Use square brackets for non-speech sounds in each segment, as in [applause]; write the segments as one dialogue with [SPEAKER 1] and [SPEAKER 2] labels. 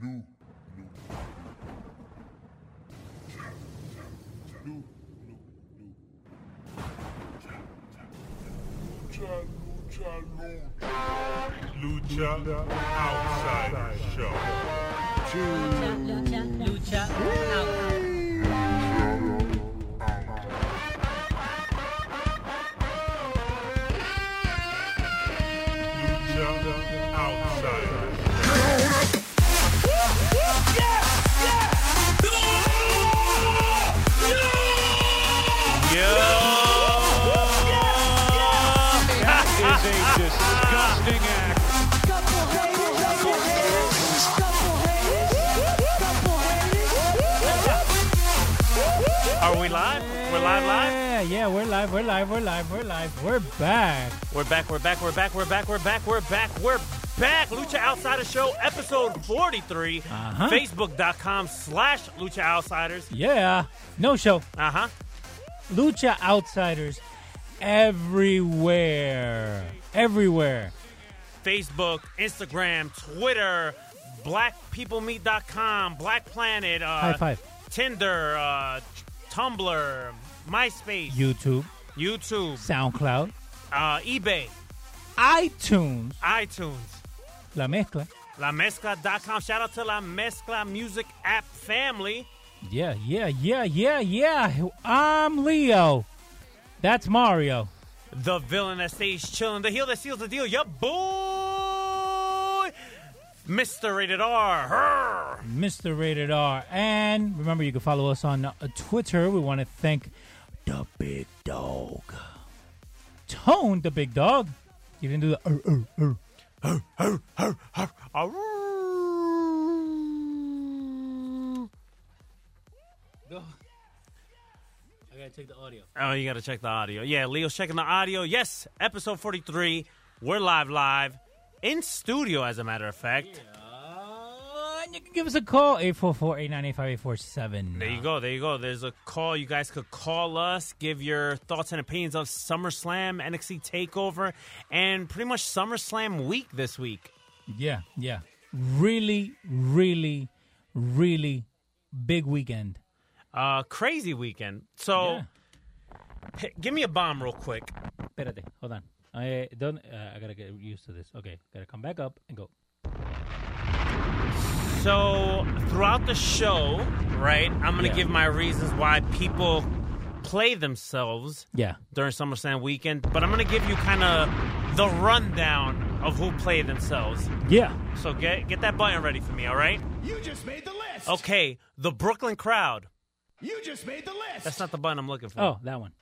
[SPEAKER 1] No, no, no, no, no. Lucha, lucha, lucha.
[SPEAKER 2] Lucha Outsider Show.
[SPEAKER 3] Lucha, lucha, lucha.
[SPEAKER 2] Lucha Outsider Show.
[SPEAKER 4] That is a disgusting act.
[SPEAKER 5] Are we live? We're live, live.
[SPEAKER 6] Yeah, yeah, we're live, we're live, we're live, we're live, we're back.
[SPEAKER 5] We're back. We're back. We're back. We're back. We're back. We're back. We're back. Lucha Outsider Show, episode 43.
[SPEAKER 6] Uh-huh.
[SPEAKER 5] Facebook.com slash Lucha Outsiders.
[SPEAKER 6] Yeah, no show.
[SPEAKER 5] Uh huh.
[SPEAKER 6] Lucha outsiders everywhere, everywhere.
[SPEAKER 5] Facebook, Instagram, Twitter, BlackPeopleMeet.com, Black Planet, uh,
[SPEAKER 6] High five.
[SPEAKER 5] Tinder, uh, Tumblr, MySpace,
[SPEAKER 6] YouTube,
[SPEAKER 5] YouTube,
[SPEAKER 6] SoundCloud,
[SPEAKER 5] uh, eBay,
[SPEAKER 6] iTunes,
[SPEAKER 5] iTunes.
[SPEAKER 6] La Mezcla.
[SPEAKER 5] LaMezcla.com. Shout out to La Mezcla Music App family.
[SPEAKER 6] Yeah, yeah, yeah, yeah, yeah. I'm Leo. That's Mario.
[SPEAKER 5] The villain that stays chillin', the heel that seals the deal. Your boy, Mr. Rated R. Her.
[SPEAKER 6] Mr. Rated R. And remember, you can follow us on uh, Twitter. We want to thank the big dog. Tone the big dog. You didn't do the. "Er, er, er." I gotta take the audio.
[SPEAKER 5] Oh, you gotta check the audio. Yeah, Leo's checking the audio. Yes, episode forty-three. We're live, live in studio. As a matter of fact,
[SPEAKER 6] Uh, and you can give us a call 844 898
[SPEAKER 5] there you go. There you go. There's a call. You guys could call us, give your thoughts and opinions of SummerSlam, NXT Takeover, and pretty much SummerSlam week this week.
[SPEAKER 6] Yeah, yeah. Really, really, really big weekend.
[SPEAKER 5] Uh, crazy weekend. So.
[SPEAKER 6] Yeah.
[SPEAKER 5] Hey, give me a bomb real quick.
[SPEAKER 6] Espérate, hold on. I don't. Uh, I gotta get used to this. Okay, gotta come back up and go.
[SPEAKER 5] So throughout the show, right, I'm gonna
[SPEAKER 6] Yeah.
[SPEAKER 5] give my reasons why people play themselves
[SPEAKER 6] Yeah,
[SPEAKER 5] during SummerSlam weekend, but I'm gonna give you kind of the rundown of who played themselves.
[SPEAKER 6] yeah.
[SPEAKER 5] So get get that button ready for me, all right?
[SPEAKER 7] You just made the list.
[SPEAKER 5] Okay, the Brooklyn crowd.
[SPEAKER 7] You just made the list.
[SPEAKER 5] That's not the button I'm looking for.
[SPEAKER 6] Oh, that one.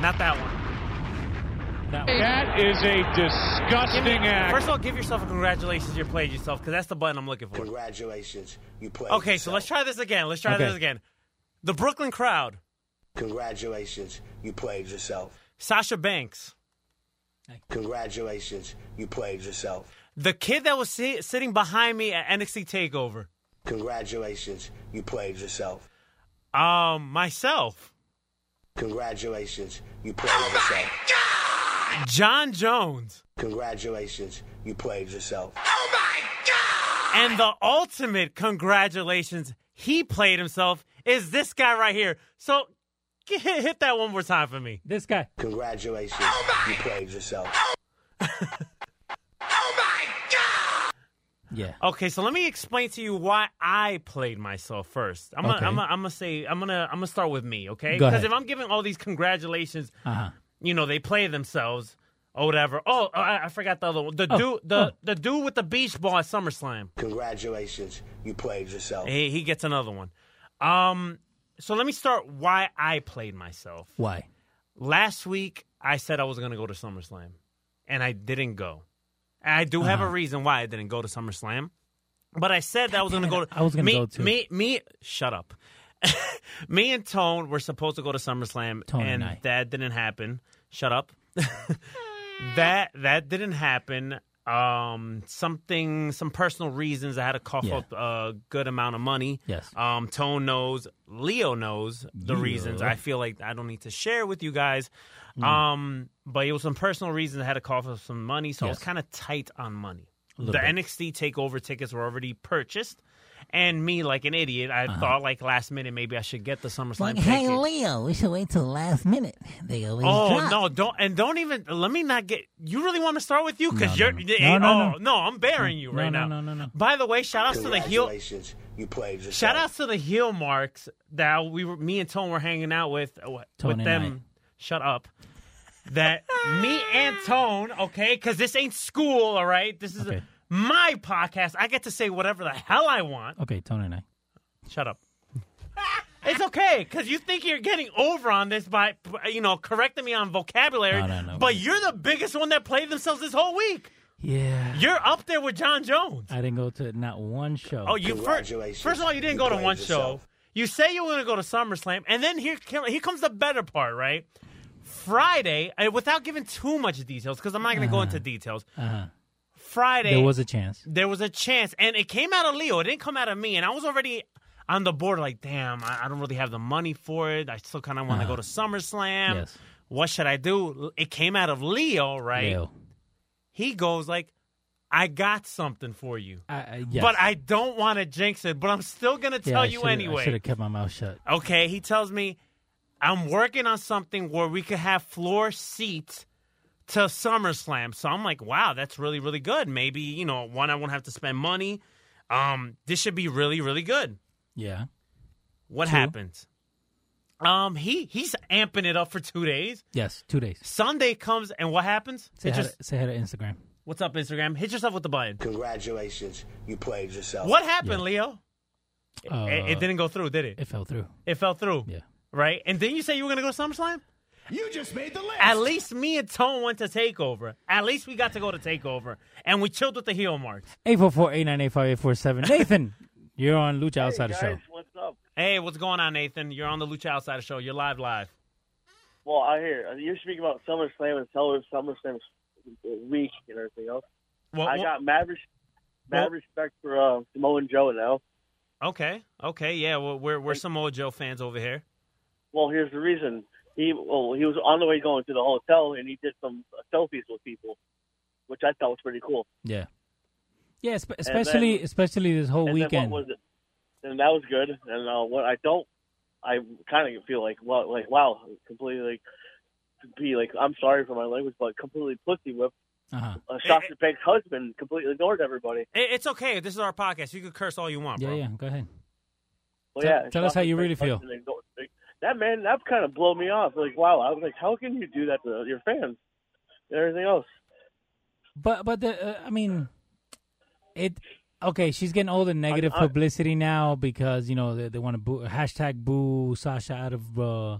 [SPEAKER 5] not that one.
[SPEAKER 6] That one.
[SPEAKER 4] That is a disgusting act.
[SPEAKER 5] First of all, give yourself a congratulations. You played yourself because that's the button I'm looking for.
[SPEAKER 8] Congratulations, you played.
[SPEAKER 5] Okay, so let's try this again. Let's try
[SPEAKER 6] Okay.
[SPEAKER 5] this again. The Brooklyn crowd.
[SPEAKER 8] Congratulations, you played yourself.
[SPEAKER 5] Sasha Banks.
[SPEAKER 8] Congratulations, you played yourself.
[SPEAKER 5] The kid that was si- sitting behind me at NXT Takeover.
[SPEAKER 8] Congratulations, you played yourself.
[SPEAKER 5] Um, myself,
[SPEAKER 8] Congratulations, you played yourself.
[SPEAKER 5] John Jones,
[SPEAKER 8] Congratulations, you played yourself.
[SPEAKER 5] and the ultimate congratulations he played himself is this guy right here. So [laughs] g- hit that one more time for me.
[SPEAKER 6] This guy.
[SPEAKER 8] Congratulations, you played yourself.
[SPEAKER 6] Yeah.
[SPEAKER 5] Okay, so let me explain to you why I played myself first. I'm
[SPEAKER 6] Okay.
[SPEAKER 5] gonna, I'm gonna, I'm gonna say, I'm gonna, I'm gonna start with me, okay?
[SPEAKER 6] Go
[SPEAKER 5] Because
[SPEAKER 6] ahead.
[SPEAKER 5] if I'm giving all these congratulations,
[SPEAKER 6] Uh huh.
[SPEAKER 5] you know, they play themselves or whatever. Oh, I, I forgot the other one. The
[SPEAKER 6] Oh,
[SPEAKER 5] dude, the
[SPEAKER 6] oh.
[SPEAKER 5] the dude with the beach ball at SummerSlam.
[SPEAKER 8] Congratulations, you played yourself.
[SPEAKER 5] He, he gets another one. Um, so let me start why I played myself.
[SPEAKER 6] Why?
[SPEAKER 5] Last week I said I was going to go to SummerSlam, and I didn't go. And I do
[SPEAKER 6] Uh-huh.
[SPEAKER 5] have a reason why I didn't go to SummerSlam, but I said that I was going to
[SPEAKER 6] damn
[SPEAKER 5] go.
[SPEAKER 6] it,
[SPEAKER 5] to
[SPEAKER 6] I was gonna
[SPEAKER 5] me-
[SPEAKER 6] go too.
[SPEAKER 5] Me, me, shut up. [laughs] me and Tone were supposed to go to SummerSlam,
[SPEAKER 6] Tone and
[SPEAKER 5] and
[SPEAKER 6] I.
[SPEAKER 5] that didn't happen. Shut up. that that didn't happen. Um, something, some personal reasons. I had to cough
[SPEAKER 6] Yeah.
[SPEAKER 5] up a good amount of money.
[SPEAKER 6] Yes.
[SPEAKER 5] Um, Tone knows, Leo knows the
[SPEAKER 6] Yeah.
[SPEAKER 5] reasons. I feel like I don't need to share with you guys.
[SPEAKER 6] Hmm.
[SPEAKER 5] Um, but it was some personal reasons. I had to cough up some money, so I was
[SPEAKER 6] Yes.
[SPEAKER 5] kind of tight on money. the NXT takeover tickets were already purchased. And me, like an idiot, I
[SPEAKER 6] Uh-huh.
[SPEAKER 5] thought like last minute maybe I should get the SummerSlam
[SPEAKER 9] Like,
[SPEAKER 5] ticket.
[SPEAKER 9] hey, Leo, we should wait till the last minute. They always
[SPEAKER 5] Oh
[SPEAKER 9] drop.
[SPEAKER 5] no! Don't and don't even. Let me not get. You really want to start with you because
[SPEAKER 6] No,
[SPEAKER 5] you're.
[SPEAKER 6] no, no. No,
[SPEAKER 5] eh,
[SPEAKER 6] no,
[SPEAKER 5] oh,
[SPEAKER 6] no.
[SPEAKER 5] I'm bearing you
[SPEAKER 6] No,
[SPEAKER 5] right
[SPEAKER 6] no,
[SPEAKER 5] now.
[SPEAKER 6] no, no, no.
[SPEAKER 5] By the way, shout outs to the heel.
[SPEAKER 8] Congratulations, you played yourself.
[SPEAKER 5] Shout outs to the heel marks that we were. Me and Tone were hanging out with. uh,
[SPEAKER 6] Tone
[SPEAKER 5] with
[SPEAKER 6] and
[SPEAKER 5] them.
[SPEAKER 6] I.
[SPEAKER 5] Shut up. That me and Tone, okay? Because this ain't school, all right. This is
[SPEAKER 6] Okay.
[SPEAKER 5] my podcast. I get to say whatever the hell I want.
[SPEAKER 6] Okay, Tony and I.
[SPEAKER 5] Shut up. [laughs] It's okay, because you think you're getting over on this by, you know, correcting me on vocabulary.
[SPEAKER 6] No, no, no.
[SPEAKER 5] But you're the biggest one that played themselves this whole week.
[SPEAKER 6] Yeah.
[SPEAKER 5] You're up there with John Jones.
[SPEAKER 6] I didn't go to not one show.
[SPEAKER 5] Oh, you first.
[SPEAKER 8] Congratulations.
[SPEAKER 5] First of all, you didn't go
[SPEAKER 8] You
[SPEAKER 5] to
[SPEAKER 8] played
[SPEAKER 5] one show.
[SPEAKER 8] yourself.
[SPEAKER 5] You say you were going to go to SummerSlam, and then here came- here comes the better part, right? Friday, and without giving too much details, because I'm not going to go into details. Friday,
[SPEAKER 6] Uh-huh. there was a chance.
[SPEAKER 5] there was a chance, and it came out of Leo. It didn't come out of me, and I was already on the board. Like, damn, I, I don't really have the money for it. I still kind of want to go to SummerSlam.
[SPEAKER 6] Uh-huh. Yes.
[SPEAKER 5] What should I do? It came out of Leo, right?
[SPEAKER 6] Leo.
[SPEAKER 5] He goes like, "I got something for you,
[SPEAKER 6] I, I, yes.
[SPEAKER 5] but I don't want to jinx it. But I'm still gonna
[SPEAKER 6] Yeah,
[SPEAKER 5] tell
[SPEAKER 6] I
[SPEAKER 5] you
[SPEAKER 6] shoulda- I should
[SPEAKER 5] anyway."
[SPEAKER 6] have kept my mouth shut.
[SPEAKER 5] Okay, he tells me, "I'm working on something where we could have floor seats." To SummerSlam, so I'm like, wow, that's really, really good. Maybe you know, one, I won't have to spend money. Um, this should be really, really good.
[SPEAKER 6] Yeah.
[SPEAKER 5] What
[SPEAKER 6] Two.
[SPEAKER 5] happens? Um, he he's amping it up for two days.
[SPEAKER 6] Yes. Two days.
[SPEAKER 5] Sunday comes, and what happens?
[SPEAKER 6] Say,
[SPEAKER 5] Hit
[SPEAKER 6] hi,
[SPEAKER 5] your-
[SPEAKER 6] to, say hi to Instagram.
[SPEAKER 5] what's up, Instagram? Hit yourself with the button.
[SPEAKER 8] Congratulations, you played yourself.
[SPEAKER 5] What happened, Leo?
[SPEAKER 6] Uh,
[SPEAKER 5] it, it didn't go through, did it?
[SPEAKER 6] It fell through.
[SPEAKER 5] It fell through.
[SPEAKER 6] Yeah.
[SPEAKER 5] Right? And then you say you were going to go to SummerSlam?
[SPEAKER 7] You just made the list.
[SPEAKER 5] At least me and Tone went to TakeOver. At least we got to go to TakeOver. And we chilled with the heel marks.
[SPEAKER 6] 844-898-5847. Nathan, you're on Lucha Outside the Show.
[SPEAKER 10] What's up?
[SPEAKER 5] Hey, what's going on, Nathan? You're on the Lucha Outsider Show. You're live, live.
[SPEAKER 10] Well, I hear uh, you're speaking about SummerSlam and Summer SummerSlam week and everything else.
[SPEAKER 5] Well,
[SPEAKER 10] I
[SPEAKER 5] well-
[SPEAKER 10] got mad, res- mad
[SPEAKER 5] Well-
[SPEAKER 10] respect for uh, Samoa Joe now.
[SPEAKER 5] Okay. Okay. Yeah. Well, we're we're some old Joe fans over here.
[SPEAKER 10] Well, here's the reason. He well, he was on the way going to the hotel and he did some uh, selfies with people, which I thought was pretty cool.
[SPEAKER 6] Yeah. Yeah, spe- especially especially this whole
[SPEAKER 10] and
[SPEAKER 6] weekend.
[SPEAKER 10] then what was it? And that was good. And uh, what I don't, I kind of feel like well, like wow, completely like, to be like I'm sorry for my language, but completely pussy whipped.
[SPEAKER 6] uh-huh.
[SPEAKER 10] Uh, Sasha Banks' husband completely ignored everybody.
[SPEAKER 5] It, it's okay. This is our podcast. You can curse all you want,
[SPEAKER 6] Yeah,
[SPEAKER 5] bro.
[SPEAKER 6] yeah. Go ahead.
[SPEAKER 10] Well,
[SPEAKER 6] Tell-
[SPEAKER 10] yeah,
[SPEAKER 6] tell us how you
[SPEAKER 10] Sasha
[SPEAKER 6] really
[SPEAKER 10] Banks'
[SPEAKER 6] feel.
[SPEAKER 10] husband ignored- like, That man, that kind of blew me off. Like, wow, I was like, how can you do that to your fans and everything else?
[SPEAKER 6] But but the uh, I mean, it okay. She's getting all the negative
[SPEAKER 10] I-
[SPEAKER 6] publicity now because you know they, they want to boo, hashtag boo Sasha out of uh,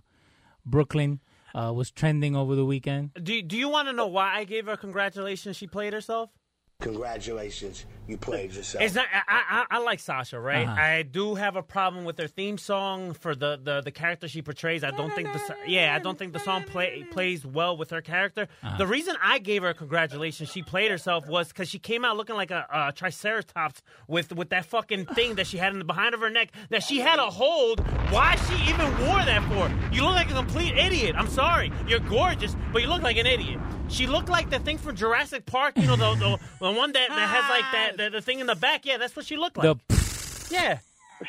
[SPEAKER 6] Brooklyn uh, was trending over the weekend.
[SPEAKER 5] Do Do you want to know why I gave her congratulations? She played herself.
[SPEAKER 8] Congratulations, you played yourself.
[SPEAKER 5] It's not. I, I, I like Sasha, right?
[SPEAKER 6] Uh-huh.
[SPEAKER 5] I do have a problem with her theme song for the, the, the character she portrays. I don't think the so- yeah, I don't think the song play, plays well with her character. The reason I gave her congratulations, she played herself, was because she came out looking like a, a triceratops with with that fucking thing that she had in the behind of her neck that she had a hold. Why she even wore that for? You look like a complete idiot. I'm sorry. You're gorgeous, but you look like an idiot. She looked like the thing from Jurassic Park, you know, the, the, the one that, that has like that the, the thing in the back. Yeah, that's what she looked like.
[SPEAKER 6] The
[SPEAKER 5] Yeah.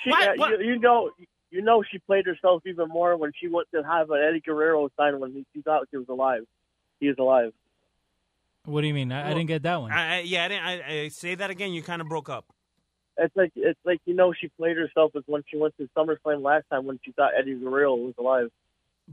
[SPEAKER 10] She,
[SPEAKER 5] What-
[SPEAKER 10] uh,
[SPEAKER 5] what-
[SPEAKER 10] You, you know, you know, she played herself even more when she went to have an Eddie Guerrero sign when he, she thought she was alive. He is alive.
[SPEAKER 6] what do you mean? I, I didn't get that one.
[SPEAKER 5] I, I, yeah, I, didn't, I, I say that again. You kind of broke up.
[SPEAKER 10] It's like it's like you know she played herself as when she went to SummerSlam last time when she thought Eddie Guerrero was alive.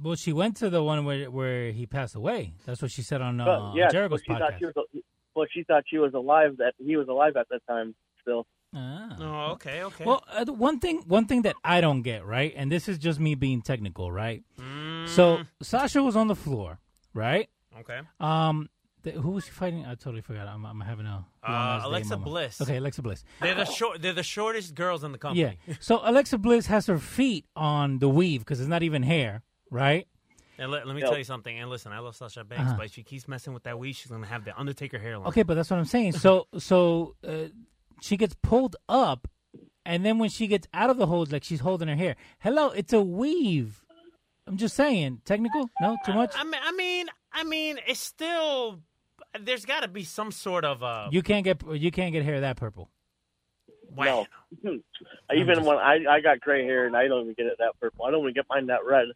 [SPEAKER 6] well, she went to the one where where he passed away. That's what she said on
[SPEAKER 10] But,
[SPEAKER 6] uh,
[SPEAKER 10] yeah,
[SPEAKER 6] Jericho's
[SPEAKER 10] but she thought she
[SPEAKER 6] podcast.
[SPEAKER 10] was, but she thought she was alive. That he was alive at that time. Still,
[SPEAKER 6] Ah.
[SPEAKER 5] Oh, okay, okay.
[SPEAKER 6] Well, uh, the one thing one thing that I don't get right, and this is just me being technical, right?
[SPEAKER 5] Mm.
[SPEAKER 6] So Sasha was on the floor, right?
[SPEAKER 5] okay.
[SPEAKER 6] Um, th- who was she fighting? I totally forgot. I'm, I'm having a long ass day
[SPEAKER 5] Uh, Alexa
[SPEAKER 6] moment.
[SPEAKER 5] Bliss.
[SPEAKER 6] Okay, Alexa Bliss.
[SPEAKER 5] They're the short. They're the shortest girls in the
[SPEAKER 6] Yeah.
[SPEAKER 5] company.
[SPEAKER 6] So Alexa Bliss has her feet on the weave because it's not even hair, right?
[SPEAKER 5] And let, let me
[SPEAKER 10] Yeah.
[SPEAKER 5] tell you something. And listen, I love Sasha
[SPEAKER 6] Uh-huh.
[SPEAKER 5] Banks, but if she keeps messing with that weed, she's gonna have the Undertaker hairline.
[SPEAKER 6] Okay, but that's what I'm saying.
[SPEAKER 5] [laughs]
[SPEAKER 6] So so uh, she gets pulled up, and then when she gets out of the hold, like she's holding her hair. Hello, it's a weave. I'm just saying. Technical? No, too much.
[SPEAKER 5] I mean, I mean, I mean, it's still. there's got to be some sort of uh,
[SPEAKER 6] You can't get you can't get hair that purple.
[SPEAKER 5] wow.
[SPEAKER 10] No. Hmm. even when I, I got gray hair and I don't even get it that purple. I don't even get mine that red.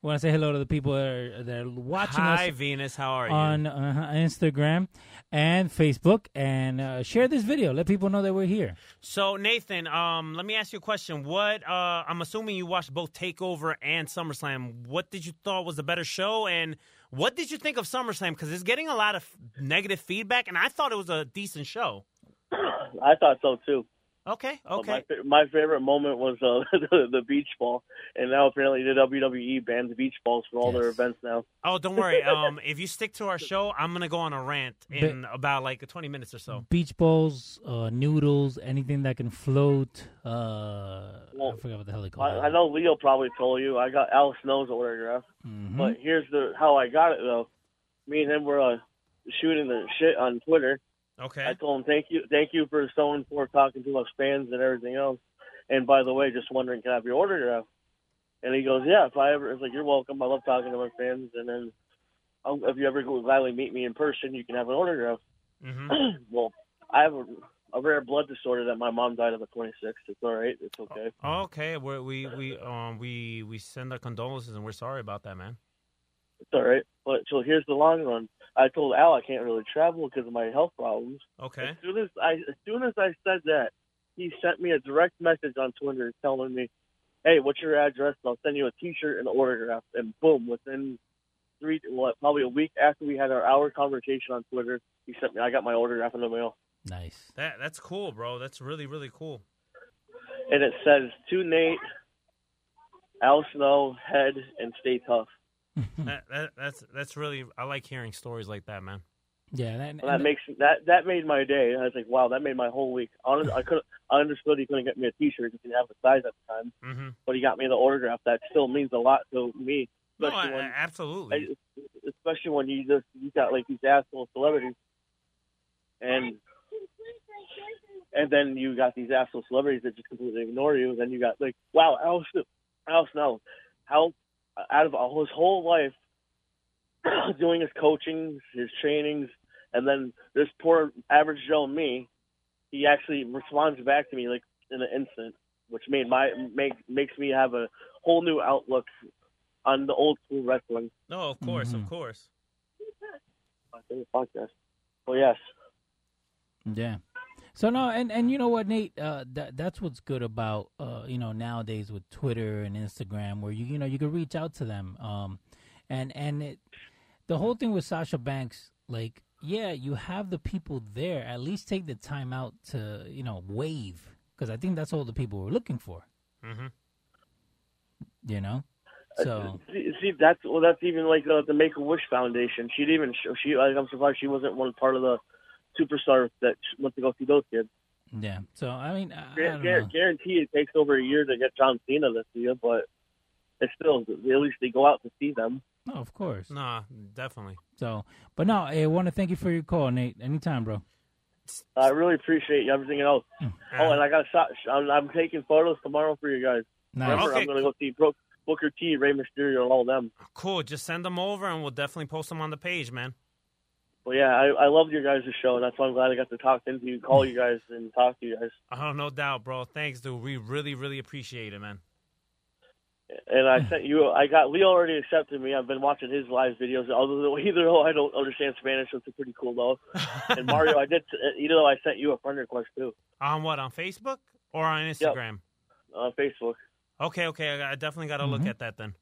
[SPEAKER 6] Want to say hello to the people that are, that are watching
[SPEAKER 5] Hi
[SPEAKER 6] us
[SPEAKER 5] Venus, how are you?
[SPEAKER 6] on uh, Instagram and Facebook, and uh, share this video. Let people know that we're here.
[SPEAKER 5] so Nathan, um, let me ask you a question. What uh, I'm assuming you watched both Takeover and SummerSlam. What did you thought was the better show, and what did you think of SummerSlam? Because it's getting a lot of negative feedback, and I thought it was a decent show.
[SPEAKER 10] I thought so too.
[SPEAKER 5] Okay,
[SPEAKER 10] But
[SPEAKER 5] okay.
[SPEAKER 10] Oh, My, fa- my favorite moment was uh, [laughs] the, the beach ball, and now apparently the WWE bans beach balls from all their
[SPEAKER 6] Yes.
[SPEAKER 10] events now.
[SPEAKER 5] Oh, don't worry. Um, if you stick to our show, I'm gonna go on a rant in about like 20 minutes or so.
[SPEAKER 6] Beach balls, uh, noodles, anything that can float. Uh, I forgot what the hell they call it.
[SPEAKER 10] I, I know Leo probably told you I got Al Snow's autograph,
[SPEAKER 6] Mm-hmm.
[SPEAKER 10] but here's the how I got it though. Me and him were uh, shooting the shit on Twitter.
[SPEAKER 6] Mm.
[SPEAKER 10] I
[SPEAKER 5] Okay.
[SPEAKER 10] told him thank you, thank you for so and for talking to us fans and everything else. And by the way, just wondering, can I have your autograph? And he goes, yeah. If I ever, it's like you're welcome. I love talking to my fans. And then um, if you ever go gladly meet me in person, you can have an autograph.
[SPEAKER 5] hmm
[SPEAKER 10] [clears throat] well, I have a, a rare blood disorder that my mom died of at 26. It's all right. It's okay.
[SPEAKER 5] Oh, Okay. We're, we we um we we send our condolences and we're sorry about that, man.
[SPEAKER 10] It's all right. But so here's the long run. I told Al I can't really travel because of my health problems.
[SPEAKER 5] Okay.
[SPEAKER 10] As soon as I as soon as I said that, he sent me a direct message on Twitter telling me, "Hey, what's your address? And I'll send you a T-shirt and autograph." And boom, within three, what, probably a week after we had our hour conversation on Twitter, he sent me. I got my autograph in the mail,
[SPEAKER 6] nice.
[SPEAKER 5] That that's cool, bro. That's really really cool.
[SPEAKER 10] and it says to Nate, Al Snow, head, and stay tough.
[SPEAKER 5] that, that that's that's really I like hearing stories like that, man.
[SPEAKER 6] Yeah, that,
[SPEAKER 10] Well, that makes that that made my day. I was like, wow, that made my whole week. Honestly, I could I understood he couldn't get me a T-shirt. He didn't have the size at the time,
[SPEAKER 5] hmm
[SPEAKER 10] but he got me the autograph. That still means a lot to me,
[SPEAKER 5] No,
[SPEAKER 10] especially
[SPEAKER 5] I- I-
[SPEAKER 10] when
[SPEAKER 5] absolutely.
[SPEAKER 10] I- especially when you just you got like these asshole celebrities, and and then you got these asshole celebrities that just completely ignore you. Then you got like, wow, Al Snow, Al Snow, how out of all his whole life [clears throat] doing his coaching, his trainings, and then this poor average Joe me, he actually responds back to me like in an instant, which made my make makes me have a whole new outlook on the old school wrestling.
[SPEAKER 5] No, of course, of course.
[SPEAKER 10] I think it's podcast. Well, yes,
[SPEAKER 6] Yeah. So no, and and you know what, Nate? Uh, that that's what's good about uh, you know nowadays with Twitter and Instagram, where you you know you can reach out to them. Um, and and it, the whole thing with Sasha Banks, like, yeah, you have the people there. At least take the time out to you know wave, because I think that's all the people were looking for.
[SPEAKER 5] Mhm.
[SPEAKER 6] You know, so
[SPEAKER 10] see, see that's well, that's even like uh, the, the Make a Wish Foundation. She'd even show, she like, I'm surprised she wasn't one part of the superstar that went to go see those kids.
[SPEAKER 6] yeah. So I mean, I, I
[SPEAKER 10] Guar-
[SPEAKER 6] don't
[SPEAKER 10] guar-
[SPEAKER 6] know.
[SPEAKER 10] guarantee it takes over a year to get John Cena this year, but it's still at least they go out to see them.
[SPEAKER 6] No, of course.
[SPEAKER 5] Nah, definitely.
[SPEAKER 6] So, but no, I want to thank you for your call, Nate. Anytime, bro.
[SPEAKER 10] I really appreciate everything else.
[SPEAKER 6] Hmm.
[SPEAKER 10] Oh, and I got a shot. I'm, I'm taking photos tomorrow for you guys.
[SPEAKER 6] Nice.
[SPEAKER 10] Remember,
[SPEAKER 5] Okay.
[SPEAKER 10] I'm going to go see Brooke, Booker T, Ray Mysterio, and all them.
[SPEAKER 5] Cool. Just send them over, and we'll definitely post them on the page, man.
[SPEAKER 10] But yeah, I, I loved your guys' show, and that's why I'm glad I got to talk to you, call you guys, and talk to you guys.
[SPEAKER 5] Oh, no doubt, bro. Thanks, dude. We really, really appreciate it, man.
[SPEAKER 10] And I sent you. I got Leo already accepted me. I've been watching his live videos. Although either though [laughs] I don't understand Spanish, so it's pretty cool though. and Mario, I did. Even though I sent you a friend request too
[SPEAKER 5] On what? On Facebook or on Instagram?
[SPEAKER 10] on Facebook.
[SPEAKER 5] Okay, okay. I, I definitely got to look at that then.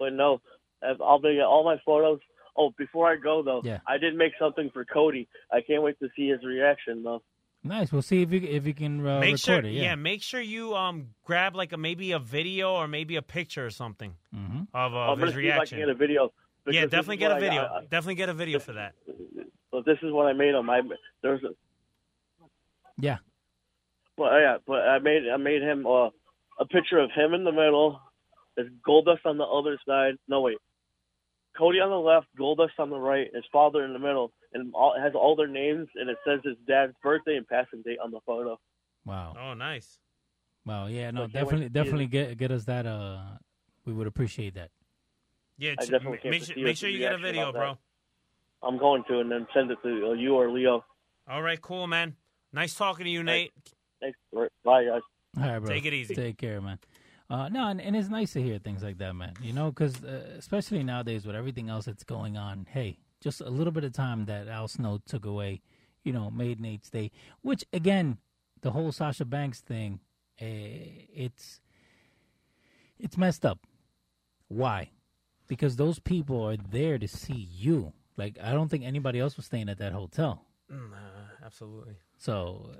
[SPEAKER 10] But no, I've- I'll be all my photos. Oh, before I go though,
[SPEAKER 6] Yeah.
[SPEAKER 10] I did make something for Cody. I can't wait to see his reaction though.
[SPEAKER 6] Nice. We'll see if you if you can uh,
[SPEAKER 5] make
[SPEAKER 6] record
[SPEAKER 5] sure,
[SPEAKER 6] it. Yeah.
[SPEAKER 5] Make sure you um grab like a maybe a video or maybe a picture or something
[SPEAKER 6] Mhm.
[SPEAKER 5] of, uh,
[SPEAKER 10] Oh, I'm
[SPEAKER 5] of
[SPEAKER 10] gonna
[SPEAKER 5] his
[SPEAKER 10] see if I
[SPEAKER 5] reaction.
[SPEAKER 10] can get a video.
[SPEAKER 5] yeah,
[SPEAKER 10] because this
[SPEAKER 5] definitely
[SPEAKER 10] is
[SPEAKER 5] get
[SPEAKER 10] what
[SPEAKER 5] a
[SPEAKER 10] I-
[SPEAKER 5] video.
[SPEAKER 10] I-
[SPEAKER 5] definitely get a video for
[SPEAKER 10] [laughs]
[SPEAKER 5] that.
[SPEAKER 10] But this is what I made him. I there's, a-
[SPEAKER 6] yeah.
[SPEAKER 10] but uh, yeah, but I made I made him uh, a picture of him in the middle. There's Goldust on the other side. No wait, Cody on the left, Goldust on the right, his father in the middle, and all, it has all their names, and it says his dad's birthday and passing date on the photo.
[SPEAKER 6] Wow.
[SPEAKER 5] Oh, nice.
[SPEAKER 6] Wow. Yeah. No.
[SPEAKER 10] can't wait
[SPEAKER 6] Definitely.
[SPEAKER 10] to see it.
[SPEAKER 6] Definitely get get us that. Uh, we would appreciate that.
[SPEAKER 5] Yeah,
[SPEAKER 10] I
[SPEAKER 5] ch-
[SPEAKER 10] definitely
[SPEAKER 5] make
[SPEAKER 10] can't
[SPEAKER 5] make
[SPEAKER 10] foresee
[SPEAKER 5] sure, make
[SPEAKER 10] a
[SPEAKER 5] sure you
[SPEAKER 10] TV
[SPEAKER 5] get a
[SPEAKER 10] action
[SPEAKER 5] video,
[SPEAKER 10] about
[SPEAKER 5] bro.
[SPEAKER 10] that. I'm going to, and then send it to uh, you or Leo.
[SPEAKER 5] All right, cool, man. Nice talking to you, Nate.
[SPEAKER 10] Thanks. Bye, guys.
[SPEAKER 6] All right, bro.
[SPEAKER 5] Take it easy.
[SPEAKER 6] Take care, man. Uh, no, and, and it's nice to hear things like that, man. You know, because uh, especially nowadays with everything else that's going on, hey, just a little bit of time that Al Snow took away, you know, made Nate's day. Which again, the whole Sasha Banks thing, eh, it's it's messed up. Why? Because those people are there to see you. Like, I don't think anybody else was staying at that hotel.
[SPEAKER 5] Mm, uh, absolutely.
[SPEAKER 6] So uh,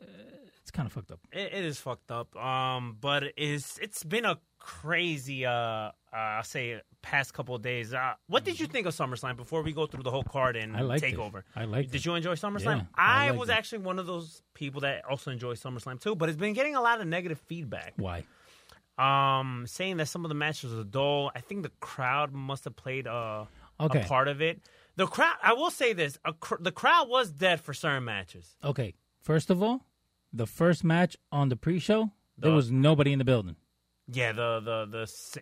[SPEAKER 6] it's kind of fucked up.
[SPEAKER 5] It, it is fucked up. Um, but it's it's been a crazy uh, uh I'll say past couple of days. Uh, what did you think of SummerSlam before we go through the whole card and
[SPEAKER 6] Mm-hmm. I liked it.
[SPEAKER 5] take over?
[SPEAKER 6] I liked
[SPEAKER 5] Did you enjoy SummerSlam?
[SPEAKER 6] Yeah, I
[SPEAKER 5] I,
[SPEAKER 6] liked
[SPEAKER 5] was
[SPEAKER 6] it.
[SPEAKER 5] actually one of those people that also enjoy SummerSlam too, but it's been getting a lot of negative feedback.
[SPEAKER 6] Why?
[SPEAKER 5] Um, saying that some of the matches were dull. I think the crowd must have played a,
[SPEAKER 6] Okay.
[SPEAKER 5] a part of it. The crowd. I will say this: a cr- the crowd was dead for certain matches.
[SPEAKER 6] Okay, first of all, the first match on the pre-show, there
[SPEAKER 5] Duh.
[SPEAKER 6] was nobody in the building.
[SPEAKER 5] Yeah, the the the. si-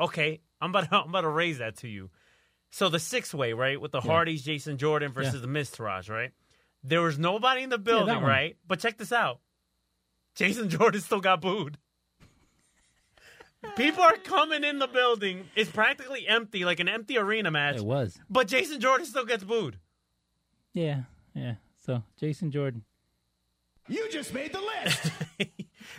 [SPEAKER 5] Okay, I'm about to, [laughs] I'm about to raise that to you. So the six way, right, with the Hardys, Jason Jordan versus
[SPEAKER 6] Yeah.
[SPEAKER 5] the Mistourage, right? There was nobody in the building,
[SPEAKER 6] one.
[SPEAKER 5] right? But check this out: Jason [laughs] Jordan still got booed. People are coming in the building. It's practically empty, like an empty arena match.
[SPEAKER 6] It was.
[SPEAKER 5] But Jason Jordan still gets booed.
[SPEAKER 6] Yeah, yeah. So Jason Jordan,
[SPEAKER 7] You just made the list.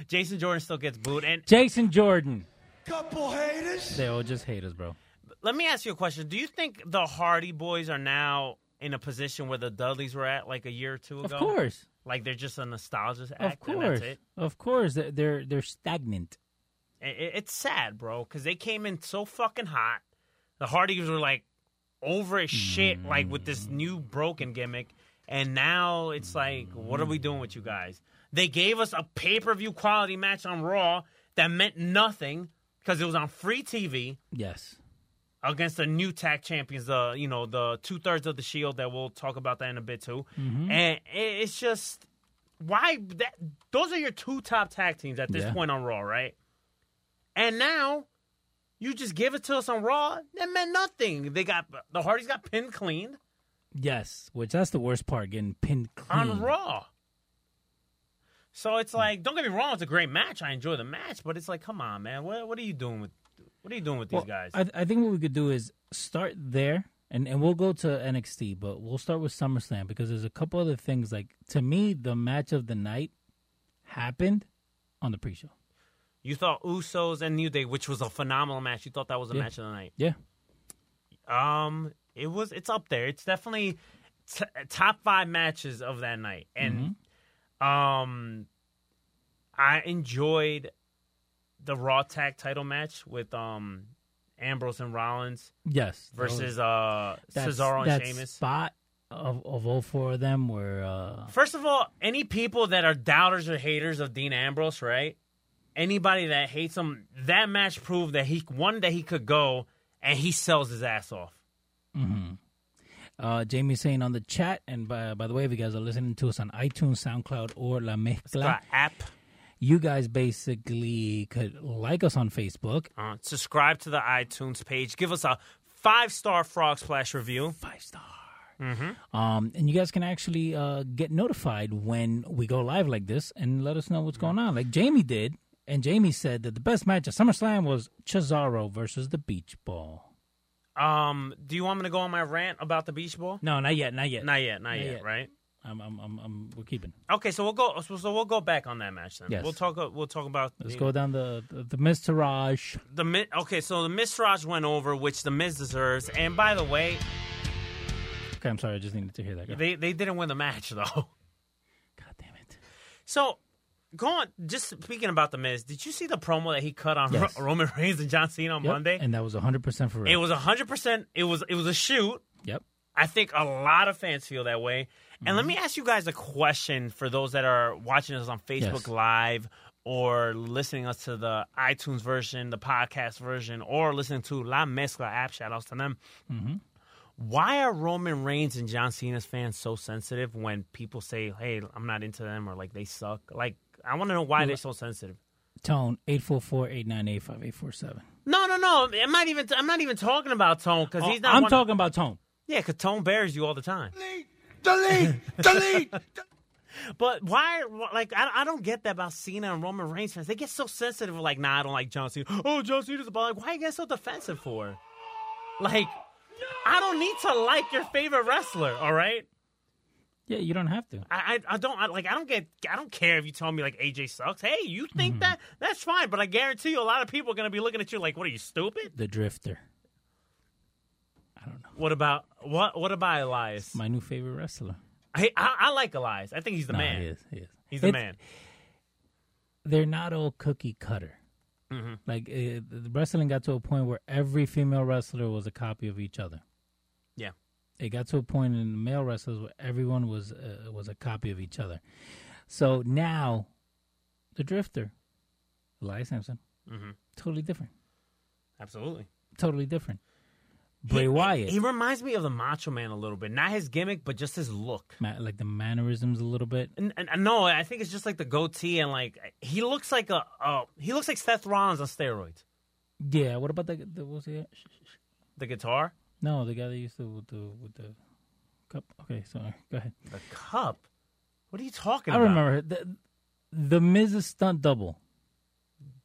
[SPEAKER 5] Jason Jordan still gets booed. And
[SPEAKER 6] Jason Jordan.
[SPEAKER 7] [laughs] Couple haters.
[SPEAKER 6] They all just hate us, bro.
[SPEAKER 5] let me ask you a question: Do you think the Hardy Boys are now in a position where the Dudleys were at like a year or two
[SPEAKER 6] Of
[SPEAKER 5] ago?
[SPEAKER 6] course,
[SPEAKER 5] Like they're just a nostalgia act.
[SPEAKER 6] of
[SPEAKER 5] And that's
[SPEAKER 6] course,
[SPEAKER 5] it.
[SPEAKER 6] of course. They're- They're they're stagnant.
[SPEAKER 5] I- I- It's sad, bro, because they came in so fucking hot. The Hardys were like over as shit, like with this new broken gimmick. And now it's like, what are we doing with you guys? They gave us a pay per view quality match on Raw that meant nothing because it was on free TV
[SPEAKER 6] Yes.
[SPEAKER 5] against the new tag champions, the you know the two thirds of the Shield that we'll talk about that in a bit too.
[SPEAKER 6] Mm-hmm.
[SPEAKER 5] And i- it's just why that those are your two top tag teams at this
[SPEAKER 6] Yeah.
[SPEAKER 5] point on Raw, right? And now you just give it to us on Raw. That meant nothing. They got the Hardys got pinned clean
[SPEAKER 6] Yes, which that's the worst part, getting pinned clean.
[SPEAKER 5] on Raw. So it's like, don't get me wrong, it's a great match. I enjoy the match, but it's like, come on, man, what what are you doing with what are you doing with these guys?
[SPEAKER 6] I, I think what we could do is start there, and, and we'll go to NXT, but we'll start with SummerSlam because there's a couple other things. Like to me, the match of the night happened on the pre-show.
[SPEAKER 5] You thought Usos and New Day, which was a phenomenal match. You thought that was a
[SPEAKER 6] Yeah.
[SPEAKER 5] match of the night.
[SPEAKER 6] Yeah,
[SPEAKER 5] Um, it was. It's up there. It's definitely t- top five matches of that night, and
[SPEAKER 6] Mm-hmm.
[SPEAKER 5] um, I enjoyed the Raw Tag Title match with um Ambrose and Rollins
[SPEAKER 6] yes.
[SPEAKER 5] versus uh
[SPEAKER 6] Oh, That's-
[SPEAKER 5] Cesaro and
[SPEAKER 6] that
[SPEAKER 5] Sheamus.
[SPEAKER 6] spot of, of all four of them were uh,
[SPEAKER 5] First of all, any people that are doubters or haters of Dean Ambrose, right? Anybody that hates him, that match proved that he one that he could go and he sells his ass off.
[SPEAKER 6] uh, Jamie saying on the chat. And by, by the way, if you guys are listening to us on iTunes, SoundCloud, or La Mezcla,
[SPEAKER 5] Got app.
[SPEAKER 6] you guys basically could like us on Facebook.
[SPEAKER 5] Uh, subscribe to the iTunes page. Give us a five star frog splash review.
[SPEAKER 6] five star. Um, and you guys can actually uh, get notified when we go live like this and let us know what's going on. Like Jamie did, and Jamie said that the best match at SummerSlam was Cesaro versus the Beach Ball.
[SPEAKER 5] Um, do you want me to go on my rant about the beach ball?
[SPEAKER 6] No, not yet, not yet.
[SPEAKER 5] Not yet, not,
[SPEAKER 6] Not
[SPEAKER 5] yet,
[SPEAKER 6] yet.
[SPEAKER 5] right?
[SPEAKER 6] I'm, I'm, I'm, I'm we're keeping.
[SPEAKER 5] Okay, so we'll go. So, so we'll go back on that match then.
[SPEAKER 6] Yes.
[SPEAKER 5] We'll talk. We'll talk about.
[SPEAKER 6] Let's
[SPEAKER 5] the,
[SPEAKER 6] go down the the, the Mistourage.
[SPEAKER 5] The Mi- okay, so the Miz Raj went over, which the Miz deserves. And by the way,
[SPEAKER 6] Okay, I'm sorry, I just needed to hear that. Go.
[SPEAKER 5] They they didn't win the match [laughs] though.
[SPEAKER 6] God damn it.
[SPEAKER 5] So going just speaking about the Miz, did you see the promo that he cut on
[SPEAKER 6] Yes.
[SPEAKER 5] Ro- Roman Reigns and John Cena on
[SPEAKER 6] Yep,
[SPEAKER 5] Monday?
[SPEAKER 6] and that was 100 percent for real.
[SPEAKER 5] it was hundred percent. It was it was a shoot.
[SPEAKER 6] Yep.
[SPEAKER 5] I think a lot of fans feel that way. And
[SPEAKER 6] Mm-hmm.
[SPEAKER 5] let me ask you guys a question for those that are watching us on Facebook
[SPEAKER 6] Yes.
[SPEAKER 5] Live or listening us to the iTunes version, the podcast version, or listening to La Mezcla app. Shout outs to them.
[SPEAKER 6] Mm-hmm.
[SPEAKER 5] Why are Roman Reigns and John Cena's fans so sensitive when people say, hey, I'm not into them or like they suck? Like, I want to know why they're so sensitive.
[SPEAKER 6] Tone, 844-898-5847.
[SPEAKER 5] No, no, no. I'm not even. I'm not even talking about Tone because he's not.
[SPEAKER 6] Oh, I'm
[SPEAKER 5] one-
[SPEAKER 6] talking about Tone.
[SPEAKER 5] Yeah, because Tone bears you all the time.
[SPEAKER 7] Delete! [laughs] Delete!
[SPEAKER 5] But why? why- Like, I, I don't get that about Cena and Roman Reigns fans. They get so sensitive. Like, nah, I don't like John Cena. Oh, John Cena's about. Like, why you get so defensive for? Like, I don't need to like your favorite wrestler. All right.
[SPEAKER 6] Yeah, you don't have to.
[SPEAKER 5] I, I I don't I, like I don't get I don't care if you tell me like AJ sucks. Hey, you think
[SPEAKER 6] Mm-hmm.
[SPEAKER 5] that that's fine, but I guarantee you a lot of people are gonna be looking at you like, what are you stupid?
[SPEAKER 6] The Drifter,
[SPEAKER 5] What about what what about Elias?
[SPEAKER 6] my new favorite wrestler.
[SPEAKER 5] Hey, I, I like Elias. I think he's the
[SPEAKER 6] No,
[SPEAKER 5] man.
[SPEAKER 6] He is, he is.
[SPEAKER 5] He's the
[SPEAKER 6] It's-
[SPEAKER 5] man.
[SPEAKER 6] They're not all cookie cutter.
[SPEAKER 5] Mm-hmm.
[SPEAKER 6] Like uh, the wrestling got to a point where every female wrestler was a copy of each other.
[SPEAKER 5] Yeah.
[SPEAKER 6] It got to a point in the male wrestlers where everyone was uh, was a copy of each other. So now, the Drifter, Elias Sampson,
[SPEAKER 5] Mm-hmm.
[SPEAKER 6] totally different.
[SPEAKER 5] Absolutely.
[SPEAKER 6] Totally different. Bray Wyatt,
[SPEAKER 5] He reminds me of the Macho Man a little bit. Not his gimmick, but just his look.
[SPEAKER 6] ma- like the mannerisms a little bit.
[SPEAKER 5] And, and, and no, I think it's just like the goatee and like he looks like a uh, he looks like Seth Rollins on steroids.
[SPEAKER 6] Yeah. What about the, the what was the guy?
[SPEAKER 5] The guitar,
[SPEAKER 6] No, the guy that used to with the with the cup. Okay, sorry. Go ahead.
[SPEAKER 5] the cup. What are you talking
[SPEAKER 6] I
[SPEAKER 5] about?
[SPEAKER 6] remember her. the the Miz's stunt double.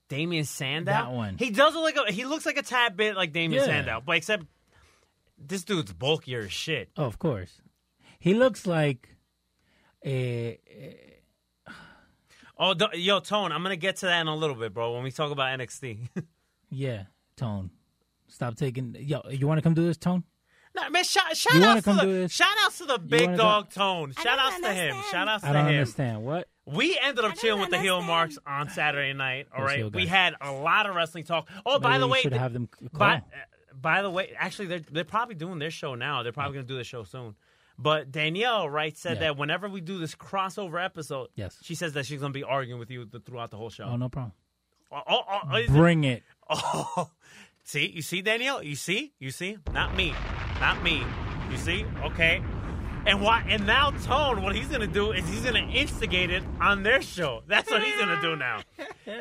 [SPEAKER 5] Damian Sandow.
[SPEAKER 6] That one.
[SPEAKER 5] He does look like a, he looks like a tad bit like Damian
[SPEAKER 6] Yeah.
[SPEAKER 5] Sandow, but except this dude's bulkier as shit.
[SPEAKER 6] Oh, of course. He looks like eh, a
[SPEAKER 5] Oh, do- yo, Tone, I'm gonna get to that in a little bit, bro. When we talk about NXT,
[SPEAKER 6] yeah tone. Stop taking yo. You want to come do this tone?
[SPEAKER 5] [laughs] nah, man, shout, shout
[SPEAKER 6] You wanna
[SPEAKER 5] out to
[SPEAKER 6] come do
[SPEAKER 5] the
[SPEAKER 6] this?
[SPEAKER 5] shout outs to the
[SPEAKER 6] wanna
[SPEAKER 5] big
[SPEAKER 6] go-
[SPEAKER 5] dog Tone. Shout outs to him.
[SPEAKER 3] understand.
[SPEAKER 5] Shout outs to
[SPEAKER 6] I
[SPEAKER 5] him.
[SPEAKER 6] don't understand what.
[SPEAKER 5] We ended up chilling with the heel
[SPEAKER 3] understand.
[SPEAKER 5] marks on Saturday night. All
[SPEAKER 6] Those
[SPEAKER 5] right,
[SPEAKER 6] heel
[SPEAKER 5] we
[SPEAKER 6] guys.
[SPEAKER 5] had a lot of wrestling talk. Oh, by
[SPEAKER 6] Maybe
[SPEAKER 5] the
[SPEAKER 6] we
[SPEAKER 5] way,
[SPEAKER 6] should
[SPEAKER 5] th-
[SPEAKER 6] have them c- call.
[SPEAKER 5] By, uh, by the way, actually, they're they're probably doing their show now. They're probably going to do the show soon. But Danielle right said
[SPEAKER 6] Oh. Yeah.
[SPEAKER 5] that whenever we do this crossover episode,
[SPEAKER 6] Yes.
[SPEAKER 5] she says that she's going to be arguing with you th- throughout the whole show.
[SPEAKER 6] oh no problem.
[SPEAKER 5] Oh, oh, oh, oh, is it-
[SPEAKER 6] Bring it.
[SPEAKER 5] [laughs] oh. see, you see, Danielle, you see, you see, not me, not me. You see, okay. And why? And now Tone, what he's going to do is he's going to instigate it on their show. That's what he's going to do now.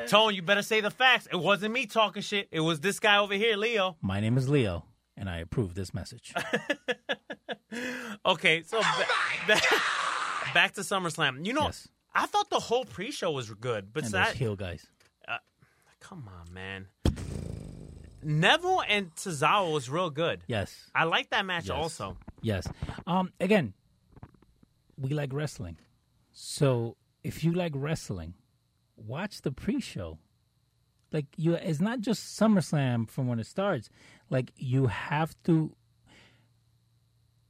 [SPEAKER 5] Tone, you better say the facts. It wasn't me talking shit. It was this guy over here, Leo.
[SPEAKER 6] My name is Leo, and I approve this
[SPEAKER 5] [laughs]
[SPEAKER 6] message.
[SPEAKER 5] Okay, so ba- ba- [laughs] back to SummerSlam. You know,
[SPEAKER 6] Yes.
[SPEAKER 5] I thought the whole pre-show was good, but
[SPEAKER 6] and those
[SPEAKER 5] that,
[SPEAKER 6] heel guys.
[SPEAKER 5] come on, man. Neville and Tozawa was real good.
[SPEAKER 6] Yes.
[SPEAKER 5] I like that match
[SPEAKER 6] Yes.
[SPEAKER 5] also.
[SPEAKER 6] Yes. Um. Again, we like wrestling, so if you like wrestling, watch the pre-show. Like you, it's not just SummerSlam from when it starts. Like you have to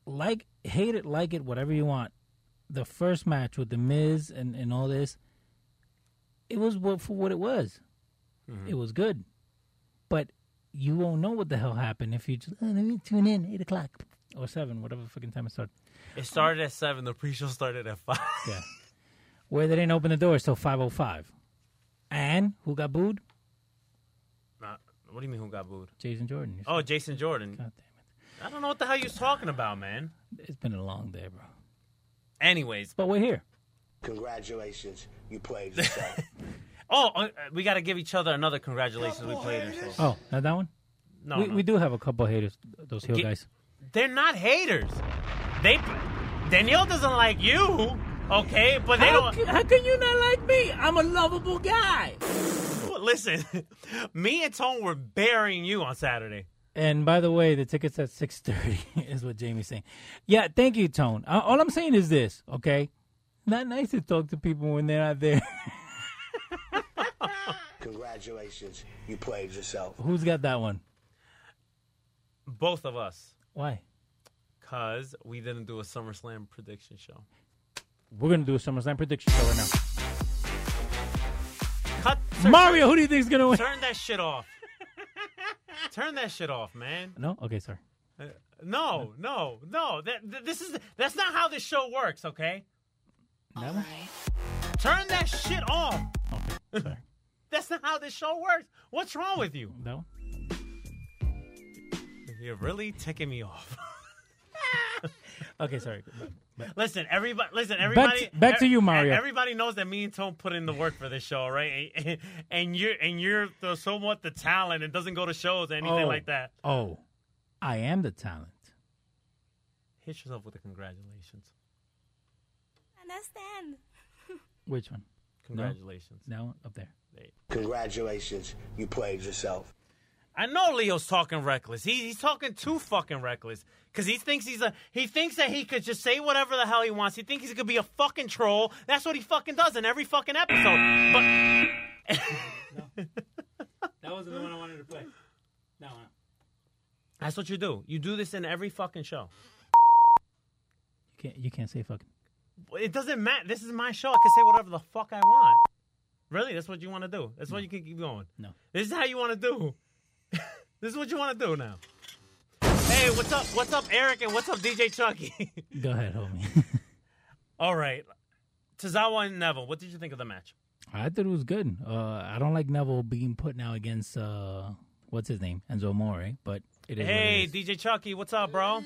[SPEAKER 6] like hate it, like it, whatever you want. The first match with the Miz and and all this, it was what for what it was. It was good, but you won't know what the hell happened if you just oh, let me tune in eight o'clock or seven, whatever fucking time it started.
[SPEAKER 5] It started at seven. The pre-show started at five.
[SPEAKER 6] Yeah, where they didn't open the doors till five o five, and who got booed?
[SPEAKER 5] [laughs] Nah, what do you mean? Who got booed?
[SPEAKER 6] Jason Jordan. You
[SPEAKER 5] Oh, Jason Jordan.
[SPEAKER 6] God damn
[SPEAKER 5] I don't know what the hell you was talking about, man.
[SPEAKER 6] it! It's been a long day, bro.
[SPEAKER 5] Anyways,
[SPEAKER 6] But we're here.
[SPEAKER 8] Congratulations, you played yourself.
[SPEAKER 5] oh, uh, we got to give each other another congratulations. We played ourselves.
[SPEAKER 6] Oh, not that one.
[SPEAKER 5] No,
[SPEAKER 6] we,
[SPEAKER 5] no.
[SPEAKER 6] we do have a couple haters. Those heel
[SPEAKER 5] Get-
[SPEAKER 6] guys.
[SPEAKER 5] They're not haters. They Danielle doesn't like you, okay? But they
[SPEAKER 6] How,
[SPEAKER 5] don't
[SPEAKER 6] c- how can you not like me? I'm a lovable guy.
[SPEAKER 5] [laughs] listen. Me and Tone were burying you on Saturday.
[SPEAKER 6] And by the way, the tickets at six thirty [laughs] is what Jamie's saying. Yeah, thank you, Tone. Uh, all I'm saying is this, okay? Not nice to talk to people when they're not there. [laughs]
[SPEAKER 8] Congratulations, you played yourself.
[SPEAKER 6] Who's got that one?
[SPEAKER 5] Both of us,
[SPEAKER 6] Why?
[SPEAKER 5] cause we didn't do a SummerSlam prediction show.
[SPEAKER 6] We're gonna do a SummerSlam prediction show right now.
[SPEAKER 5] Cut. sir,
[SPEAKER 6] Mario, who do you think is gonna win?
[SPEAKER 5] Turn that shit off. [laughs] turn that shit off, man.
[SPEAKER 6] No, okay, sorry.
[SPEAKER 5] No, no, no. That th- this is that's not how this show works. Okay.
[SPEAKER 6] That one?
[SPEAKER 5] Turn that shit off.
[SPEAKER 6] Okay, sorry.
[SPEAKER 5] [laughs] That's not how this show works. What's wrong with you?
[SPEAKER 6] That one? [laughs]
[SPEAKER 5] You're really ticking me off.
[SPEAKER 6] Okay, sorry. Back-
[SPEAKER 5] Listen, everybody. Listen, everybody.
[SPEAKER 6] back to you,
[SPEAKER 5] e-
[SPEAKER 6] Mario.
[SPEAKER 5] Everybody knows that me and Tone put in the work for this show, right? And, and you're and you're the, somewhat the talent and doesn't go to shows or anything
[SPEAKER 6] Oh.
[SPEAKER 5] like that.
[SPEAKER 6] Oh, I am the talent.
[SPEAKER 5] Hit yourself with a congratulations.
[SPEAKER 11] Understand.
[SPEAKER 6] Which one?
[SPEAKER 5] Congratulations.
[SPEAKER 6] No, that one up there.
[SPEAKER 8] Congratulations, you played yourself.
[SPEAKER 5] I know Leo's talking reckless. He, he's talking too fucking reckless because he thinks he's a he thinks that he could just say whatever the hell he wants. He thinks he could be a fucking troll. That's what he fucking does in every fucking episode. But
[SPEAKER 6] That wasn't the one I wanted to play. No, no.
[SPEAKER 5] that's what you do. You do this in every fucking show.
[SPEAKER 6] You can't. You can't say fucking.
[SPEAKER 5] It doesn't matter. This is my show. I can say whatever the fuck I want. Really, that's what you want to do. That's what you can keep going.
[SPEAKER 6] No.
[SPEAKER 5] This is how you want to do. [laughs] this is what you want to do now. Hey, what's up? What's up, Eric? And what's up, DJ Chucky? [laughs]
[SPEAKER 6] Go ahead, homie. [laughs]
[SPEAKER 5] All right, Tozawa and Neville. What did you think of the match?
[SPEAKER 6] I thought it was good. Uh, I don't like Neville being put now against uh, what's his name, Enzo More, but it is.
[SPEAKER 5] Hey,
[SPEAKER 6] what it
[SPEAKER 5] DJ Chucky, what's up, bro?
[SPEAKER 6] is.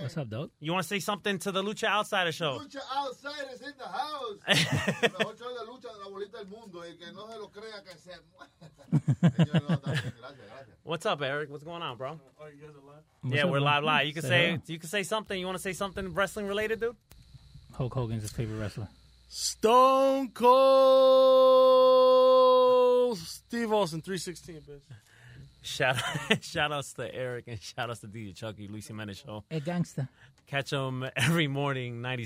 [SPEAKER 6] what's up, dog?
[SPEAKER 5] You want to say something to the Lucha Outsider show? [laughs]
[SPEAKER 12] Lucha outside is in the
[SPEAKER 7] [laughs]
[SPEAKER 12] house. La ocho de lucha de la bolita del mundo y que no se lo crea que se muera.
[SPEAKER 7] [laughs]
[SPEAKER 6] [laughs]
[SPEAKER 12] Señor, no, está bien, gracias, gracias.
[SPEAKER 5] What's up, Eric? What's going on, bro?
[SPEAKER 2] Are you guys alive?
[SPEAKER 5] yeah,
[SPEAKER 6] up,
[SPEAKER 5] we're
[SPEAKER 6] bro?
[SPEAKER 5] live, live. You can
[SPEAKER 6] Say
[SPEAKER 5] say
[SPEAKER 6] hello.
[SPEAKER 5] you can say something. You want to say something wrestling related, dude?
[SPEAKER 6] Hulk Hogan's his favorite wrestler.
[SPEAKER 3] Stone Cold Steve Austin, 316, bitch.
[SPEAKER 5] Shout out, [laughs] shout outs to Eric and shout outs to DJ Chucky, Lucy Menace show.
[SPEAKER 6] Hey, gangster.
[SPEAKER 5] Catch them every morning, ninety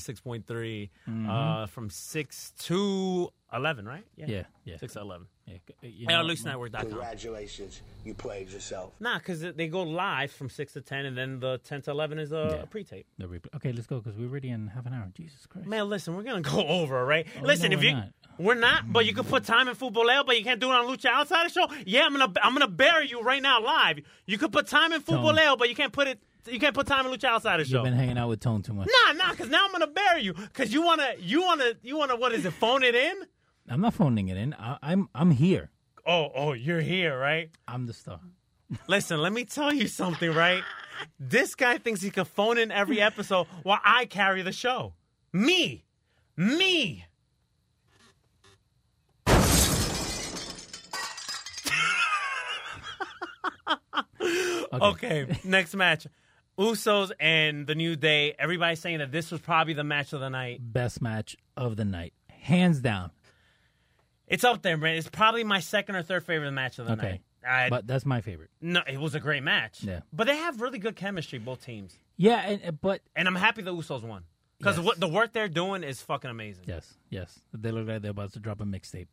[SPEAKER 5] uh, from six to eleven, right?
[SPEAKER 6] Yeah, yeah.
[SPEAKER 5] six to eleven. Yeah,
[SPEAKER 6] you
[SPEAKER 5] and
[SPEAKER 6] know,
[SPEAKER 5] on LucyNetwork.com.
[SPEAKER 8] Congratulations, you played yourself.
[SPEAKER 5] Nah, because they go live from six to ten, and then the ten to eleven is a
[SPEAKER 6] Yeah.
[SPEAKER 5] pre-tape.
[SPEAKER 6] The replay. Okay, let's go because we're already in half an hour. Jesus Christ.
[SPEAKER 5] Man, listen, we're gonna [laughs] go over, right?
[SPEAKER 6] Oh,
[SPEAKER 5] listen,
[SPEAKER 6] no,
[SPEAKER 5] if
[SPEAKER 6] we're
[SPEAKER 5] you
[SPEAKER 6] not.
[SPEAKER 5] we're not, but you can put time in Futbolero, but you can't do it on Lucha Outsider Show. Yeah, I'm gonna I'm gonna bury you right now live. You could put time in Futbolero, but you can't put it. You can't put time in Lucha Outsider
[SPEAKER 6] You've
[SPEAKER 5] Show.
[SPEAKER 6] been hanging out with Tone too much.
[SPEAKER 5] Nah, nah, because now I'm gonna bury you. Because you wanna you wanna you wanna what is it? Phone it in?
[SPEAKER 6] I'm not phoning it in. I, I'm I'm here.
[SPEAKER 5] Oh oh, you're here, right?
[SPEAKER 6] I'm the star.
[SPEAKER 5] Listen, let me tell you something, right? This guy thinks he can phone in every episode while I carry the show. Me, me. Okay. next match. Usos and the New Day. Everybody's saying that this was probably the match of the night.
[SPEAKER 6] Best match of the night, hands down.
[SPEAKER 5] It's up there, man. It's probably my second or third favorite match of the
[SPEAKER 6] Okay.
[SPEAKER 5] night. I,
[SPEAKER 6] but that's my favorite.
[SPEAKER 5] no, it was a great match.
[SPEAKER 6] Yeah.
[SPEAKER 5] But they have really good chemistry, both teams.
[SPEAKER 6] Yeah, and, and- but
[SPEAKER 5] And I'm happy the Usos won. Because
[SPEAKER 6] Yes.
[SPEAKER 5] what the work they're doing is fucking amazing.
[SPEAKER 6] yes, yes, they look like they're about to drop a mixtape.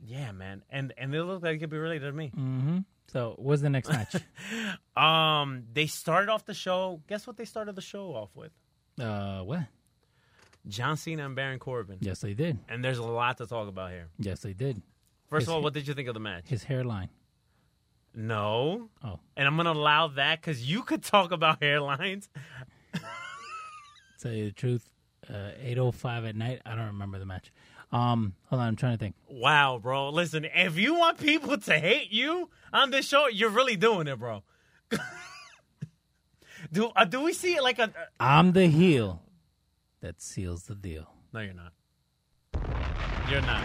[SPEAKER 5] Yeah, man. And and they look like they could be related to me.
[SPEAKER 6] Mm-hmm. So, what's the next
[SPEAKER 5] [laughs]
[SPEAKER 6] match?
[SPEAKER 5] Um, they started off the show. Guess what they started the show off with?
[SPEAKER 6] uh, what?
[SPEAKER 5] John Cena and Baron Corbin.
[SPEAKER 6] Yes, they did.
[SPEAKER 5] And there's a lot to talk about here.
[SPEAKER 6] Yes, they did.
[SPEAKER 5] First
[SPEAKER 6] His
[SPEAKER 5] of all,
[SPEAKER 6] hair-
[SPEAKER 5] what did you think of the match?
[SPEAKER 6] His hairline.
[SPEAKER 5] No.
[SPEAKER 6] Oh,
[SPEAKER 5] And I'm gonna allow that because you could talk about hairlines.
[SPEAKER 6] tell you the truth, uh, eight oh five at night. I don't remember the match. Um, hold on, I'm trying to think.
[SPEAKER 5] Wow, bro. Listen, if you want people to hate you on this show, you're really doing it, bro. [laughs] do uh, do we see like a? uh,
[SPEAKER 6] I'm the heel that seals the deal.
[SPEAKER 5] no, you're not. You're not.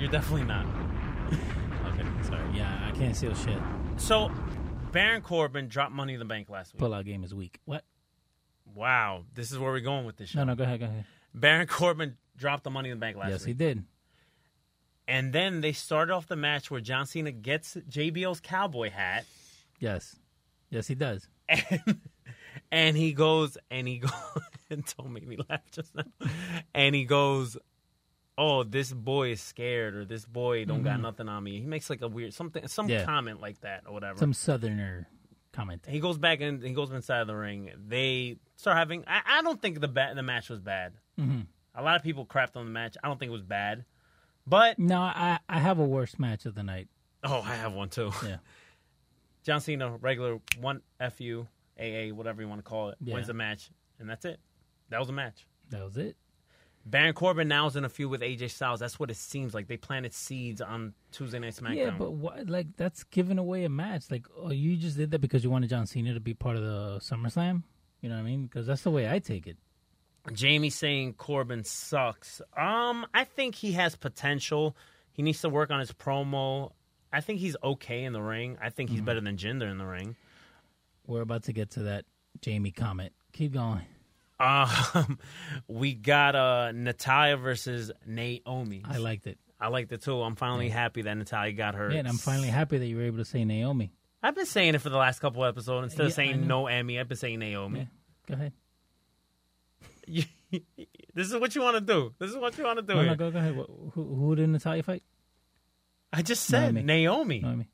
[SPEAKER 5] You're definitely not. [laughs] okay, sorry.
[SPEAKER 6] Yeah, I can't seal shit.
[SPEAKER 5] So, Baron Corbin dropped Money in the Bank last week.
[SPEAKER 6] Pullout game is weak. What?
[SPEAKER 5] Wow, this is where we're going with this show.
[SPEAKER 6] No, no, go ahead, go ahead.
[SPEAKER 5] Baron Corbin dropped the Money in the Bank last
[SPEAKER 6] yes,
[SPEAKER 5] week.
[SPEAKER 6] he did.
[SPEAKER 5] And then they started off the match where John Cena gets JBL's cowboy hat
[SPEAKER 6] Yes, yes, he does.
[SPEAKER 5] and, [laughs] and he goes and he goes [laughs] and don't make me laugh just now. And he goes, "Oh, this boy is scared or this boy don't got nothing on me." He makes like a weird something some
[SPEAKER 6] Mm-hmm. Yeah.
[SPEAKER 5] comment like that or whatever.
[SPEAKER 6] Some southerner comment.
[SPEAKER 5] he goes back and he goes inside the ring. They start having I, I don't think the ba- the match was bad.
[SPEAKER 6] Mm-hmm.
[SPEAKER 5] A lot of people crapped on the match. I don't think it was bad. But
[SPEAKER 6] No, I I have a worst match of the night.
[SPEAKER 5] oh, I have one too.
[SPEAKER 6] Yeah.
[SPEAKER 5] [laughs] John Cena, regular one FU, AA, whatever you want to call it,
[SPEAKER 6] Yeah.
[SPEAKER 5] wins the match, and that's it. That was a match.
[SPEAKER 6] That was it.
[SPEAKER 5] Baron Corbin now is in a feud with AJ Styles. That's what it seems like. They planted seeds on Tuesday Night SmackDown.
[SPEAKER 6] Yeah, but what, like that's giving away a match. Like, oh, you just did that because you wanted John Cena to be part of the SummerSlam. You know what I mean? Because that's the way I take it.
[SPEAKER 5] Jamie saying Corbin sucks. Um, I think he has potential. He needs to work on his promo. I think he's okay in the ring. I think he's
[SPEAKER 6] Mm-hmm.
[SPEAKER 5] better than Jinder in the ring. [laughs]
[SPEAKER 6] We're about to get to that Jamie comment. Keep going.
[SPEAKER 5] Um, we got uh Natalia versus Naomi.
[SPEAKER 6] I liked it.
[SPEAKER 5] I liked it too. I'm finally happy that Natalia got her.
[SPEAKER 6] Yeah, and I'm finally happy that you were able to say Naomi.
[SPEAKER 5] I've been saying it for the last couple episodes. Instead of
[SPEAKER 6] Yeah, I
[SPEAKER 5] saying
[SPEAKER 6] know.
[SPEAKER 5] no Emmy, I've been saying Naomi.
[SPEAKER 6] Go ahead.
[SPEAKER 5] this is what you want to do. This is what you want to do.
[SPEAKER 6] No, no,
[SPEAKER 5] here.
[SPEAKER 6] go, go ahead. Wh- Who, who did Natalia fight?
[SPEAKER 5] I just said
[SPEAKER 6] Naomi.
[SPEAKER 5] Naomi.
[SPEAKER 6] Naomi.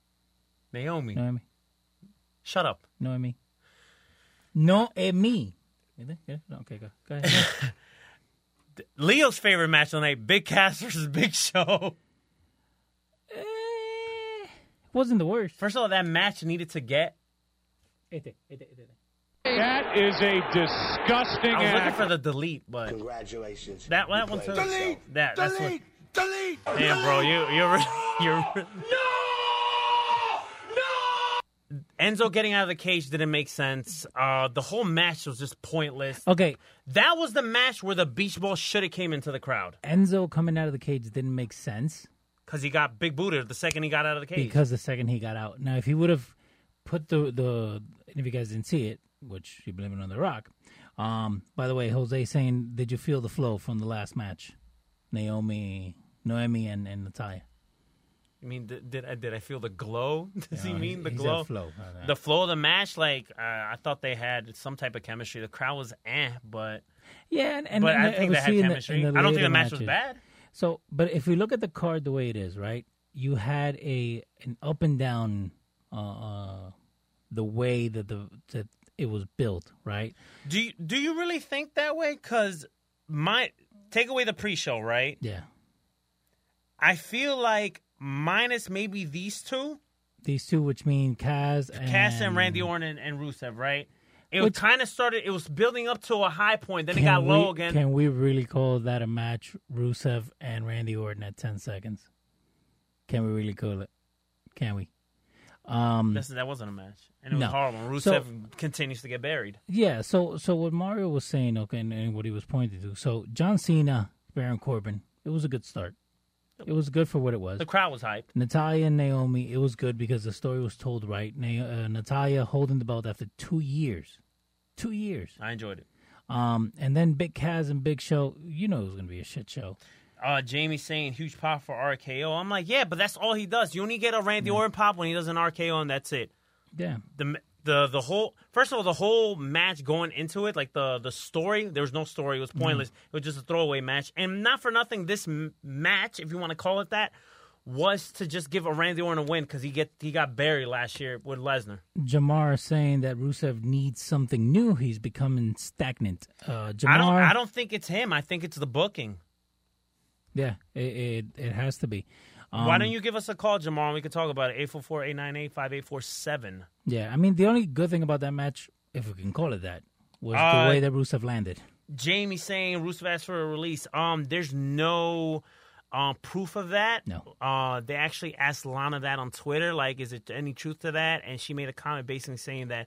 [SPEAKER 5] Naomi.
[SPEAKER 6] Naomi.
[SPEAKER 5] Shut up.
[SPEAKER 6] Noemi. Noemi. You think- yeah? No, Okay, go, go
[SPEAKER 5] [laughs]
[SPEAKER 6] ahead.
[SPEAKER 5] Leo's favorite match tonight: Big Cass versus Big Show. [laughs]
[SPEAKER 6] Eh, Wasn't the worst.
[SPEAKER 5] First of all, that match needed to get.
[SPEAKER 6] Ete, ete, ete.
[SPEAKER 4] That is a disgusting
[SPEAKER 5] I was looking
[SPEAKER 4] act.
[SPEAKER 5] for the delete, but
[SPEAKER 8] Congratulations.
[SPEAKER 5] that that
[SPEAKER 8] you
[SPEAKER 5] one too.
[SPEAKER 8] played yourself.
[SPEAKER 5] That that's what.
[SPEAKER 7] Delete! Delete!
[SPEAKER 5] Damn, bro, you you're [laughs] you're no no. Enzo getting out of the cage didn't make sense. Uh, the whole match was just pointless.
[SPEAKER 6] Okay,
[SPEAKER 5] That was the match where the beach ball should have came into the crowd
[SPEAKER 6] Enzo coming out of the cage didn't make sense
[SPEAKER 5] because he got big booted the second he got out of the cage.
[SPEAKER 6] because the second he got out. Now, if he would have put the the, and if you guys didn't see it, which you blame it on the Rock. Um, by the way, Jose saying, did you feel the flow from the last match? Naomi, Noemi, and and Natalia.
[SPEAKER 5] I mean, did, did I did I feel the glow? [laughs] Does he
[SPEAKER 6] No,
[SPEAKER 5] mean the
[SPEAKER 6] he said
[SPEAKER 5] glow?
[SPEAKER 6] flow. Oh,
[SPEAKER 5] The flow of the match, like uh, I thought they had some type of chemistry. The crowd was eh, but
[SPEAKER 6] yeah, and, and
[SPEAKER 5] but I
[SPEAKER 6] and
[SPEAKER 5] think
[SPEAKER 6] we
[SPEAKER 5] they had
[SPEAKER 6] see in the-
[SPEAKER 5] chemistry.
[SPEAKER 6] in the
[SPEAKER 5] I don't think
[SPEAKER 6] later
[SPEAKER 5] the match was
[SPEAKER 6] matches.
[SPEAKER 5] bad.
[SPEAKER 6] So, but if we look at the card the way it is, right? You had a an up and down, uh, uh the way that the that it was built, right?
[SPEAKER 5] Do you, do you really think that way? Because my take away the pre-show, right?
[SPEAKER 6] Yeah.
[SPEAKER 5] I feel like minus maybe these two,
[SPEAKER 6] These two, which mean Kaz and
[SPEAKER 5] Cass and Randy Orton and, and Rusev, right? It was
[SPEAKER 6] Which-
[SPEAKER 5] kind of started. It was building up to a high point, then it
[SPEAKER 6] Can
[SPEAKER 5] got low
[SPEAKER 6] we-
[SPEAKER 5] again.
[SPEAKER 6] Can we really call that a match? Rusev and Randy Orton at ten seconds. Can we really call it? Can we? Um,
[SPEAKER 5] Listen, that wasn't a match, and it was
[SPEAKER 6] No.
[SPEAKER 5] horrible. Rusev
[SPEAKER 6] So-
[SPEAKER 5] continues to get buried.
[SPEAKER 6] Yeah, so so what Mario was saying, okay, and, and what he was pointing to. So John Cena, Baron Corbin, it was a good start. It was good for what it was.
[SPEAKER 5] The crowd was hyped.
[SPEAKER 6] Natalia and Naomi, it was good because the story was told right. Na- uh, Natalia holding the belt after two years, two years.
[SPEAKER 5] I enjoyed it.
[SPEAKER 6] Um, and then Big Kaz and Big Show, you know it was gonna be a shit show.
[SPEAKER 5] uh, Jamie saying huge pop for RKO. I'm like, yeah, but that's all he does. You only get a Randy
[SPEAKER 6] Mm.
[SPEAKER 5] Orton pop when he does an RKO, and that's it.
[SPEAKER 6] Yeah,
[SPEAKER 5] The the the whole first of all, the whole match going into it, like the the story, there was no story. It was pointless. It was just a throwaway match, and not for nothing. This m- match, if you want to call it that, was to just give a Randy Orton a win because he get he got buried last year with Lesnar.
[SPEAKER 6] Jamar saying that Rusev needs something new. He's becoming stagnant. Uh, Jamar,
[SPEAKER 5] I don't I don't think it's him. I think it's the booking.
[SPEAKER 6] Yeah, it it, it has to be. Um,
[SPEAKER 5] Why don't you give us a call, Jamal? And we can talk about it. 844-898-5847.
[SPEAKER 6] Yeah, I mean the only good thing about that match, if we can call it that, was
[SPEAKER 5] Uh,
[SPEAKER 6] the way that Rusev landed.
[SPEAKER 5] Jamie saying Rusev asked for a release. Um, there's no uh, proof of that.
[SPEAKER 6] No.
[SPEAKER 5] Uh, they actually asked Lana that on Twitter. Like, is it any truth to that? And she made a comment basically saying that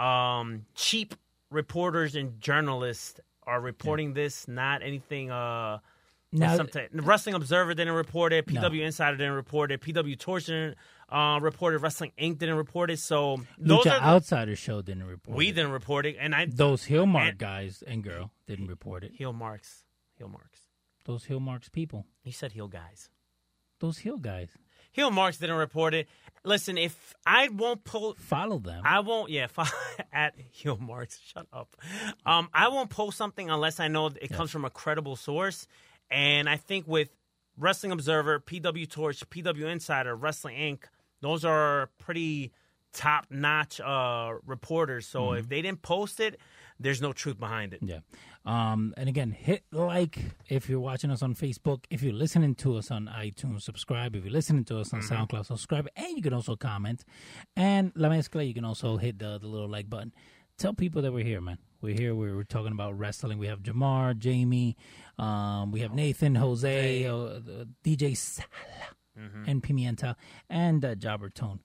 [SPEAKER 5] um, cheap reporters and journalists are reporting this, not anything. Uh,
[SPEAKER 6] Now,
[SPEAKER 5] some type- Wrestling Observer didn't report it. PW Insider didn't report it. PW Torch didn't uh, report it. Wrestling Inc. didn't report it. So those
[SPEAKER 6] Lucha
[SPEAKER 5] are the-
[SPEAKER 6] Outsider show didn't report.
[SPEAKER 5] we
[SPEAKER 6] it.
[SPEAKER 5] didn't report it, and I
[SPEAKER 6] Those heel mark
[SPEAKER 5] And-
[SPEAKER 6] guys and girl didn't report it.
[SPEAKER 5] heel marks, heel marks.
[SPEAKER 6] Those heel marks people.
[SPEAKER 5] He said heel guys.
[SPEAKER 6] Those heel guys.
[SPEAKER 5] Heel Marks didn't report it. Listen, if I won't post,
[SPEAKER 6] Follow them.
[SPEAKER 5] I won't. Yeah, [laughs] fo- at Heel Marks, shut up. Um, I won't post something unless I know it comes from a credible source. And I think with Wrestling Observer, PW Torch, PW Insider, Wrestling Inc., those are pretty top notch uh, reporters. So if they didn't post it, there's no truth behind it.
[SPEAKER 6] yeah. Um, and again, hit like if you're watching us on Facebook, if you're listening to us on iTunes, subscribe. If you're listening to us on SoundCloud, subscribe. And you can also comment. And La Mezcla, you can also hit the, the little like button. Tell people that we're here, man. We're here. We're, we're talking about wrestling. We have Jamar, Jamie, um, we have Nathan, Jose, uh, uh, DJ Sala, and Pimienta, and uh, Jobber Tone.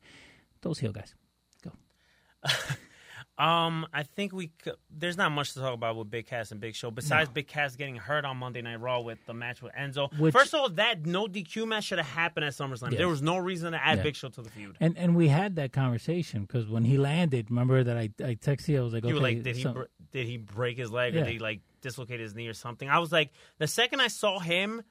[SPEAKER 6] Those heel guys. Go.
[SPEAKER 5] Um, I think we could, there's not much to talk about with Big Cass and Big Show besides Big Cass getting hurt on Monday Night Raw with the match with Enzo.
[SPEAKER 6] Which-
[SPEAKER 5] First of all, that no DQ match should have happened at SummerSlam.
[SPEAKER 6] Yes.
[SPEAKER 5] There was no reason to add
[SPEAKER 6] Yeah.
[SPEAKER 5] Big Show to the feud.
[SPEAKER 6] And and we had that conversation because when he landed, remember that I I texted you. I was like,
[SPEAKER 5] you
[SPEAKER 6] okay,
[SPEAKER 5] were like, did he
[SPEAKER 6] so-
[SPEAKER 5] br- did he break his leg or
[SPEAKER 6] Yeah.
[SPEAKER 5] did he like dislocate his knee or something? I was like, the second I saw him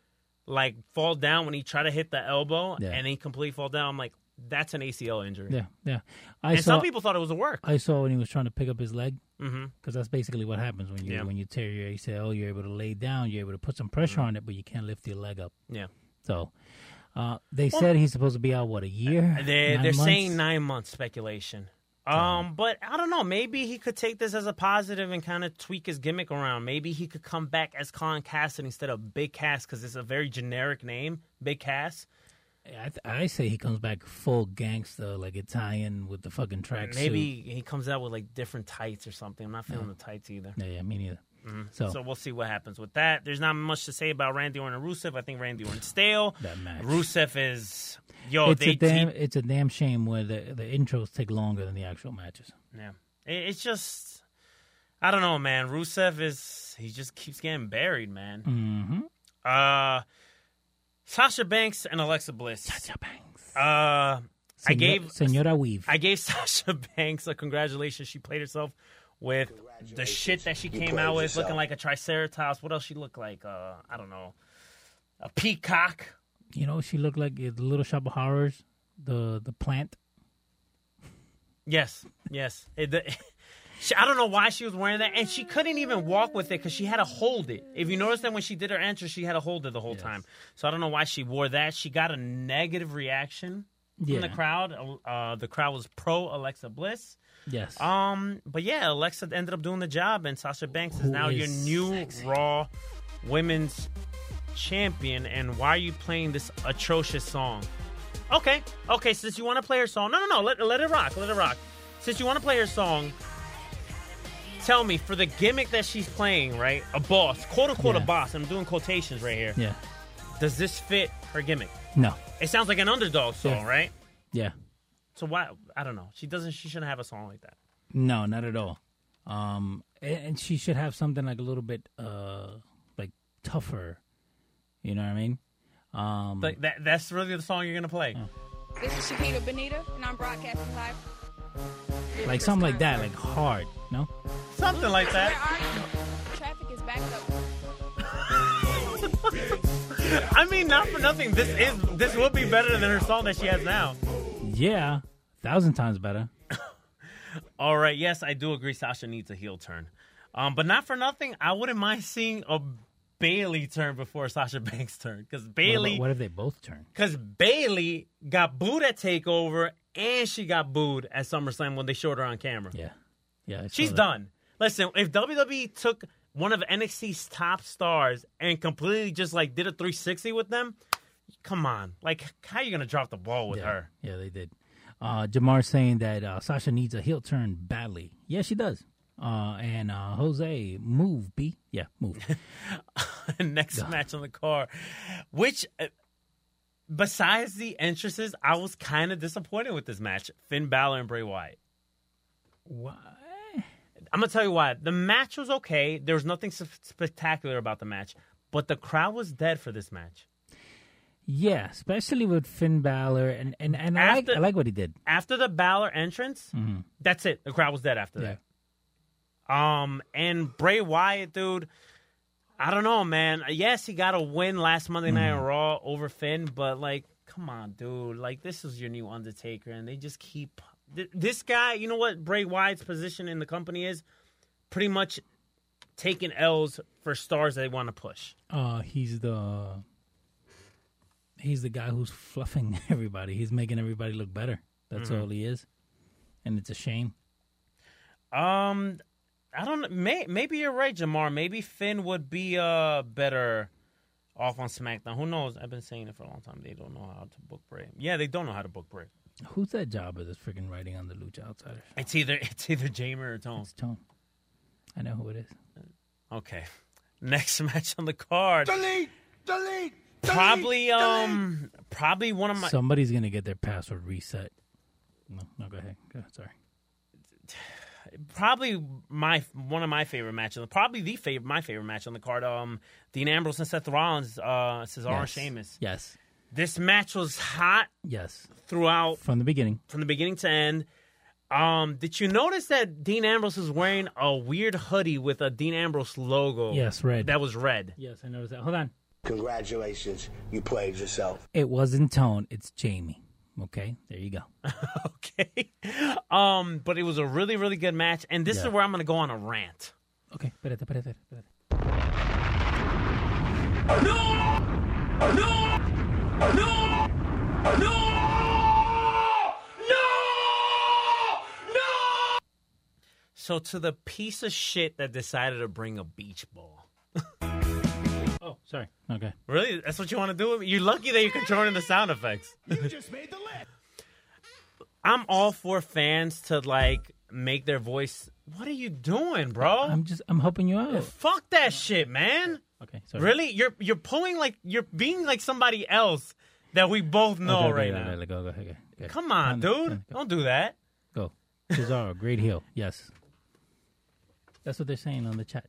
[SPEAKER 5] like fall down when he tried to hit the elbow
[SPEAKER 6] Yeah.
[SPEAKER 5] and he completely fall down, I'm like, that's an ACL injury.
[SPEAKER 6] yeah, yeah. I
[SPEAKER 5] and
[SPEAKER 6] saw
[SPEAKER 5] some people thought it was a work.
[SPEAKER 6] I saw when he was trying to pick up his leg because
[SPEAKER 5] Mhm.
[SPEAKER 6] that's basically what happens when you
[SPEAKER 5] Yeah.
[SPEAKER 6] when you tear your ACL. You're able to lay down, you're able to put some pressure on it, but you can't lift your leg up.
[SPEAKER 5] Mm-hmm. Yeah.
[SPEAKER 6] So uh, they
[SPEAKER 5] Well-
[SPEAKER 6] said he's supposed to be out what a year.
[SPEAKER 5] They
[SPEAKER 6] Nine
[SPEAKER 5] they're
[SPEAKER 6] months?
[SPEAKER 5] saying nine months speculation. Um, but I don't know. Maybe he could take this as a positive and kind of tweak his gimmick around. Maybe he could come back as Colin Cassidy instead of Big Cass because it's a very generic name, Big Cass.
[SPEAKER 6] I, th- I say he comes back full gangster, like Italian with the fucking tracksuit.
[SPEAKER 5] Maybe he comes out with like different tights or something. I'm not feeling the tights either.
[SPEAKER 6] Yeah, yeah, me neither.
[SPEAKER 5] Mm-hmm. So.
[SPEAKER 6] So-
[SPEAKER 5] we'll see what happens with that. There's not much to say about Randy Orton and Rusev. I think Randy Orton's stale.
[SPEAKER 6] That match.
[SPEAKER 5] Rusev is yo.
[SPEAKER 6] it's
[SPEAKER 5] Oh, they
[SPEAKER 6] a damn
[SPEAKER 5] keep-
[SPEAKER 6] it's a damn shame where the, the intros take longer than the actual matches.
[SPEAKER 5] yeah. It- it's just I don't know, man. Rusev is he just keeps getting buried, man.
[SPEAKER 6] Mm-hmm.
[SPEAKER 5] Uh, Sasha Banks and Alexa Bliss. Sasha
[SPEAKER 6] Banks.
[SPEAKER 5] Uh, I gave
[SPEAKER 6] Senora Weave.
[SPEAKER 5] I gave [laughs] Sasha Banks a congratulations. She played herself with the shit that she
[SPEAKER 6] You
[SPEAKER 5] came
[SPEAKER 6] played
[SPEAKER 5] out with,
[SPEAKER 6] yourself.
[SPEAKER 5] looking like a triceratops. What else she looked like? Uh, I don't know, a peacock.
[SPEAKER 6] You know, she looked like the Little Shop of Horrors, the the plant.
[SPEAKER 5] Yes, yes. It, the, [laughs] she, I don't know why she was wearing that, and she couldn't even walk with it because she had to hold it. If you notice that when she did her entrance, she had to hold it the whole time. So I don't know why she wore that. She got a negative reaction from the
[SPEAKER 6] Yeah.
[SPEAKER 5] crowd. Uh, the crowd was pro Alexa Bliss.
[SPEAKER 6] Yes.
[SPEAKER 5] Um, but yeah, Alexa ended up doing the job, and Sasha Banks is
[SPEAKER 6] Who
[SPEAKER 5] now your
[SPEAKER 6] is
[SPEAKER 5] new Raw Women's Champion. And why are you playing this atrocious song? Okay, okay. Since you want to play her song, no, no, no. Let let it rock. Let it rock. Since you want to play her song, tell me for the gimmick that she's playing, right? A boss, quote unquote, a
[SPEAKER 6] Yeah.
[SPEAKER 5] boss. I'm doing quotations right here.
[SPEAKER 6] Yeah.
[SPEAKER 5] Does this fit her gimmick?
[SPEAKER 6] No.
[SPEAKER 5] It sounds like an underdog song,
[SPEAKER 6] Yeah.
[SPEAKER 5] right?
[SPEAKER 6] Yeah.
[SPEAKER 5] So why? I don't know. She doesn't. She shouldn't have a song like that.
[SPEAKER 6] No, not at all. Um, and, and she should have something like a little bit uh like tougher. You know what I mean? Um,
[SPEAKER 5] Like that. That's really the song you're gonna play.
[SPEAKER 11] This is Shakita Benita, and I'm broadcasting live.
[SPEAKER 6] like something like that, like hard. No.
[SPEAKER 5] Something like that.
[SPEAKER 11] Traffic is backed up.
[SPEAKER 5] I mean, not for nothing. This is this will be better than her song that she has now.
[SPEAKER 6] Yeah, thousand times better.
[SPEAKER 5] All right, yes, I do agree. Sasha needs a heel turn, um, but not for nothing. I wouldn't mind seeing a Bailey turn before Sasha [laughs] Banks turn because
[SPEAKER 6] What,
[SPEAKER 5] Bailey
[SPEAKER 6] about- what if they both turn?
[SPEAKER 5] because Bailey got booed at Takeover and she got booed at SummerSlam when they showed her on camera.
[SPEAKER 6] Yeah, yeah. I saw
[SPEAKER 5] She's
[SPEAKER 6] that.
[SPEAKER 5] done. Listen, if WWE took one of NXT's top stars and completely just like did a 360 with them, come on. Like, how you going to drop the ball with
[SPEAKER 6] yeah.
[SPEAKER 5] her?
[SPEAKER 6] Yeah, they did. Uh, Jamar saying that uh, Sasha needs a heel turn badly. Yeah, she does. Uh, and uh, Jose, move, B. Yeah,
[SPEAKER 5] [laughs]
[SPEAKER 6] move.
[SPEAKER 5] Next match on the car, which. uh, Besides the entrances, I was kind of disappointed with this match. Finn Balor and Bray Wyatt.
[SPEAKER 6] Why?
[SPEAKER 5] I'm gonna tell you why. The match was okay. There was nothing s- spectacular about the match, but the crowd was dead for this match.
[SPEAKER 6] yeah, especially with Finn Balor, and and, and I, like,
[SPEAKER 5] After-
[SPEAKER 6] I like what he did.
[SPEAKER 5] After the Balor entrance,
[SPEAKER 6] Mhm.
[SPEAKER 5] that's it. The crowd was dead after that. Um, and Bray Wyatt, dude, I don't know, man. Yes, he got a win last Monday Night Raw over Finn, but like, come on, dude. Like, this is your new Undertaker, and they just keep th- this guy. You know what Bray Wyatt's position in the company is? Pretty much taking L's for stars they want to push.
[SPEAKER 6] Uh, he's the he's the guy who's fluffing [laughs] everybody. He's making everybody look better. That's
[SPEAKER 5] Mhm.
[SPEAKER 6] all he is, and it's a shame.
[SPEAKER 5] Um, I don't know. May, maybe you're right, Jamar. Maybe Finn would be uh better off on SmackDown. Who knows? I've been saying it for a long time. They don't know how to book Bray. Yeah, they don't know how to book Bray.
[SPEAKER 6] Who's that jobber that's freaking writing on the Lucha Outsiders?
[SPEAKER 5] It's either [laughs] it's either Jamer or Tone.
[SPEAKER 6] It's Tone. I know who it is.
[SPEAKER 5] Okay. Next [laughs] match on the card.
[SPEAKER 7] Delete! Delete!
[SPEAKER 5] Probably um probably one of my
[SPEAKER 6] Somebody's gonna get their password reset. No, no, go ahead. Go ahead. Sorry.
[SPEAKER 5] probably my one of my favorite matches, probably the favorite my favorite match on the card. Um, Dean Ambrose and Seth Rollins, uh, Cesaro and
[SPEAKER 6] Yes.
[SPEAKER 5] Sheamus.
[SPEAKER 6] Yes.
[SPEAKER 5] This match was hot
[SPEAKER 6] Yes.
[SPEAKER 5] throughout
[SPEAKER 6] From the beginning.
[SPEAKER 5] from the beginning to end. Um, did you notice that Dean Ambrose is wearing a weird hoodie with a Dean Ambrose logo?
[SPEAKER 6] Yes, red.
[SPEAKER 5] That was red.
[SPEAKER 6] Yes, I noticed that. Hold on.
[SPEAKER 8] Congratulations, you played yourself.
[SPEAKER 6] It wasn't Tone. It's Jamie. Okay. There you go.
[SPEAKER 5] [laughs] Um, but it was a really, really good match, and this
[SPEAKER 6] Yeah.
[SPEAKER 5] is where I'm going to go on a rant.
[SPEAKER 6] Okay. Espérate, espérate, espérate.
[SPEAKER 5] So to the piece of shit that decided to bring a beach ball.
[SPEAKER 6] oh, sorry. Okay.
[SPEAKER 5] Really? That's what you want to do? You're lucky that you're controlling the sound effects. You just made the list. [laughs] I'm all for fans to like make their voice. What are you doing, bro?
[SPEAKER 6] I'm just I'm helping you out.
[SPEAKER 5] Fuck that shit, man. Okay,
[SPEAKER 6] sorry.
[SPEAKER 5] Really? You're you're pulling like you're being like somebody else that we both know
[SPEAKER 6] Okay, okay,
[SPEAKER 5] right
[SPEAKER 6] okay,
[SPEAKER 5] now.
[SPEAKER 6] okay, go, go, okay, okay.
[SPEAKER 5] Come on, dude. Don't do that.
[SPEAKER 6] Go. Cesaro, great heel. Yes. That's what they're saying on the
[SPEAKER 5] [laughs]
[SPEAKER 6] chat.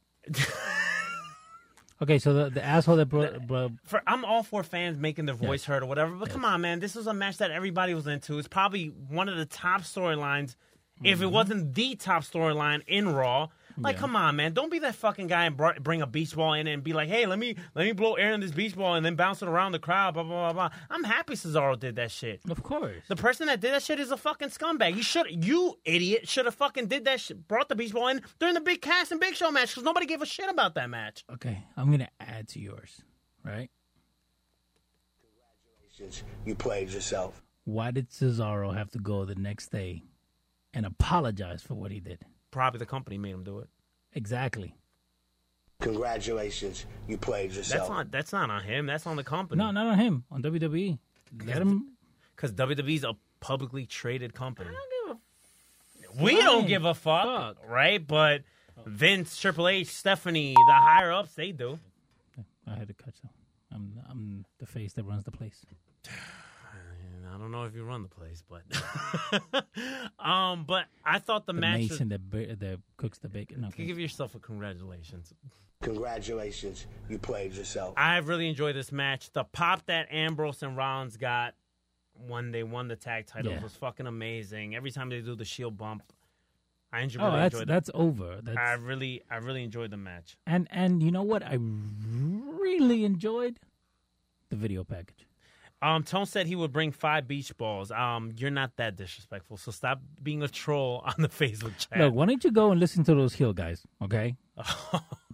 [SPEAKER 6] okay, so the, the asshole that brought, brought
[SPEAKER 5] For, I'm all for fans making their voice heard or whatever, but come on, man. This was a match that everybody was into. It's probably one of the top storylines, if it wasn't the top storyline in Raw. Like,
[SPEAKER 6] Yeah.
[SPEAKER 5] come on, man. Don't be that fucking guy and br- bring a beach ball in and be like, hey, let me let me blow air in this beach ball and then bounce it around the crowd, blah, blah, blah, blah. I'm happy Cesaro did that shit.
[SPEAKER 6] Of course.
[SPEAKER 5] The person that did that shit is a fucking scumbag. You should, you idiot, should have fucking did that shit, brought the beach ball in during the big cast and big show match because nobody gave a shit about that match.
[SPEAKER 6] Okay, I'm going to add to yours, right?
[SPEAKER 8] Congratulations, you played yourself.
[SPEAKER 6] Why did Cesaro have to go the next day and apologize for what he did?
[SPEAKER 5] Probably the company made him do it.
[SPEAKER 6] Exactly.
[SPEAKER 8] Congratulations, you played
[SPEAKER 5] That's
[SPEAKER 8] yourself.
[SPEAKER 5] not that's not on him. That's on the company.
[SPEAKER 6] No, not on him, on WWE. Let him.
[SPEAKER 5] because WWE's a publicly traded company. we don't give a fuck, right? But
[SPEAKER 6] Oh.
[SPEAKER 5] Vince, Triple H, Stephanie, the higher ups, they do.
[SPEAKER 6] I had to cut you. I'm, I'm the face that runs the place.
[SPEAKER 5] And I don't know if you run the place, but [laughs] um, but I thought the,
[SPEAKER 6] the
[SPEAKER 5] match. was-
[SPEAKER 6] mason that, ba- that cooks the bacon. No, okay.
[SPEAKER 5] give yourself a congratulations.
[SPEAKER 8] Congratulations, you played yourself.
[SPEAKER 5] I really enjoyed this match. The pop that Ambrose and Rollins got when they won the tag titles
[SPEAKER 6] Yeah.
[SPEAKER 5] was fucking amazing. Every time they do the shield bump, I enjoy.
[SPEAKER 6] Oh,
[SPEAKER 5] really
[SPEAKER 6] that's-
[SPEAKER 5] enjoyed
[SPEAKER 6] that's
[SPEAKER 5] it.
[SPEAKER 6] over.
[SPEAKER 5] I
[SPEAKER 6] That's-
[SPEAKER 5] really, I really enjoyed the match.
[SPEAKER 6] And and you know what? I really enjoyed the video package.
[SPEAKER 5] Um, Tone said he would bring five beach balls. Um, you're not that disrespectful, so stop being a troll [laughs] on the Facebook chat.
[SPEAKER 6] Look, why don't you go and listen to those heel guys? Okay,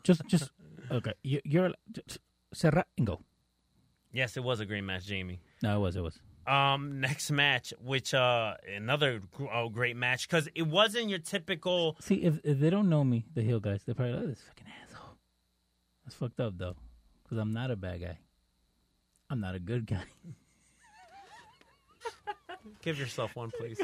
[SPEAKER 6] just just okay. You, you're just, cerra and go.
[SPEAKER 5] yes, it was a great match, Jamie.
[SPEAKER 6] No, it was it was.
[SPEAKER 5] Um, next match, which uh, another gr- oh, great match because it wasn't your typical.
[SPEAKER 6] See, if, if they don't know me, the heel guys, they're probably like, oh, this fucking asshole. That's fucked up though, because I'm not a bad guy. I'm not a good guy. [laughs]
[SPEAKER 5] Give yourself one, please.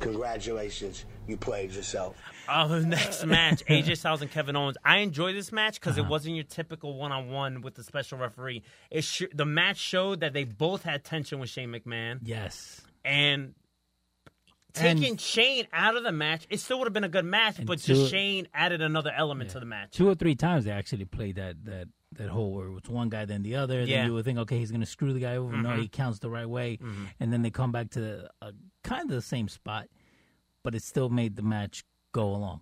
[SPEAKER 8] Congratulations, you played yourself.
[SPEAKER 5] Um, next match, AJ Styles and Kevin Owens. I enjoy this match because it wasn't your typical one-on-one with the special referee. It sh- the match showed that they both had tension with Shane McMahon.
[SPEAKER 6] Yes.
[SPEAKER 5] and
[SPEAKER 6] And-
[SPEAKER 5] taking Shane out of the match, it still would have been a good match, but
[SPEAKER 6] two-
[SPEAKER 5] just Shane added another element to the match.
[SPEAKER 6] Two or three times they actually played that that that whole where it's one guy then the other.
[SPEAKER 5] Yeah. Mm-hmm.
[SPEAKER 6] Then you would think, okay, he's gonna screw the guy over. No,
[SPEAKER 5] Mhm.
[SPEAKER 6] he counts the right way, and then they come back to the, uh, kind of the same spot, but it still made the match go along.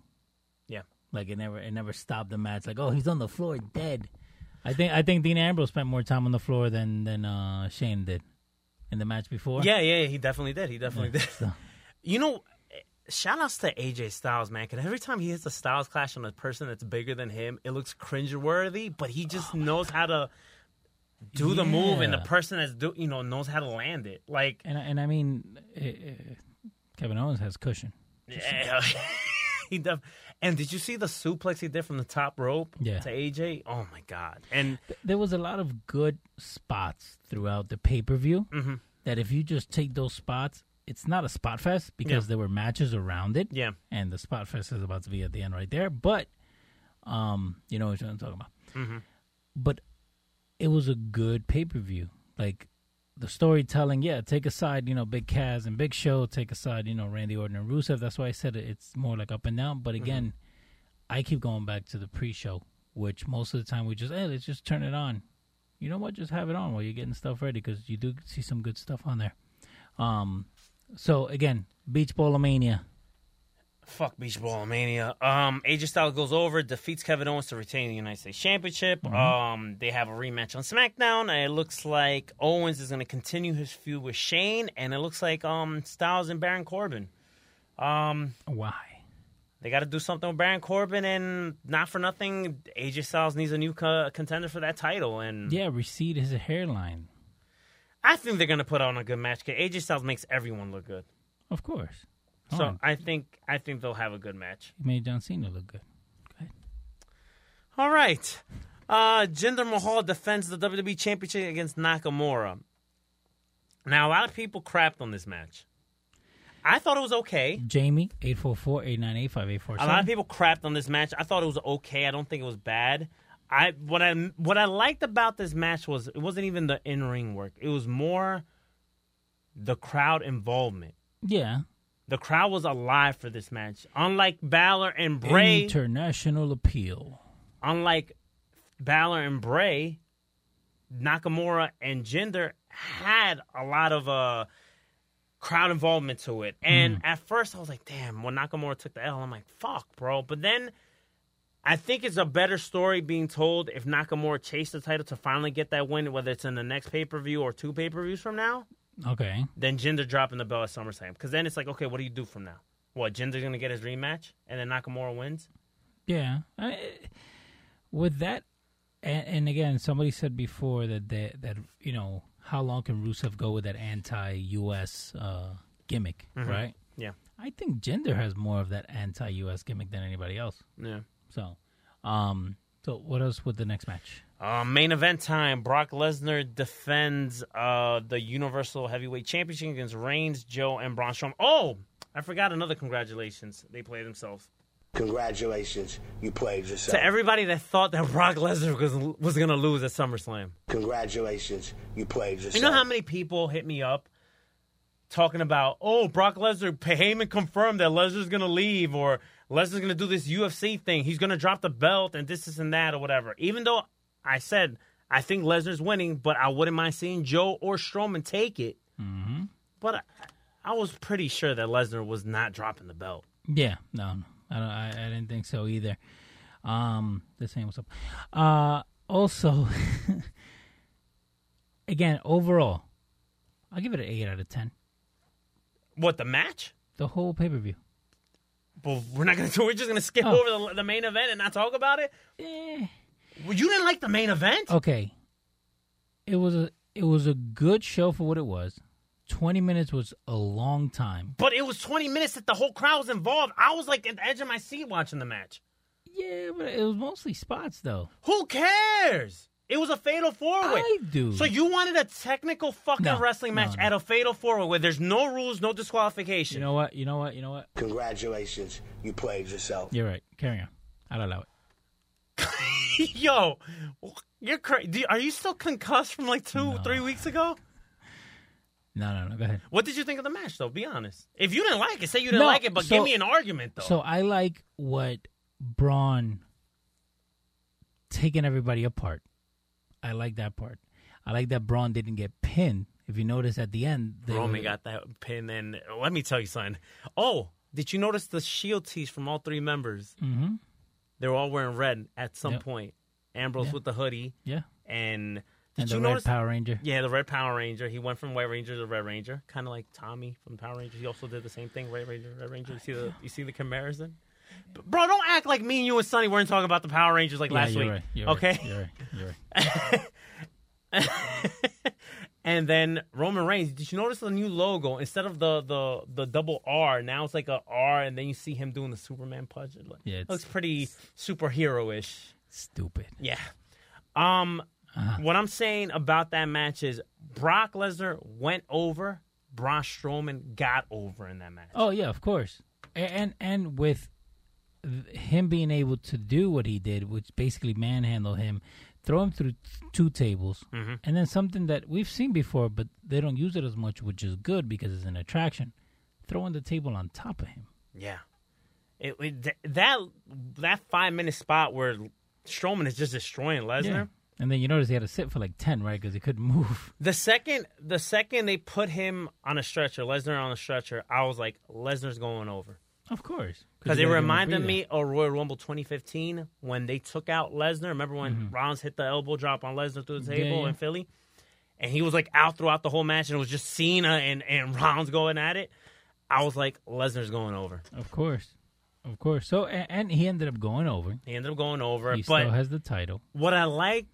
[SPEAKER 5] Yeah.
[SPEAKER 6] Like it never it never stopped the match. Like oh, he's on the floor dead. I think I think Dean Ambrose spent more time on the floor than than uh, Shane did in the match before.
[SPEAKER 5] Yeah, yeah, he definitely did. He definitely
[SPEAKER 6] Yeah,
[SPEAKER 5] did. [laughs] You know, shout outs to AJ Styles, man, because every time he hits a Styles clash on a person that's bigger than him, it looks cringeworthy, but he just knows how to do the move, and the
[SPEAKER 6] Yeah.
[SPEAKER 5] person that's, do, you know, knows how to land it. Like, [laughs]
[SPEAKER 6] And I- and I mean, eh, eh, Kevin Owens has cushion.
[SPEAKER 5] Yeah. he def- and did you see the suplex he did from the top rope
[SPEAKER 6] Yeah.
[SPEAKER 5] to AJ? Oh my god! And
[SPEAKER 6] there was a lot of good spots throughout the pay per view.
[SPEAKER 5] Mhm.
[SPEAKER 6] That if you just take those spots, it's not a spot fest because
[SPEAKER 5] Yeah.
[SPEAKER 6] there were matches around it.
[SPEAKER 5] Yeah.
[SPEAKER 6] and the spot fest is about to be at the end right there. But, um, you know what
[SPEAKER 5] Mm-hmm.
[SPEAKER 6] I'm talking about.
[SPEAKER 5] Mhm.
[SPEAKER 6] But it was a good pay per view. Like the storytelling, yeah, take aside, you know, Big Kaz and Big Show, take aside, you know, Randy Orton and Rusev. That's why I said it, it's more like up and down. But
[SPEAKER 5] Mm-hmm.
[SPEAKER 6] again, I keep going back to the pre-show, which most of the time we just, hey, let's just turn it on. You know what? Just have it on while you're getting stuff ready because you do see some good stuff on there. Um, so again, Beach Ballomania.
[SPEAKER 5] Fuck Beach Ball Mania. Um, AJ Styles goes over, defeats Kevin Owens to retain the United States Championship. Um, they have a rematch on SmackDown, and it looks like Owens is going to continue his feud with Shane, and it looks like um Styles and Baron Corbin. Um,
[SPEAKER 6] Why?
[SPEAKER 5] they got to do something with Baron Corbin, and not for nothing, AJ Styles needs a new co- contender for that title, and
[SPEAKER 6] Yeah, recede his hairline.
[SPEAKER 5] I think they're going to put on a good match. 'cause AJ Styles makes everyone look good,
[SPEAKER 6] Of course.
[SPEAKER 5] so
[SPEAKER 6] Oh,
[SPEAKER 5] I think I think they'll have a good match.
[SPEAKER 6] he made John Cena look good.
[SPEAKER 5] All right. Uh, Jinder Mahal defends the WWE Championship against Nakamura. Now, a lot of people crapped on this match. I thought it was okay.
[SPEAKER 6] Jamie, 844-898-5847.
[SPEAKER 5] A lot of people crapped on this match. I thought it was okay. I don't think it was bad. I what I what I liked about this match was it wasn't even the in ring work. It was more the crowd involvement.
[SPEAKER 6] Yeah.
[SPEAKER 5] The crowd was alive for this match. Unlike Balor and Bray,
[SPEAKER 6] International appeal.
[SPEAKER 5] unlike Balor and Bray, Nakamura and Jinder had a lot of uh, crowd involvement to it. And at first, I was like, damn, when Nakamura took the L, I'm like, fuck, bro. But then I think it's a better story being told if Nakamura chased the title to finally get that win, whether it's in the next pay per view or two pay per views from now,
[SPEAKER 6] Okay.
[SPEAKER 5] than Jinder dropping the bell at SummerSlam. Because then it's like, okay, what do you do from now? What, Jinder's going to get his rematch and then Nakamura wins?
[SPEAKER 6] Yeah. I, with that, and, and again, somebody said before that they, that you know how long can Rusev go with that anti-U.S. Uh, gimmick,
[SPEAKER 5] Mhm.
[SPEAKER 6] right?
[SPEAKER 5] Yeah.
[SPEAKER 6] I think Gender has more of that anti-U.S. gimmick than anybody else.
[SPEAKER 5] Yeah.
[SPEAKER 6] So, um, so what else with the next match?
[SPEAKER 5] Uh, main event time. Brock Lesnar defends uh, the Universal Heavyweight Championship against Reigns, Joe, and Braun Strowman. Oh, I forgot another congratulations. They play themselves.
[SPEAKER 8] Congratulations, you played yourself.
[SPEAKER 5] To everybody that thought that [laughs] Brock Lesnar was, was going to lose at SummerSlam.
[SPEAKER 8] Congratulations, you played yourself.
[SPEAKER 5] You know how many people hit me up talking about, oh, Brock Lesnar, Heyman confirmed that Lesnar's going to leave or Lesnar's going to do this UFC thing. He's going to drop the belt and this, this, and that or whatever. Even though I said I think Lesnar's winning, but I wouldn't mind seeing Joe or Strowman take it.
[SPEAKER 6] Mm-hmm.
[SPEAKER 5] But I, I was pretty sure that Lesnar was not dropping the belt.
[SPEAKER 6] Yeah, no, I don't. I, I didn't think so either. Um, the same was up. Uh, also, [laughs] again, overall, I'll give it an eight out of ten.
[SPEAKER 5] What, the match?
[SPEAKER 6] The whole pay per view.
[SPEAKER 5] Well, we're not going to. We're just going to skip
[SPEAKER 6] Oh.
[SPEAKER 5] over the, the main event and not talk about it.
[SPEAKER 6] Eh.
[SPEAKER 5] Well, you didn't like the main event.
[SPEAKER 6] Okay, it was a it was a good show for what it was. Twenty minutes was a long time.
[SPEAKER 5] But it was 20 minutes that the whole crowd was involved. I was like at the edge of my seat watching the match.
[SPEAKER 6] Yeah, but it was mostly spots though.
[SPEAKER 5] Who cares? It was a fatal four way.
[SPEAKER 6] I do.
[SPEAKER 5] Oh, So you wanted a technical fucking
[SPEAKER 6] No,
[SPEAKER 5] wrestling
[SPEAKER 6] no,
[SPEAKER 5] match
[SPEAKER 6] no.
[SPEAKER 5] at a fatal four way where there's no rules, no disqualification.
[SPEAKER 6] You know what? You know what? You know what?
[SPEAKER 8] Congratulations, you played yourself.
[SPEAKER 6] You're right. Carry on. I'd allow it.
[SPEAKER 5] [laughs] Yo, you're crazy. Are you still concussed from like two, three weeks ago?
[SPEAKER 6] No, no, no. Go ahead.
[SPEAKER 5] What did you think of the match, though? Be honest. If you didn't like it, say you didn't
[SPEAKER 6] No,
[SPEAKER 5] like it, but
[SPEAKER 6] so-
[SPEAKER 5] give me an argument, though.
[SPEAKER 6] So I like what Braun taking everybody apart. I like that part. I like that Braun didn't get pinned. If you notice at the end, they
[SPEAKER 5] Roman
[SPEAKER 6] were-
[SPEAKER 5] got that pin, and let me tell you something. Oh, did you notice the shield tees from all three members?
[SPEAKER 6] Mhm.
[SPEAKER 5] They were all wearing red at some
[SPEAKER 6] Yep.
[SPEAKER 5] point. Ambrose
[SPEAKER 6] Yeah.
[SPEAKER 5] with the hoodie,
[SPEAKER 6] yeah,
[SPEAKER 5] and did
[SPEAKER 6] and
[SPEAKER 5] you
[SPEAKER 6] the Red
[SPEAKER 5] notice?
[SPEAKER 6] Power Ranger.
[SPEAKER 5] yeah, the Red Power Ranger. He went from White Ranger to Red Ranger, kind of like Tommy from Power Rangers. He also did the same thing, White Ranger, Red Ranger. You see the you see the comparison, B- bro. Don't act like me and you and Sonny weren't talking about the Power Rangers like
[SPEAKER 6] Yeah,
[SPEAKER 5] last
[SPEAKER 6] you're
[SPEAKER 5] week,
[SPEAKER 6] right, you're right,
[SPEAKER 5] okay?
[SPEAKER 6] you're right, you're
[SPEAKER 5] [laughs]
[SPEAKER 6] right.
[SPEAKER 5] and then Roman Reigns. Did you notice the new logo? Instead of the the the double R, now it's like a R, and then you see him doing the Superman punch. It look-
[SPEAKER 6] Yeah, it's-
[SPEAKER 5] looks pretty superhero-ish.
[SPEAKER 6] Stupid.
[SPEAKER 5] Yeah. Um,
[SPEAKER 6] Uh-huh.
[SPEAKER 5] what I'm saying about that match is Brock Lesnar went over. Braun Strowman got over in that match.
[SPEAKER 6] Oh yeah, of course. A- And and with th- him being able to do what he did, which basically manhandle him, throw them through t- two tables,
[SPEAKER 5] Mhm.
[SPEAKER 6] and then something that we've seen before, but they don't use it as much, which is good because it's an attraction. Throwing the table on top of him.
[SPEAKER 5] Yeah. It, it- th- that that five minute spot where Strowman is just destroying Lesnar.
[SPEAKER 6] And then you notice he had to sit for like ten, right? Because he couldn't move. [laughs]
[SPEAKER 5] The second the second they put him on a stretcher, Lesnar on a stretcher, I was like, Lesnar's going over.
[SPEAKER 6] Of course,
[SPEAKER 5] Because
[SPEAKER 6] you gotta
[SPEAKER 5] it
[SPEAKER 6] give him a
[SPEAKER 5] reminded
[SPEAKER 6] breather.
[SPEAKER 5] me of Royal Rumble 2015 when they took out Lesnar. Remember when Rollins hit the elbow drop on Lesnar through
[SPEAKER 6] Mm-hmm.
[SPEAKER 5] the
[SPEAKER 6] Yeah,
[SPEAKER 5] table
[SPEAKER 6] yeah.
[SPEAKER 5] in Philly? And he was like out throughout the whole match and it was just Cena and, and [laughs] Rollins going at it. I was like, Lesnar's going over.
[SPEAKER 6] Of course, of course. So and, and he ended up going over.
[SPEAKER 5] He ended up going over.
[SPEAKER 6] He
[SPEAKER 5] but
[SPEAKER 6] still has the title.
[SPEAKER 5] what I like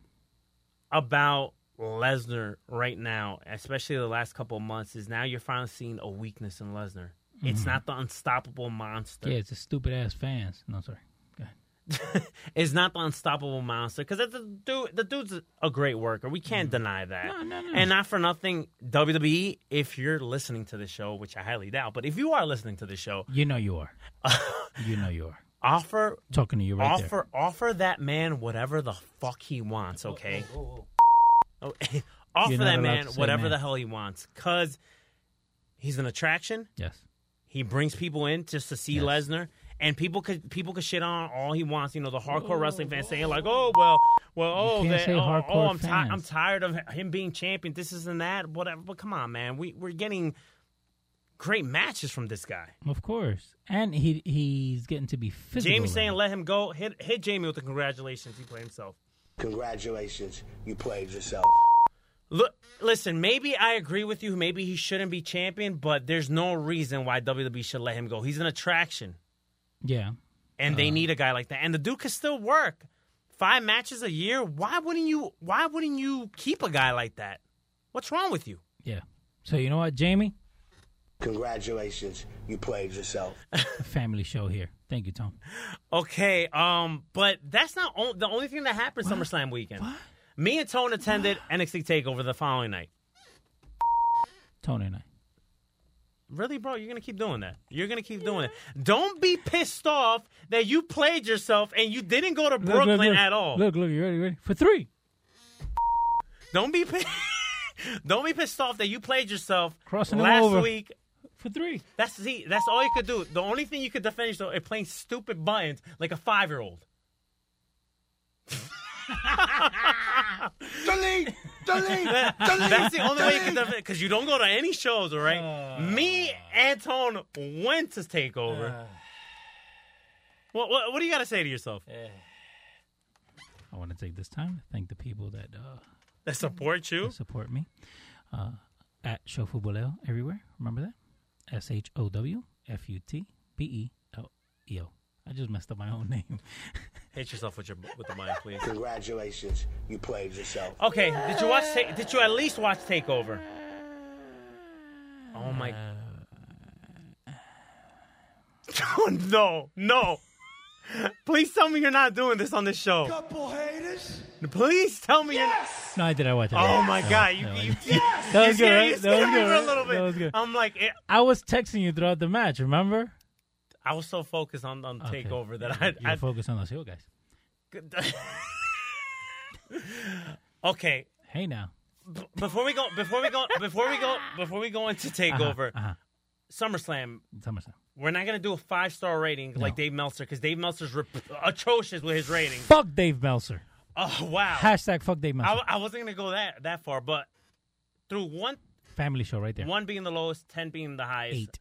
[SPEAKER 5] about Lesnar right now, especially the last couple of months, is now you're finally seeing a weakness in Lesnar. It's
[SPEAKER 6] Mhm.
[SPEAKER 5] not the unstoppable monster.
[SPEAKER 6] Yeah, it's a stupid ass fans. No, sorry.
[SPEAKER 5] It's not the unstoppable monster because the dude, the dude's a great worker. We can't deny that. And not for nothing, WWE. If you're listening to the show, which I highly doubt, but if you are listening to the show,
[SPEAKER 6] You know you
[SPEAKER 5] [laughs]
[SPEAKER 6] are. you know you are.
[SPEAKER 5] offer
[SPEAKER 6] Talking to you right there.
[SPEAKER 5] offer offer that man whatever the fuck he wants, okay? [laughs] Oh, [laughs] offer
[SPEAKER 6] You're not
[SPEAKER 5] that
[SPEAKER 6] allowed
[SPEAKER 5] man
[SPEAKER 6] to say
[SPEAKER 5] whatever
[SPEAKER 6] man.
[SPEAKER 5] the hell he wants cuz he's an attraction.
[SPEAKER 6] Yes.
[SPEAKER 5] He brings people in just to see Lesnar and people could people could shit on all he wants, you know, the hardcore wrestling fans saying like, "Oh, well, well, oh,
[SPEAKER 6] can't
[SPEAKER 5] that,
[SPEAKER 6] say
[SPEAKER 5] oh, oh,
[SPEAKER 6] hardcore
[SPEAKER 5] I'm ti-
[SPEAKER 6] fans.
[SPEAKER 5] I'm tired of him being champion. This isn't that, whatever." But come on, man. We we're getting great matches from this guy.
[SPEAKER 6] Of course. And he he's getting to be physical.
[SPEAKER 5] Jamie saying let him go. Hit hit Jamie with the congratulations. He played himself.
[SPEAKER 8] Congratulations, you played yourself.
[SPEAKER 5] Look, listen. Maybe I agree with you. Maybe he shouldn't be champion, but there's no reason why WWE should let him go. He's an attraction,
[SPEAKER 6] Yeah.
[SPEAKER 5] and they need a guy like that. And the dude can still work. Five matches a year. Why wouldn't you? Why wouldn't you keep a guy like that? What's wrong with you?
[SPEAKER 6] Yeah. So you know what, Jamie?
[SPEAKER 8] Congratulations, you played yourself.
[SPEAKER 6] A family show here. Thank you, Tom.
[SPEAKER 5] Okay, um, but that's not o- the only thing that happened SummerSlam weekend. Me and Tone attended NXT Takeover the following night.
[SPEAKER 6] Tony and I.
[SPEAKER 5] Really, bro? You're gonna keep doing that. You're gonna keep doing it. Don't be pissed off that you played yourself and you didn't go to
[SPEAKER 6] Look, look,
[SPEAKER 5] Brooklyn
[SPEAKER 6] look.
[SPEAKER 5] at all.
[SPEAKER 6] Look, look, you ready, ready? For three.
[SPEAKER 5] Don't be pissed. [laughs] Don't be pissed off that you played yourself
[SPEAKER 6] Crossing them
[SPEAKER 5] last
[SPEAKER 6] over.
[SPEAKER 5] week
[SPEAKER 6] for three.
[SPEAKER 5] That's see, that's all you could do. The only thing you could defend yourself is playing stupid buttons like a five year old.
[SPEAKER 7] Delete! [laughs] Delete!
[SPEAKER 5] That's the only way you
[SPEAKER 6] [laughs]
[SPEAKER 5] can defend because you don't go to any shows, all
[SPEAKER 6] Oh.
[SPEAKER 5] right? Me, Anton went to Takeover.
[SPEAKER 6] Ah.
[SPEAKER 5] what, what what do you got to say to yourself?
[SPEAKER 6] Eh. I want to take this time to thank the people that uh,
[SPEAKER 5] That support you?
[SPEAKER 6] support me uh, at Show Futboleo everywhere. Remember that? S H O W F U T B E L E O. I just messed up my own [laughs] name.
[SPEAKER 5] Hit yourself with your with the mic, please.
[SPEAKER 8] Congratulations, you played yourself.
[SPEAKER 5] Okay, did you watch? Ta- did you at least watch Takeover? Oh [laughs] my! Oh, no, no! Please tell me you're not doing this on this show. Couple haters. Please tell me
[SPEAKER 6] No, I did. I watched it.
[SPEAKER 5] you're. Oh my
[SPEAKER 6] No,
[SPEAKER 5] god! You,
[SPEAKER 6] no, I
[SPEAKER 5] you,
[SPEAKER 6] didn't.
[SPEAKER 5] you
[SPEAKER 6] That was
[SPEAKER 5] you
[SPEAKER 6] good,
[SPEAKER 5] scared-
[SPEAKER 6] right?
[SPEAKER 5] you
[SPEAKER 6] That
[SPEAKER 5] scared
[SPEAKER 6] was
[SPEAKER 5] me
[SPEAKER 6] good,
[SPEAKER 5] for a
[SPEAKER 6] right?
[SPEAKER 5] little bit.
[SPEAKER 6] That was good.
[SPEAKER 5] I'm like, eh,
[SPEAKER 6] I was texting you throughout the match, remember?
[SPEAKER 5] I was so focused on, on
[SPEAKER 6] Okay.
[SPEAKER 5] Takeover that
[SPEAKER 6] You were
[SPEAKER 5] I, I
[SPEAKER 6] focused on those heel guys.
[SPEAKER 5] [laughs] okay.
[SPEAKER 6] Hey now.
[SPEAKER 5] B- before we go, before we go, before we go, before we go into Takeover,
[SPEAKER 6] Uh-huh.
[SPEAKER 5] SummerSlam.
[SPEAKER 6] SummerSlam.
[SPEAKER 5] We're not gonna do a five star rating like Dave Meltzer because Dave Meltzer's rep- atrocious with his ratings.
[SPEAKER 6] Fuck Dave Meltzer.
[SPEAKER 5] Oh wow!
[SPEAKER 6] Hashtag fuck Dave
[SPEAKER 5] I,
[SPEAKER 6] Meltzer.
[SPEAKER 5] I wasn't gonna go that that far, but through one
[SPEAKER 6] Family show right there.
[SPEAKER 5] one being the lowest, ten being the highest.
[SPEAKER 6] Eight.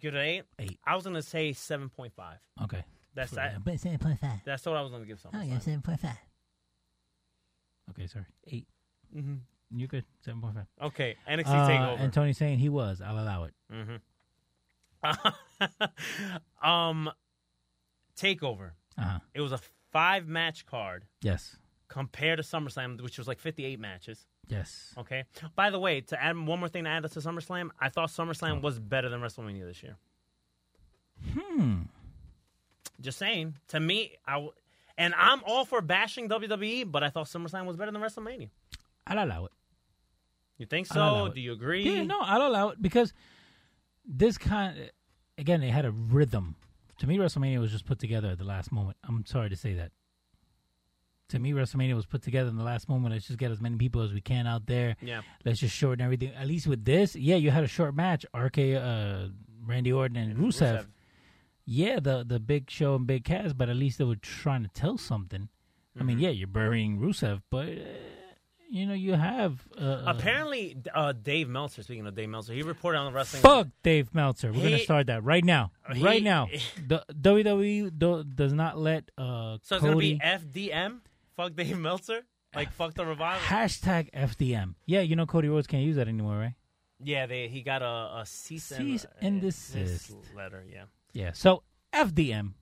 [SPEAKER 5] You did eight.
[SPEAKER 6] Eight.
[SPEAKER 5] I was gonna say seven point five.
[SPEAKER 6] Okay.
[SPEAKER 5] That's
[SPEAKER 9] But
[SPEAKER 5] that.
[SPEAKER 9] 7.5.
[SPEAKER 5] That's what I was gonna give
[SPEAKER 9] Oh,
[SPEAKER 5] something.
[SPEAKER 9] yeah, 7.5.
[SPEAKER 6] Okay, sorry. 8
[SPEAKER 5] Mhm.
[SPEAKER 6] You good? Seven point five.
[SPEAKER 5] Okay, NXT
[SPEAKER 6] Uh,
[SPEAKER 5] Takeover.
[SPEAKER 6] And Tony saying he was. I'll allow it.
[SPEAKER 5] Mm-hmm. [laughs] um, Takeover.
[SPEAKER 6] Uh-huh.
[SPEAKER 5] It was a five match card
[SPEAKER 6] Yes.
[SPEAKER 5] compared to SummerSlam, which was like fifty eight matches.
[SPEAKER 6] Yes.
[SPEAKER 5] Okay. By the way, to add one more thing to add to SummerSlam, I thought SummerSlam was better than WrestleMania this year.
[SPEAKER 6] Hmm.
[SPEAKER 5] Just saying. To me, I w- and I'm all for bashing WWE, but I thought SummerSlam was better than WrestleMania.
[SPEAKER 6] I'll allow it.
[SPEAKER 5] You think
[SPEAKER 6] I'll allow
[SPEAKER 5] so?
[SPEAKER 6] it.
[SPEAKER 5] Do you agree?
[SPEAKER 6] Yeah, no, I'll allow it because this kind again, it had a rhythm. To me, WrestleMania was just put together at the last moment. I'm sorry to say that. to me, WrestleMania was put together in the last moment. Let's just get as many people as we can out there.
[SPEAKER 5] Yeah.
[SPEAKER 6] Let's just shorten everything. At least with this, yeah, you had a short match. RK, uh, Randy Orton, and Rusev.
[SPEAKER 5] Rusev.
[SPEAKER 6] Yeah, the the big show and big cast, but at least they were trying to tell something. I mean, yeah, you're burying Rusev, but uh, you know you have uh,
[SPEAKER 5] Apparently, uh, Dave Meltzer. Speaking of Dave Meltzer, he reported on the wrestling.
[SPEAKER 6] Fuck Dave Meltzer. We're gonna
[SPEAKER 5] He-
[SPEAKER 6] start that right now.
[SPEAKER 5] He-
[SPEAKER 6] right
[SPEAKER 5] [laughs]
[SPEAKER 6] now, the WWE do, does not let uh,
[SPEAKER 5] So it's gonna
[SPEAKER 6] Cody
[SPEAKER 5] be FDM. Fuck Dave Meltzer. Like fuck the revival.
[SPEAKER 6] hashtag FDM. Yeah, you know Cody Rhodes can't use that anymore, right?
[SPEAKER 5] Yeah, they he got a, a cease, uh,
[SPEAKER 6] Cease and desist.
[SPEAKER 5] letter. Yeah.
[SPEAKER 6] Yeah. So FDM,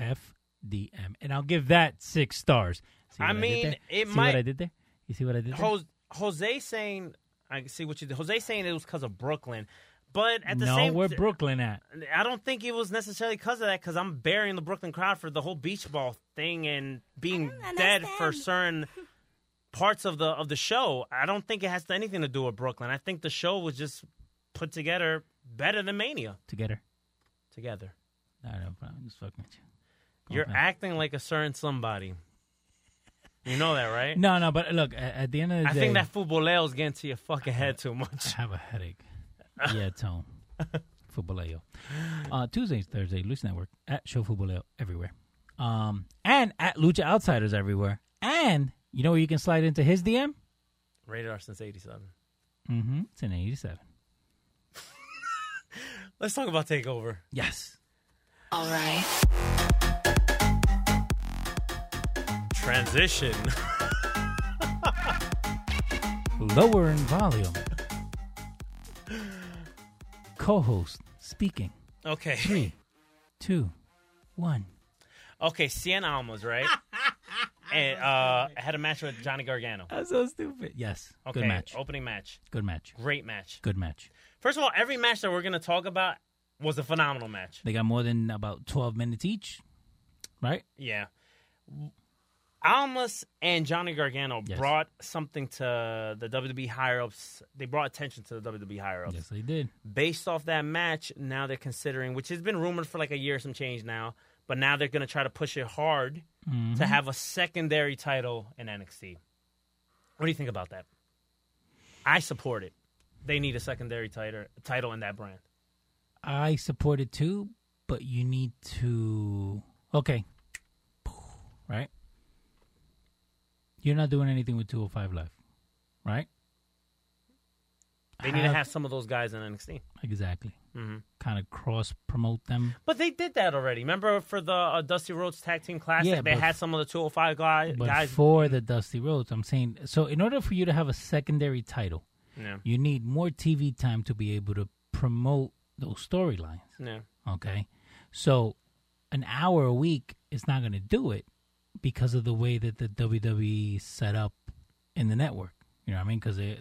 [SPEAKER 6] FDM, and I'll give that six stars. See
[SPEAKER 5] I
[SPEAKER 6] what did
[SPEAKER 5] mean,
[SPEAKER 6] there?
[SPEAKER 5] it
[SPEAKER 6] see
[SPEAKER 5] might-
[SPEAKER 6] what I did there. You see what I did there?
[SPEAKER 5] Jose, Jose saying, I can see what you did. Jose saying it was because of Brooklyn, but at the
[SPEAKER 6] no,
[SPEAKER 5] same,
[SPEAKER 6] where Brooklyn at?
[SPEAKER 5] I don't think it was necessarily because of that. Because I'm burying the Brooklyn crowd for the whole beach ball thing and being dead for certain parts of the of the show. I don't think it has anything to do with Brooklyn. I think the show was just put together better than Mania
[SPEAKER 6] Together.
[SPEAKER 5] together.
[SPEAKER 6] No, no problem. Just fucking with you. Go
[SPEAKER 5] You're
[SPEAKER 6] ahead.
[SPEAKER 5] acting like a certain somebody. You know that, right?
[SPEAKER 6] No, no, but look, a- at, the end of the
[SPEAKER 5] I
[SPEAKER 6] day,
[SPEAKER 5] think that futbolero is getting to your fucking head too much. [laughs]
[SPEAKER 6] I [laughs] have a headache. yeah, [laughs] Tone. Fuboleo. Uh, Tuesdays, Thursday, Lucha Network at Show Fuboleo everywhere, um, and at Lucha Outsiders everywhere. And you know where you can slide into his DM?
[SPEAKER 5] Radar since '87.
[SPEAKER 6] Mm-hmm. It's an eighty-seven.
[SPEAKER 5] Let's talk about Takeover.
[SPEAKER 6] Yes.
[SPEAKER 5] All right. Transition.
[SPEAKER 6] Lower in volume. Co-host speaking.
[SPEAKER 5] [laughs] Okay.
[SPEAKER 6] Three, two, one.
[SPEAKER 5] Okay, Cien
[SPEAKER 6] [laughs]
[SPEAKER 5] Almas, right? and uh, had a match with Johnny Gargano.
[SPEAKER 6] That's so stupid. Oh. Yes.
[SPEAKER 5] Okay,
[SPEAKER 6] Good match.
[SPEAKER 5] opening match.
[SPEAKER 6] Good match.
[SPEAKER 5] Great match.
[SPEAKER 6] Good match.
[SPEAKER 5] First of all, every match that we're going to talk about was a phenomenal match.
[SPEAKER 6] They got more than about twelve minutes each, right?
[SPEAKER 5] Yeah. Almas and Johnny Gargano
[SPEAKER 6] Yes.
[SPEAKER 5] brought something to the WWE higher ups. They brought attention to the WWE higher ups.
[SPEAKER 6] Yes, they did.
[SPEAKER 5] based off that match, now they're considering, which has been rumored for like a year or some change now, but now they're going to try to push it hard
[SPEAKER 6] Mhm.
[SPEAKER 5] to have a secondary title in NXT. What do you think about that? I support it. They need a secondary title title in that brand.
[SPEAKER 6] I support it too, but you need to okay, right? You're not doing anything with 205 Live, right?
[SPEAKER 5] They need to
[SPEAKER 6] Have-
[SPEAKER 5] have some of those guys in NXT.
[SPEAKER 6] Exactly.
[SPEAKER 5] Mhm.
[SPEAKER 6] Kind of cross promote them.
[SPEAKER 5] But they did that already. Remember for the uh, Dusty Rhodes Tag Team Classic,
[SPEAKER 6] Yeah,
[SPEAKER 5] they
[SPEAKER 6] but-
[SPEAKER 5] had some of the 205 guy,
[SPEAKER 6] But
[SPEAKER 5] Uh, guys.
[SPEAKER 6] for the Dusty Roads, I'm saying so. In order for you to have a secondary title,
[SPEAKER 5] Yeah.
[SPEAKER 6] you need more TV time to be able to promote those storylines.
[SPEAKER 5] Yeah.
[SPEAKER 6] Okay. So an hour a week is not going to do it because of the way that the WWE set up in the network. You know what I mean? Because they,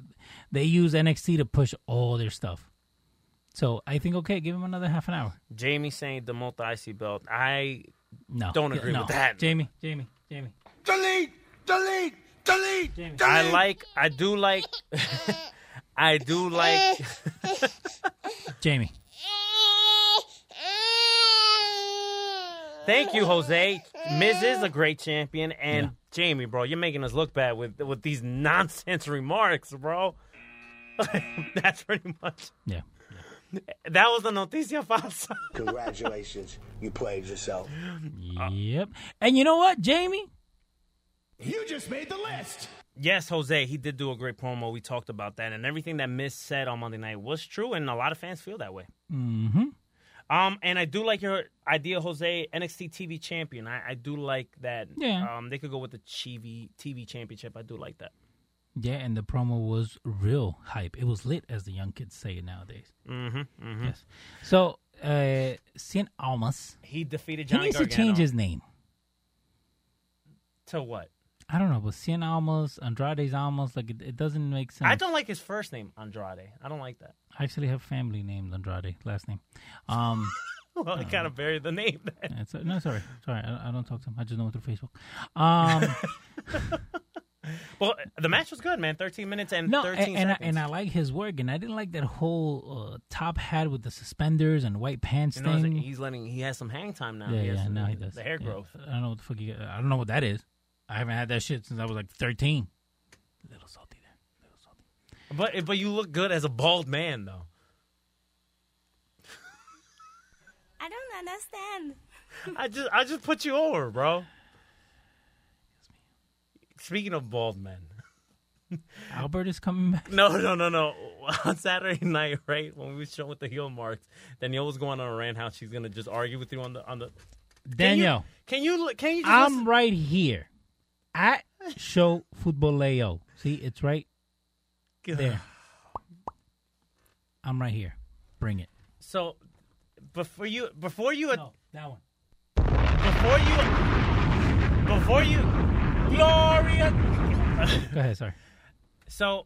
[SPEAKER 6] they use NXT to push all their stuff. So I think, okay, give him another half an hour.
[SPEAKER 5] Jamie saying demote the IC belt. I
[SPEAKER 6] No.
[SPEAKER 5] don't agree
[SPEAKER 6] no.
[SPEAKER 5] with that.
[SPEAKER 6] Jamie, Jamie, Jamie.
[SPEAKER 7] Delete! Delete! Delete! Delete!
[SPEAKER 5] I like. I do like. [laughs] I do like.
[SPEAKER 6] Jamie.
[SPEAKER 5] Thank you, Jose. Miz is a great champion, and Jamie, bro, you're making us look bad with with these nonsense [laughs] remarks, bro. [laughs] That's pretty much.
[SPEAKER 6] Yeah.
[SPEAKER 5] That was the noticia falsa.
[SPEAKER 8] Congratulations, you played yourself.
[SPEAKER 5] Uh.
[SPEAKER 6] Yep. And you know what, Jamie?
[SPEAKER 5] You just made the list. Yes, Jose, he did do a great promo. We talked about that, and everything that Miz said on Monday night was true, and a lot of fans feel that way.
[SPEAKER 6] Mm-hmm.
[SPEAKER 5] Um, and I do like your idea, Jose, NXT TV champion. I, I do like that.
[SPEAKER 6] Yeah.
[SPEAKER 5] Um, they could go with the TV TV championship. I do like that.
[SPEAKER 6] Yeah, and the promo was real hype. It was lit, as the young kids say nowadays.
[SPEAKER 5] Mm-hmm. mm-hmm.
[SPEAKER 6] Yes. So, uh, Cien Almas,
[SPEAKER 5] He defeated
[SPEAKER 6] he
[SPEAKER 5] Johnny
[SPEAKER 6] needs to
[SPEAKER 5] Gargano.
[SPEAKER 6] change his name.
[SPEAKER 5] to what?
[SPEAKER 6] I don't know, but Cien Almas, Andrade's Almas, like it, it doesn't make sense.
[SPEAKER 5] I don't like his first name, Andrade. I don't like that. [laughs]
[SPEAKER 6] I actually have family named Andrade, last name.
[SPEAKER 5] [laughs]
[SPEAKER 6] Um,
[SPEAKER 5] Well, I
[SPEAKER 6] Mm.
[SPEAKER 5] kind of buried the name. then.
[SPEAKER 6] it's, no, sorry, sorry, I, I don't talk to him. I just know him through Facebook.
[SPEAKER 5] [laughs]
[SPEAKER 6] Um,
[SPEAKER 5] well, the match was good, man. Thirteen minutes and
[SPEAKER 6] no, a-
[SPEAKER 5] thirteen
[SPEAKER 6] and, I,
[SPEAKER 5] seconds.
[SPEAKER 6] and I like his work, and I didn't like that whole uh, top hat with the suspenders and white pants
[SPEAKER 5] you know,
[SPEAKER 6] thing.
[SPEAKER 5] he's letting. He has some hang time now.
[SPEAKER 6] yeah,
[SPEAKER 5] has
[SPEAKER 6] yeah,
[SPEAKER 5] some-
[SPEAKER 6] no, he does.
[SPEAKER 5] The hair
[SPEAKER 6] Yeah.
[SPEAKER 5] growth.
[SPEAKER 6] I don't know what the fuck. He, I don't know what that is. I haven't had that shit since I was like 13.
[SPEAKER 5] But but you look good as a bald man though.
[SPEAKER 13] I don't understand.
[SPEAKER 5] I just I just put you over, bro. Speaking of bald men,
[SPEAKER 6] Albert is coming back.
[SPEAKER 5] no no no no. [laughs] On Saturday night, right when we was showing with the heel marks, Danielle was going on a rant how she's gonna just argue with you on the on the. Can you-
[SPEAKER 6] Danielle.
[SPEAKER 5] can you look? Can you? Just
[SPEAKER 6] I'm right here at Show Futboleo. See, it's right there. I'm right here. Bring it.
[SPEAKER 5] So before you before you no,
[SPEAKER 6] that one.
[SPEAKER 5] Before you before you Gloria
[SPEAKER 6] Go ahead. Sorry.
[SPEAKER 5] So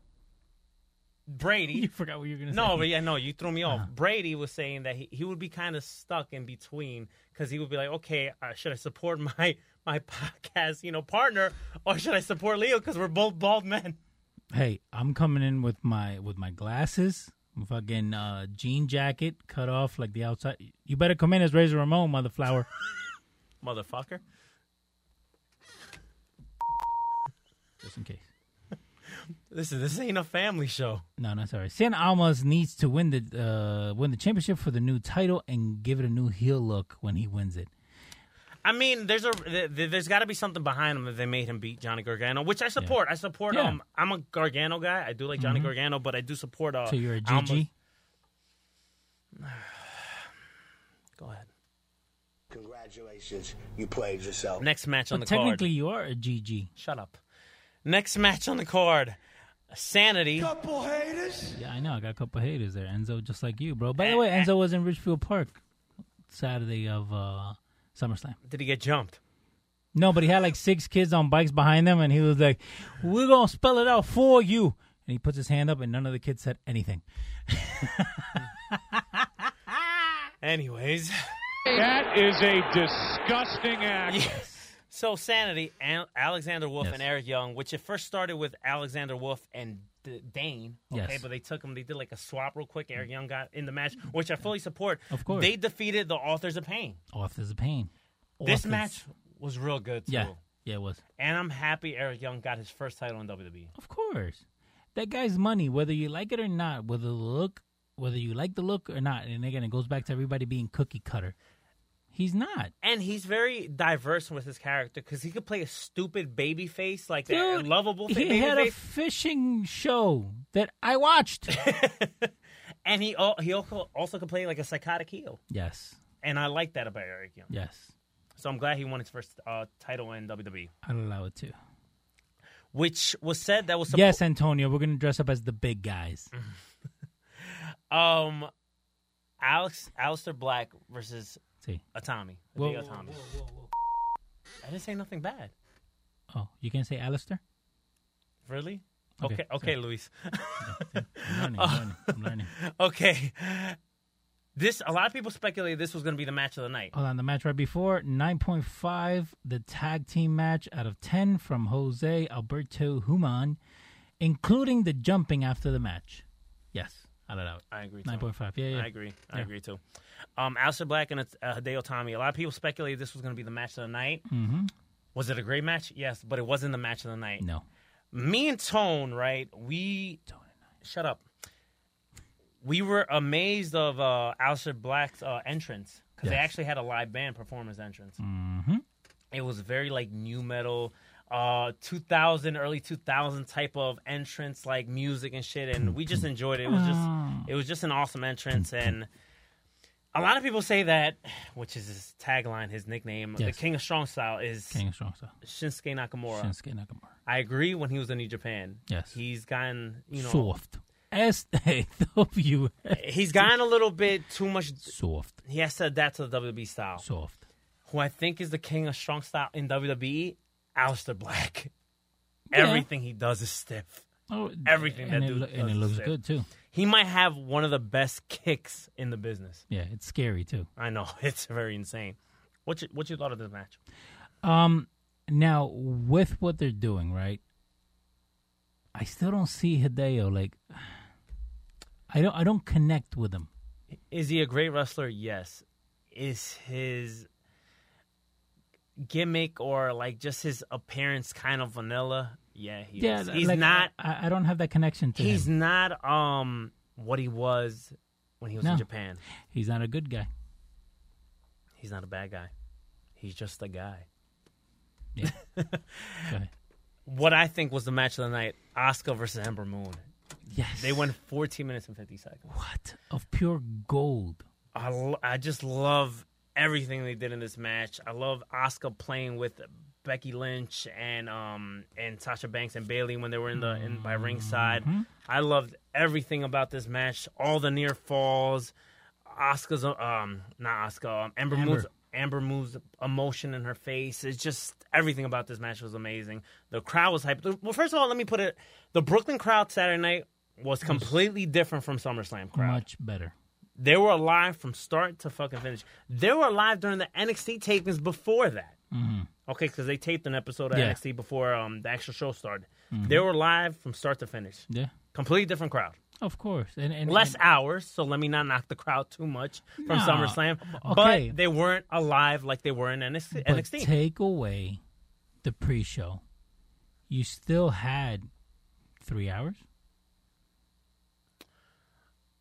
[SPEAKER 5] Brady You
[SPEAKER 6] forgot what [laughs] you were [laughs] gonna
[SPEAKER 5] No,
[SPEAKER 6] say.
[SPEAKER 5] but yeah, no, you threw me off.
[SPEAKER 6] Uh-huh.
[SPEAKER 5] Brady was saying that he, he would be kind of stuck in between because he would be like, Okay, uh, should I support [laughs] my my podcast, you know, partner, or should I support Leo because we're both bald men?
[SPEAKER 6] Hey, I'm coming in with my with my glasses, my fucking uh, jean jacket cut off like the outside. You better come in as Razor Ramon, [laughs] motherflower.
[SPEAKER 5] Motherfucker.
[SPEAKER 6] Just in case.
[SPEAKER 5] Listen, this ain't a family show.
[SPEAKER 6] No, no, sorry. San Almas needs to win the uh, win the championship for the new title and give it a new heel look when he wins it.
[SPEAKER 5] I mean, there's a th- th- there's got to be something behind him that they made him beat Johnny Gargano, which I support. I support.
[SPEAKER 6] Yeah.
[SPEAKER 5] Um, I'm a Gargano guy. I do like Johnny
[SPEAKER 6] Mhm.
[SPEAKER 5] Gargano, but I do support. Uh,
[SPEAKER 6] so you're a
[SPEAKER 5] Almas.
[SPEAKER 6] GG.
[SPEAKER 5] Go ahead.
[SPEAKER 8] Congratulations, you played yourself.
[SPEAKER 5] Next match on
[SPEAKER 6] But
[SPEAKER 5] the card.
[SPEAKER 6] technically, you are a GG.
[SPEAKER 5] Shut up. Next match on the card. Sanity.
[SPEAKER 7] Couple haters.
[SPEAKER 6] Yeah, I know. I got a couple haters there. Enzo, just like you, bro. By the way, Enzo was in Richfield Park Saturday of uh, SummerSlam.
[SPEAKER 5] Did he get jumped?
[SPEAKER 6] No, but he had like six kids on bikes behind him, and he was like, "We're gonna spell it out for you." And he puts his hand up, and none of the kids said anything.
[SPEAKER 5] Anyways.
[SPEAKER 4] That is a disgusting
[SPEAKER 5] [laughs]
[SPEAKER 4] act.
[SPEAKER 5] So Sanity, Al- Alexander Wolf and Eric Young, which it first started with Alexander Wolf and D- Dane. Okay,
[SPEAKER 6] Yes.
[SPEAKER 5] but they took him. They did like a swap real quick. Eric Young got in the match, which I fully support.
[SPEAKER 6] Of course.
[SPEAKER 5] they defeated the Authors of Pain.
[SPEAKER 6] Off is a pain.
[SPEAKER 5] This
[SPEAKER 6] Authors-
[SPEAKER 5] match was real good. Too.
[SPEAKER 6] yeah, yeah, it was.
[SPEAKER 5] and I'm happy Eric Young got his first title in E. WWE.
[SPEAKER 6] Of course. That guy's money, whether you like it or not, whether the look, whether you like the look or not, and again, it goes back to everybody being cookie cutter. He's not.
[SPEAKER 5] And he's very diverse with his character because he could play a stupid baby face, like that a lovable fa-
[SPEAKER 6] he
[SPEAKER 5] baby
[SPEAKER 6] had a
[SPEAKER 5] face,
[SPEAKER 6] fishing show that I
[SPEAKER 5] [laughs]
[SPEAKER 6] watched.
[SPEAKER 5] and he al- he also also could play like a psychotic heel.
[SPEAKER 6] yes,
[SPEAKER 5] And I like that about Eric Young.
[SPEAKER 6] yes,
[SPEAKER 5] So I'm glad he won his first uh, title in WWE,
[SPEAKER 6] I'll allow it to.
[SPEAKER 5] which was said that was suppo-
[SPEAKER 6] yes, Antonio, we're gonna dress up as the big guys.
[SPEAKER 5] Mm. Um, Alex Alistair Black versus
[SPEAKER 6] See.
[SPEAKER 5] Atami. The
[SPEAKER 6] Whoa,
[SPEAKER 5] big
[SPEAKER 6] whoa,
[SPEAKER 5] Atami. I didn't say nothing bad.
[SPEAKER 6] Oh, you can say Alistair.
[SPEAKER 5] Really?
[SPEAKER 6] Okay,
[SPEAKER 5] Okay, okay,
[SPEAKER 6] sorry.
[SPEAKER 5] Luis. [laughs]
[SPEAKER 6] I'm learning.
[SPEAKER 5] Oh.
[SPEAKER 6] I'm learning. I'm learning.
[SPEAKER 5] okay. This a lot of people speculated this was going to be the match of the night.
[SPEAKER 6] Hold on, the match right before 9.5, the tag team match out of 10 from Jose Alberto Human, including the jumping after the match. Yes, I'll allow it.
[SPEAKER 5] I agree. too.
[SPEAKER 6] 9.5, yeah, yeah.
[SPEAKER 5] I agree. I
[SPEAKER 6] Yeah.
[SPEAKER 5] agree too. Um, Alistair Black and uh, Hideo Tommy. A lot of people speculated this was going to be the match of the night.
[SPEAKER 6] Mm-hmm.
[SPEAKER 5] Was it a great match? Yes, but it wasn't the match of the night.
[SPEAKER 6] No.
[SPEAKER 5] Me and Tone, right? We shut up. We were amazed of uh, Alistair Black's uh, entrance because they
[SPEAKER 6] Yes.
[SPEAKER 5] actually had a live band performance entrance.
[SPEAKER 6] Mm-hmm.
[SPEAKER 5] It was very like new metal, uh, 2000 early 2000 type of entrance like music and shit, and we just enjoyed it. It was
[SPEAKER 6] Ah.
[SPEAKER 5] just it was just an awesome entrance, and a lot of people say that, which is his tagline, his nickname, the
[SPEAKER 6] Yes.
[SPEAKER 5] King of Strong Style is
[SPEAKER 6] King of Strong Style.
[SPEAKER 5] Shinsuke Nakamura.
[SPEAKER 6] Shinsuke Nakamura.
[SPEAKER 5] I agree when he was in New Japan.
[SPEAKER 6] Yes.
[SPEAKER 5] He's gotten, you know,
[SPEAKER 6] Soft. S-A-W.
[SPEAKER 5] He's gotten a little bit too much
[SPEAKER 6] Soft.
[SPEAKER 5] He has to adapt to the WWE style.
[SPEAKER 6] Soft.
[SPEAKER 5] Who I think is the king of strong style in WWE, Aleister Black.
[SPEAKER 6] Yeah.
[SPEAKER 5] Everything he does is stiff.
[SPEAKER 6] Oh,
[SPEAKER 5] Everything
[SPEAKER 6] and
[SPEAKER 5] that
[SPEAKER 6] it
[SPEAKER 5] dude
[SPEAKER 6] loo-
[SPEAKER 5] does
[SPEAKER 6] and it
[SPEAKER 5] is
[SPEAKER 6] looks
[SPEAKER 5] stiff.
[SPEAKER 6] good, too.
[SPEAKER 5] He might have one of the best kicks in the business.
[SPEAKER 6] Yeah, it's scary, too.
[SPEAKER 5] I know [laughs] it's very insane. What you, what you thought of this match?
[SPEAKER 6] Um, now with what they're doing, right? I still don't see Hideo like. [sighs] I don't. I don't connect with him.
[SPEAKER 5] Is he a great wrestler? Yes. Is his gimmick or like just his appearance kind of vanilla. Yeah, he
[SPEAKER 6] yeah,
[SPEAKER 5] is. he's
[SPEAKER 6] like,
[SPEAKER 5] not.
[SPEAKER 6] I, I don't have that connection to
[SPEAKER 5] He's
[SPEAKER 6] him.
[SPEAKER 5] not um what he was when he was
[SPEAKER 6] No.
[SPEAKER 5] in Japan.
[SPEAKER 6] He's not a good guy.
[SPEAKER 5] He's not a bad guy. He's just a guy. [laughs]
[SPEAKER 6] ahead.
[SPEAKER 5] what I think was the match of the night: Oscar versus Ember Moon.
[SPEAKER 6] Yes.
[SPEAKER 5] they went 14 minutes and 50 seconds.
[SPEAKER 6] What of pure gold?
[SPEAKER 5] I, l- I just love everything they did in this match. I love Oscar playing with Becky Lynch and um and Sasha Banks and Bailey when they were in the in by ringside. I loved everything about this match. All the near falls, Oscar's um not Oscar, um, Amber,
[SPEAKER 6] Amber.
[SPEAKER 5] Moon's Amber Moon's emotion in her face. It's just everything about this match was amazing. The crowd was hyped. Well, first of all, let me put it: the Brooklyn crowd Saturday night was completely different from SummerSlam crowd.
[SPEAKER 6] Much better.
[SPEAKER 5] They were alive from start to fucking finish. They were alive during the NXT tapings before that.
[SPEAKER 6] Mhm.
[SPEAKER 5] Okay, because they taped an episode of
[SPEAKER 6] Yeah.
[SPEAKER 5] NXT before um, the actual show started.
[SPEAKER 6] Mhm.
[SPEAKER 5] They were live from start to finish.
[SPEAKER 6] Yeah.
[SPEAKER 5] Completely different crowd.
[SPEAKER 6] Of course, and, and
[SPEAKER 5] Less
[SPEAKER 6] and-
[SPEAKER 5] hours, so let me not knock the crowd too much from
[SPEAKER 6] Nah,
[SPEAKER 5] SummerSlam.
[SPEAKER 6] okay.
[SPEAKER 5] But they weren't alive like they were in NXT.
[SPEAKER 6] but
[SPEAKER 5] NXT.
[SPEAKER 6] take away the pre-show, you still had three hours.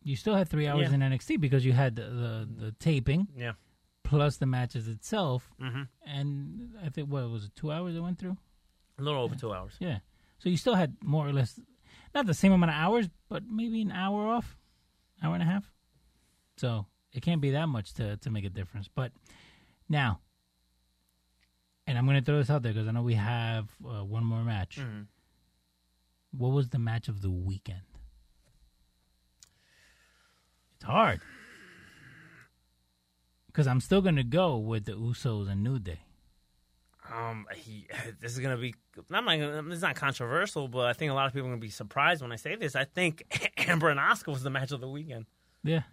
[SPEAKER 6] You still had three hours
[SPEAKER 5] Yeah.
[SPEAKER 6] in NXT because you had the the, the taping,
[SPEAKER 5] Yeah.
[SPEAKER 6] plus the matches itself,
[SPEAKER 5] Mhm.
[SPEAKER 6] and I think what was it two hours it went through.
[SPEAKER 5] A little over two hours.
[SPEAKER 6] Yeah, so you still had more or less, not the same amount of hours, but maybe an hour off, hour and a half. So it can't be that much to to make a difference. But now, and I'm gonna throw this out there because I know we have uh, one more match.
[SPEAKER 5] Mhm.
[SPEAKER 6] What was the match of the weekend? It's hard. Because I'm still going to go with the Usos and New Day.
[SPEAKER 5] Um, he, [sighs] this is gonna be. I'm not. gonna- It's not controversial, but I think a lot of people are gonna be surprised when I say this. I think [clears throat] Amber and Oscar was the match of the weekend.
[SPEAKER 6] Yeah.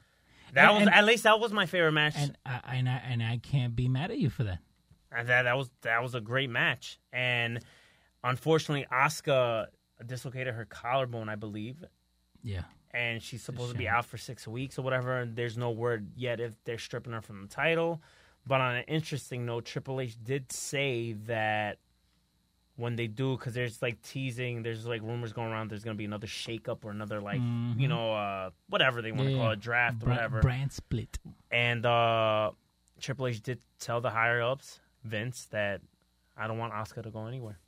[SPEAKER 5] That
[SPEAKER 6] And-
[SPEAKER 5] was
[SPEAKER 6] and-
[SPEAKER 5] at least that was my favorite match.
[SPEAKER 6] and I, and I and I can't be mad at you for that.
[SPEAKER 5] And that that was that was a great match. And unfortunately, Asuka dislocated her collarbone, I believe,
[SPEAKER 6] Yeah.
[SPEAKER 5] and she's supposed to be
[SPEAKER 6] shame.
[SPEAKER 5] out for six weeks or whatever. And there's no word yet if they're stripping her from the title. But on an interesting note, Triple H did say that when they do, because there's like teasing, there's like rumors going around, there's going to be another shakeup or another like you
[SPEAKER 6] Mhm.
[SPEAKER 5] know uh, whatever they want to
[SPEAKER 6] Yeah,
[SPEAKER 5] call
[SPEAKER 6] yeah.
[SPEAKER 5] it draft or
[SPEAKER 6] Bra-
[SPEAKER 5] whatever.
[SPEAKER 6] Brand split.
[SPEAKER 5] And uh, Triple H did tell the higher ups, Vince, that I don't want Oscar to go anywhere.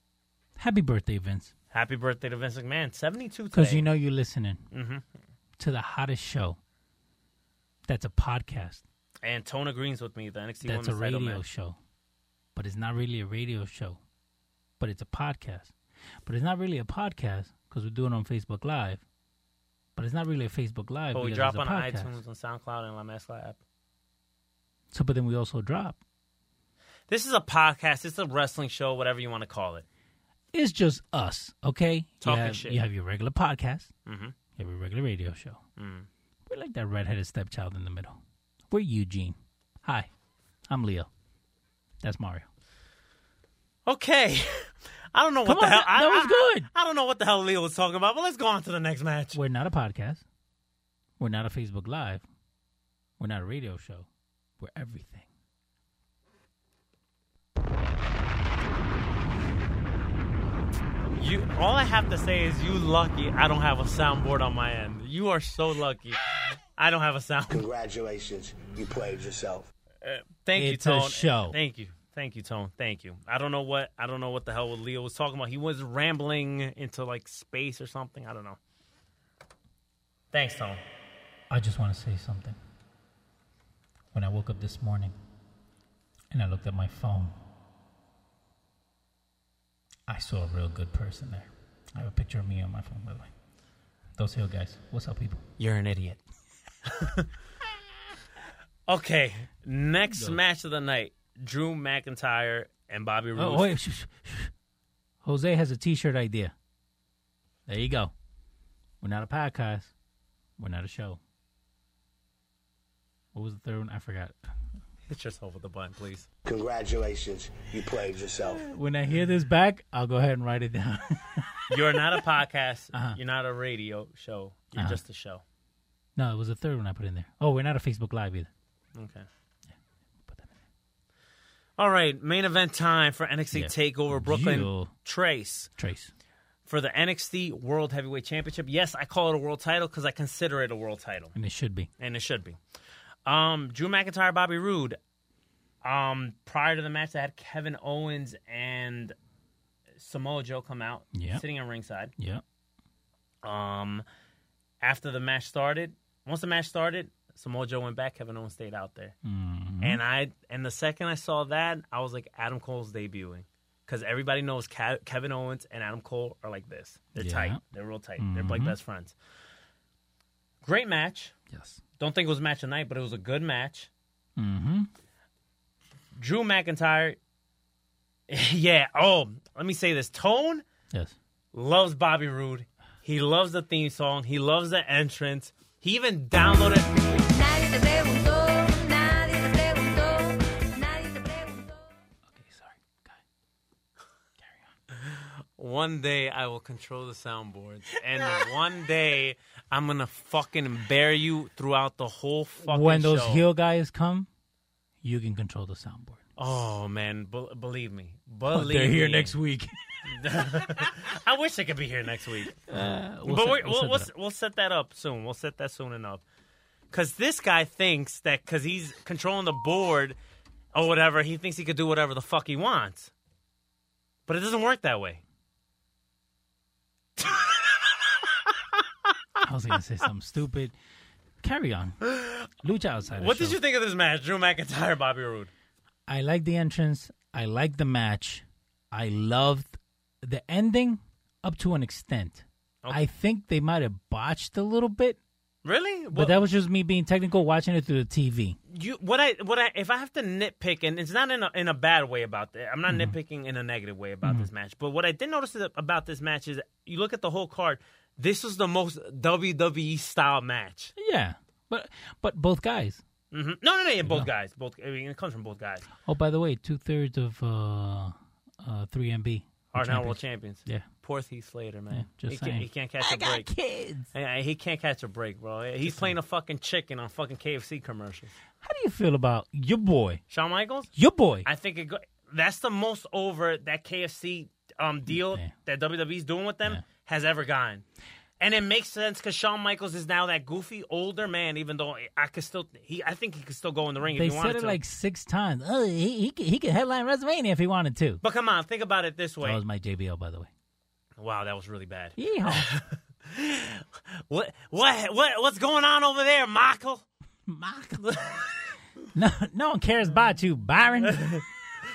[SPEAKER 6] Happy birthday, Vince.
[SPEAKER 5] Happy birthday to Vince McMahon, seventy two.
[SPEAKER 6] Because you know you're listening
[SPEAKER 5] hmm
[SPEAKER 6] to the hottest show. That's a podcast.
[SPEAKER 5] and Tona Green's with me, the NXT
[SPEAKER 6] That's
[SPEAKER 5] Women's
[SPEAKER 6] a
[SPEAKER 5] title
[SPEAKER 6] radio
[SPEAKER 5] match.
[SPEAKER 6] show. But it's not really a radio show. But it's a podcast. But it's not really a podcast because we do it on Facebook Live. But it's not really a Facebook Live.
[SPEAKER 5] But we
[SPEAKER 6] because
[SPEAKER 5] drop
[SPEAKER 6] it's a
[SPEAKER 5] on
[SPEAKER 6] podcast.
[SPEAKER 5] iTunes and SoundCloud and La Mezcla app.
[SPEAKER 6] So, but then we also drop.
[SPEAKER 5] This is a podcast. It's a wrestling show, whatever you want to call it.
[SPEAKER 6] It's just us, okay?
[SPEAKER 5] Talking
[SPEAKER 6] you have,
[SPEAKER 5] shit.
[SPEAKER 6] You have your regular podcast.
[SPEAKER 5] Mhm.
[SPEAKER 6] You have your regular radio show.
[SPEAKER 5] Mm.
[SPEAKER 6] We're like that redheaded stepchild in the middle. We're Eugene. Hi, I'm Leo. That's Mario.
[SPEAKER 5] Okay, [laughs] I don't know
[SPEAKER 6] Come
[SPEAKER 5] what the
[SPEAKER 6] on,
[SPEAKER 5] hell.
[SPEAKER 6] that-
[SPEAKER 5] I,
[SPEAKER 6] that was
[SPEAKER 5] I-
[SPEAKER 6] good.
[SPEAKER 5] I, don't know what the hell Leo was talking about, but let's go on to the next match.
[SPEAKER 6] We're not a podcast. We're not a Facebook Live. We're not a radio show. We're everything.
[SPEAKER 5] You, all I have to say is you lucky. I don't have a soundboard on my end. You are so lucky. I don't have a sound.
[SPEAKER 8] Congratulations, you played yourself.
[SPEAKER 5] Thank
[SPEAKER 6] It's a
[SPEAKER 5] you, Tone.
[SPEAKER 6] show.
[SPEAKER 5] Thank you. Thank you, Tone. Thank you. I don't know what I don't know what the hell Leo was talking about. He was rambling into like space or something. I don't know. Thanks, Tone.
[SPEAKER 6] I just want to say something. When I woke up this morning and I looked at my phone, I saw a real good person there. I have a picture of me on my phone, by the way. Those hill guys. What's up, people?
[SPEAKER 5] You're an idiot. Okay. Next match of the night: Drew McIntyre and Bobby Roode.
[SPEAKER 6] Oh, wait. Jose has a t shirt idea. There you go. We're not a podcast, we're not a show. What was the third one? I forgot.
[SPEAKER 5] [laughs] Hit yourself with the button, please.
[SPEAKER 8] Congratulations, you played yourself.
[SPEAKER 6] When I hear this back, I'll go ahead and write it down.
[SPEAKER 5] You're not a
[SPEAKER 6] [laughs]
[SPEAKER 5] podcast.
[SPEAKER 6] Uh-huh.
[SPEAKER 5] You're not a radio show. You're
[SPEAKER 6] Uh-huh.
[SPEAKER 5] just a show.
[SPEAKER 6] no, it was the third one I put in there. Oh, we're not a Facebook Live either.
[SPEAKER 5] Okay. All right, main event time for NXT Takeover Brooklyn.
[SPEAKER 6] Ew.
[SPEAKER 5] Trace
[SPEAKER 6] Trace.
[SPEAKER 5] for the NXT World Heavyweight Championship. Yes, I call it a world title because I consider it a world title,
[SPEAKER 6] And it should be.
[SPEAKER 5] and it should be. Um, Drew McIntyre, Bobby Roode. Um, prior to the match, they had Kevin Owens and Samoa Joe come out,
[SPEAKER 6] Yeah.
[SPEAKER 5] sitting on ringside.
[SPEAKER 6] Yeah.
[SPEAKER 5] Um, after the match started, once the match started, Samoa Joe went back. Kevin Owens stayed out there,
[SPEAKER 6] Mm-hmm.
[SPEAKER 5] and I and the second I saw that, I was like, Adam Cole's debuting because everybody knows Ca- Kevin Owens and Adam Cole are like this. They're
[SPEAKER 6] Yeah.
[SPEAKER 5] tight. They're real tight. They're like
[SPEAKER 6] Mhm.
[SPEAKER 5] best friends. Great match.
[SPEAKER 6] Yes.
[SPEAKER 5] Don't think it was a match of the night, but it was a good match.
[SPEAKER 6] Mm-hmm.
[SPEAKER 5] Drew McIntyre. [laughs] yeah. Oh, let me say this. Tone
[SPEAKER 6] Yes.
[SPEAKER 5] loves Bobby Roode. He loves the theme song. He loves the entrance. He even downloaded.
[SPEAKER 13] Nadie te preguntó, nadie te preguntó, nadie te preguntó.
[SPEAKER 5] One day I will control the soundboards, and one day I'm gonna fucking bear you throughout the whole fucking
[SPEAKER 6] when those
[SPEAKER 5] show.
[SPEAKER 6] heel guys come, you can control the soundboard.
[SPEAKER 5] Oh man, Bel believe me,
[SPEAKER 6] But
[SPEAKER 5] believe
[SPEAKER 6] they're here
[SPEAKER 5] me.
[SPEAKER 6] next week.
[SPEAKER 5] I wish they could be here next week.
[SPEAKER 6] [laughs] Uh, we'll
[SPEAKER 5] but
[SPEAKER 6] set-
[SPEAKER 5] we-
[SPEAKER 6] we'll set
[SPEAKER 5] we'll, we'll,
[SPEAKER 6] that
[SPEAKER 5] s- we'll set that up soon. We'll set that soon enough. Because this guy thinks that because he's controlling the board or whatever, he thinks he could do whatever the fuck he wants. But it doesn't work that way.
[SPEAKER 6] I was gonna say something stupid. Carry on. [gasps] Lucha outside.
[SPEAKER 5] What did you think of this match, Drew McIntyre, Bobby Roode?
[SPEAKER 6] I like the entrance. I like the match. I loved the ending up to an extent. I think they might have botched a little bit,
[SPEAKER 5] Really?
[SPEAKER 6] but
[SPEAKER 5] What,
[SPEAKER 6] that was just me being technical, watching it through the TV.
[SPEAKER 5] you, what I what I if I have to nitpick, and it's not in a, in a bad way about that. I'm not
[SPEAKER 6] Mm-hmm.
[SPEAKER 5] nitpicking in a negative way about this match. But what I did notice is- about this match is you look at the whole card. This was the most WWE style match.
[SPEAKER 6] Yeah, but but both guys.
[SPEAKER 5] hmm No, no, no. Yeah, both guys. Both. I mean, it comes from both guys.
[SPEAKER 6] Oh, by the way, two thirds of uh, uh, 3MB
[SPEAKER 5] Are now world champions.
[SPEAKER 6] Yeah.
[SPEAKER 5] Poor Heath Slater, man.
[SPEAKER 6] just
[SPEAKER 5] he, can't,
[SPEAKER 6] saying.
[SPEAKER 5] he can't catch a break.
[SPEAKER 6] kids.
[SPEAKER 5] Yeah, he can't catch a break, bro. He's playing a fucking chicken on fucking KFC commercials.
[SPEAKER 6] How do you feel about your boy?
[SPEAKER 5] Shawn Michaels.
[SPEAKER 6] Your boy.
[SPEAKER 5] I think it. Go- that's the most over that KFC um deal that WWE's doing with them has ever gotten. And it makes sense because Shawn Michaels is now that goofy older man. Even though I could still, he I think he could still go in the ring
[SPEAKER 6] they
[SPEAKER 5] if he wanted
[SPEAKER 6] said it
[SPEAKER 5] to.
[SPEAKER 6] like six times. Oh, he he could, he could headline WrestleMania if he wanted to.
[SPEAKER 5] but come on, think about it this way.
[SPEAKER 6] That was my JBL, by the way.
[SPEAKER 5] wow, that was really bad.
[SPEAKER 6] Yeehaw.
[SPEAKER 5] What what what what's going on over there, Michael?
[SPEAKER 6] Michael. [laughs] no, no one cares about you, [laughs] Byron.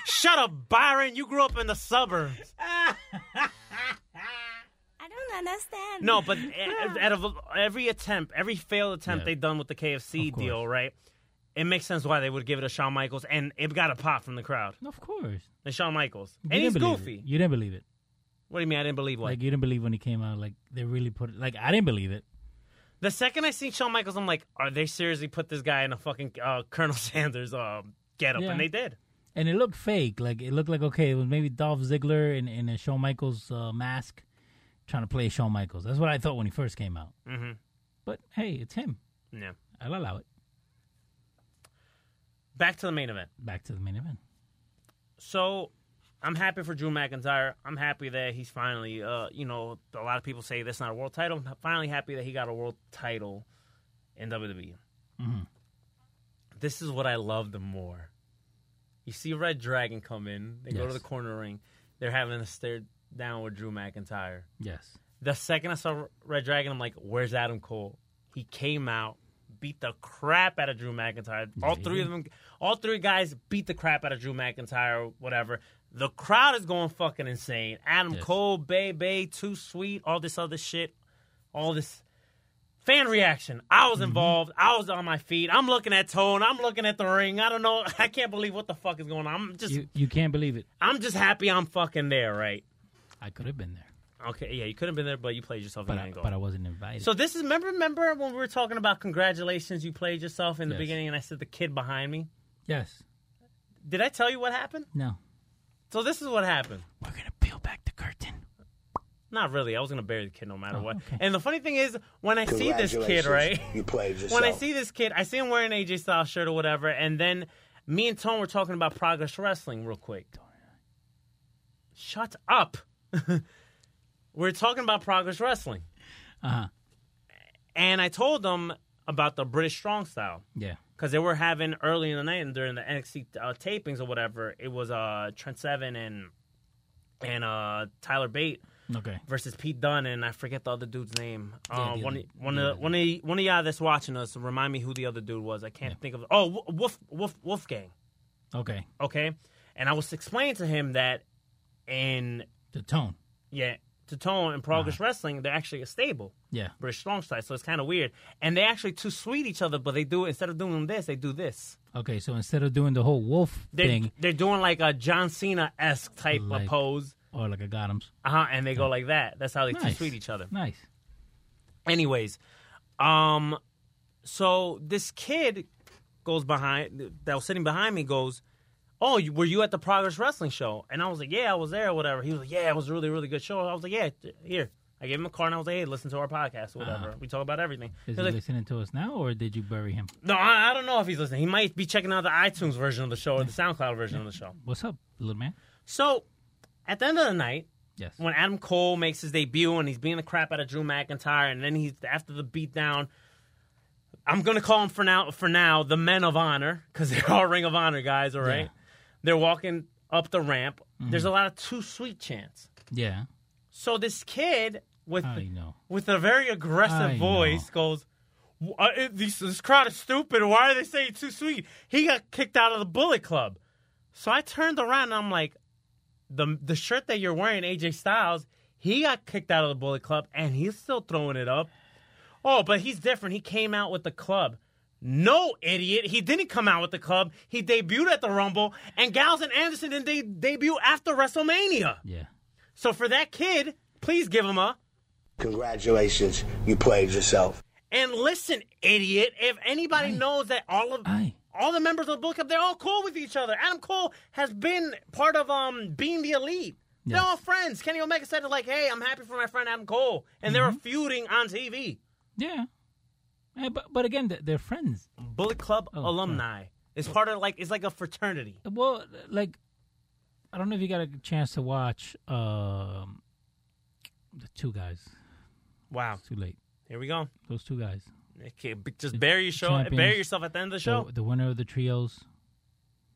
[SPEAKER 5] Shut up, Byron. You grew up in
[SPEAKER 13] [laughs]
[SPEAKER 5] the suburbs.
[SPEAKER 13] I don't understand.
[SPEAKER 5] No, but a- out of every attempt, every failed attempt they've done with the KFC deal, right? It makes sense why they would give it to Shawn Michaels, and it got a pop from the crowd.
[SPEAKER 6] of course.
[SPEAKER 5] And Shawn Michaels,
[SPEAKER 6] You
[SPEAKER 5] and
[SPEAKER 6] didn't
[SPEAKER 5] he's
[SPEAKER 6] believe
[SPEAKER 5] goofy.
[SPEAKER 6] it. You didn't believe it.
[SPEAKER 5] What do you mean? I didn't believe what?
[SPEAKER 6] Like you didn't believe when he came out. Like they really put it. Like I didn't believe it.
[SPEAKER 5] the second I seen Shawn Michaels, I'm like, are they seriously put this guy in a fucking uh, Colonel [laughs] Sanders uh, get up?
[SPEAKER 6] Yeah.
[SPEAKER 5] And they did.
[SPEAKER 6] And it looked fake. Like it looked like okay, it was maybe Dolph Ziggler in, in a Shawn Michaels uh, mask, trying to play Shawn Michaels. That's what I thought when he first came out.
[SPEAKER 5] Mm-hmm.
[SPEAKER 6] But hey, it's him.
[SPEAKER 5] Yeah.
[SPEAKER 6] I'll allow it.
[SPEAKER 5] Back to the main event.
[SPEAKER 6] Back to the main event.
[SPEAKER 5] So I'm happy for Drew McIntyre. I'm happy that he's finally, uh, you know, a lot of people say that's not a world title. I'm finally happy that he got a world title in WWE.
[SPEAKER 6] Mhm.
[SPEAKER 5] This is what I love the more. You see Red Dragon come in, they go to
[SPEAKER 6] Yes.
[SPEAKER 5] the corner ring, they're having a stare down with Drew McIntyre.
[SPEAKER 6] Yes.
[SPEAKER 5] The second I saw Red Dragon, I'm like, where's Adam Cole? He came out, beat the crap out of Drew McIntyre. All
[SPEAKER 6] he
[SPEAKER 5] three of them, all three guys beat the crap out of Drew McIntyre, whatever. The crowd is going fucking insane. Adam
[SPEAKER 6] Yes.
[SPEAKER 5] Cole, Bay Bay, Too Sweet, all this other shit, all this fan reaction. I
[SPEAKER 6] Mm-hmm.
[SPEAKER 5] was involved. I was on my feet. I'm looking at Tone. I'm looking at the ring. I don't know. [laughs] I can't believe what the fuck is going on. I'm just,
[SPEAKER 6] You you can't believe it.
[SPEAKER 5] I'm just happy I'm fucking there, right?
[SPEAKER 6] I could have been there,
[SPEAKER 5] Okay, yeah, you could have been there, but you played yourself
[SPEAKER 6] but
[SPEAKER 5] in the
[SPEAKER 6] I,
[SPEAKER 5] angle.
[SPEAKER 6] but I wasn't invited.
[SPEAKER 5] So this is remember remember when we were talking about congratulations you played yourself in the
[SPEAKER 6] Yes.
[SPEAKER 5] beginning and I said the kid behind me.
[SPEAKER 6] yes.
[SPEAKER 5] Did I tell you what happened?
[SPEAKER 6] No.
[SPEAKER 5] So this is what happened.
[SPEAKER 6] We're gonna peel back the curtain.
[SPEAKER 5] Not really. I was gonna bury the kid no matter what.
[SPEAKER 6] Oh, okay.
[SPEAKER 5] And the funny thing is, when I see this kid, right? [laughs]
[SPEAKER 8] You played yourself.
[SPEAKER 5] When I see this kid, I see him wearing an AJ Styles shirt or whatever, and then Me and Tone were talking about Progress Wrestling real quick. Shut up. [laughs] we're talking about Progress Wrestling.
[SPEAKER 6] Uh-huh.
[SPEAKER 5] And I told them about the British Strong Style.
[SPEAKER 6] Yeah.
[SPEAKER 5] Because they were having early in the night and during the NXT uh, tapings or whatever, it was uh, Trent Seven and and uh, Tyler Bate
[SPEAKER 6] Okay.
[SPEAKER 5] versus Pete Dunn and I forget the other dude's name.
[SPEAKER 6] the
[SPEAKER 5] Uh,
[SPEAKER 6] other-
[SPEAKER 5] one one of one of y- one of y'all that's watching us remind me who the other dude was. I can't think of. Oh, Wo- Wolf Wolf Wolfgang.
[SPEAKER 6] Okay.
[SPEAKER 5] Okay, and I was explaining to him that in
[SPEAKER 6] The tone.
[SPEAKER 5] yeah to tone and Progress
[SPEAKER 6] Uh-huh.
[SPEAKER 5] Wrestling they're actually a stable.
[SPEAKER 6] Yeah.
[SPEAKER 5] British Strong Style, so it's kind of weird. And they actually too sweet each other, but they do instead of doing this, they do this.
[SPEAKER 6] Okay. So instead of doing the whole wolf
[SPEAKER 5] They're,
[SPEAKER 6] thing
[SPEAKER 5] they're doing like a John Cena esque type
[SPEAKER 6] Like-
[SPEAKER 5] of pose,
[SPEAKER 6] or like a Gotham's.
[SPEAKER 5] uh huh, and they go like that. That's how they too
[SPEAKER 6] Nice.
[SPEAKER 5] sweet each other.
[SPEAKER 6] Nice.
[SPEAKER 5] Anyways, um, so this kid goes behind that was sitting behind me goes, "Oh, you, were you at the Progress Wrestling show?" And I was like, "Yeah, I was there, or whatever." He was like, "Yeah, it was a really, really good show." I was like, "Yeah, th- here." I gave him a card and I was like, "Hey, listen to our podcast, or whatever.
[SPEAKER 6] Uh-huh.
[SPEAKER 5] We talk about everything."
[SPEAKER 6] Is
[SPEAKER 5] He's
[SPEAKER 6] he
[SPEAKER 5] like,
[SPEAKER 6] listening to us now, or did you bury him?
[SPEAKER 5] "No, I, I don't know if he's listening. He might be checking out the iTunes version of the show or
[SPEAKER 6] [laughs]
[SPEAKER 5] the SoundCloud version of the show."
[SPEAKER 6] What's up, little man?
[SPEAKER 5] So, at the end of the night,
[SPEAKER 6] Yes.
[SPEAKER 5] when Adam Cole makes his debut and he's beating the crap out of Drew McIntyre, and then he's after the beatdown, I'm gonna call him for now for now the Men of Honor because they're all Ring of Honor guys. All right,
[SPEAKER 6] Yeah.
[SPEAKER 5] they're walking up the ramp. There's a
[SPEAKER 6] Mhm.
[SPEAKER 5] lot of too sweet chants.
[SPEAKER 6] Yeah.
[SPEAKER 5] So this kid with
[SPEAKER 6] I know.
[SPEAKER 5] with a very aggressive
[SPEAKER 6] I
[SPEAKER 5] voice goes, "W- uh, it- these, "This crowd is stupid. Why are they saying too sweet?" He got kicked out of the Bullet Club. So I turned around and I'm like, "the the shirt that you're wearing, AJ Styles, he got kicked out of the Bullet Club, and he's still throwing it up." Oh, but he's different. He came out with the club. No, idiot. He didn't come out with the club. He debuted at the Rumble, and Gals and Anderson didn't de- debut after WrestleMania.
[SPEAKER 6] Yeah.
[SPEAKER 5] So for that kid, please give him a
[SPEAKER 8] Congratulations, you played yourself.
[SPEAKER 5] And listen, idiot, if anybody knows that all of all the members of the book club, they're all cool with each other. Adam Cole has been part of um being the elite. They're
[SPEAKER 6] Yes.
[SPEAKER 5] all friends. Kenny Omega said like, "Hey, I'm happy for my friend Adam Cole," and they were feuding on TV.
[SPEAKER 6] Yeah. Eh, but but again, th- they're friends.
[SPEAKER 5] Bullet Club
[SPEAKER 6] Oh,
[SPEAKER 5] alumni. It's part of like it's like a fraternity.
[SPEAKER 6] Well, like, I don't know if you got a chance to watch um, the two guys.
[SPEAKER 5] Wow,
[SPEAKER 6] It's too late.
[SPEAKER 5] here we go.
[SPEAKER 6] Those two guys.
[SPEAKER 5] Okay, b- just bury your show,
[SPEAKER 6] Champions.
[SPEAKER 5] bury yourself at the end of the show.
[SPEAKER 6] The, the winner of the trios.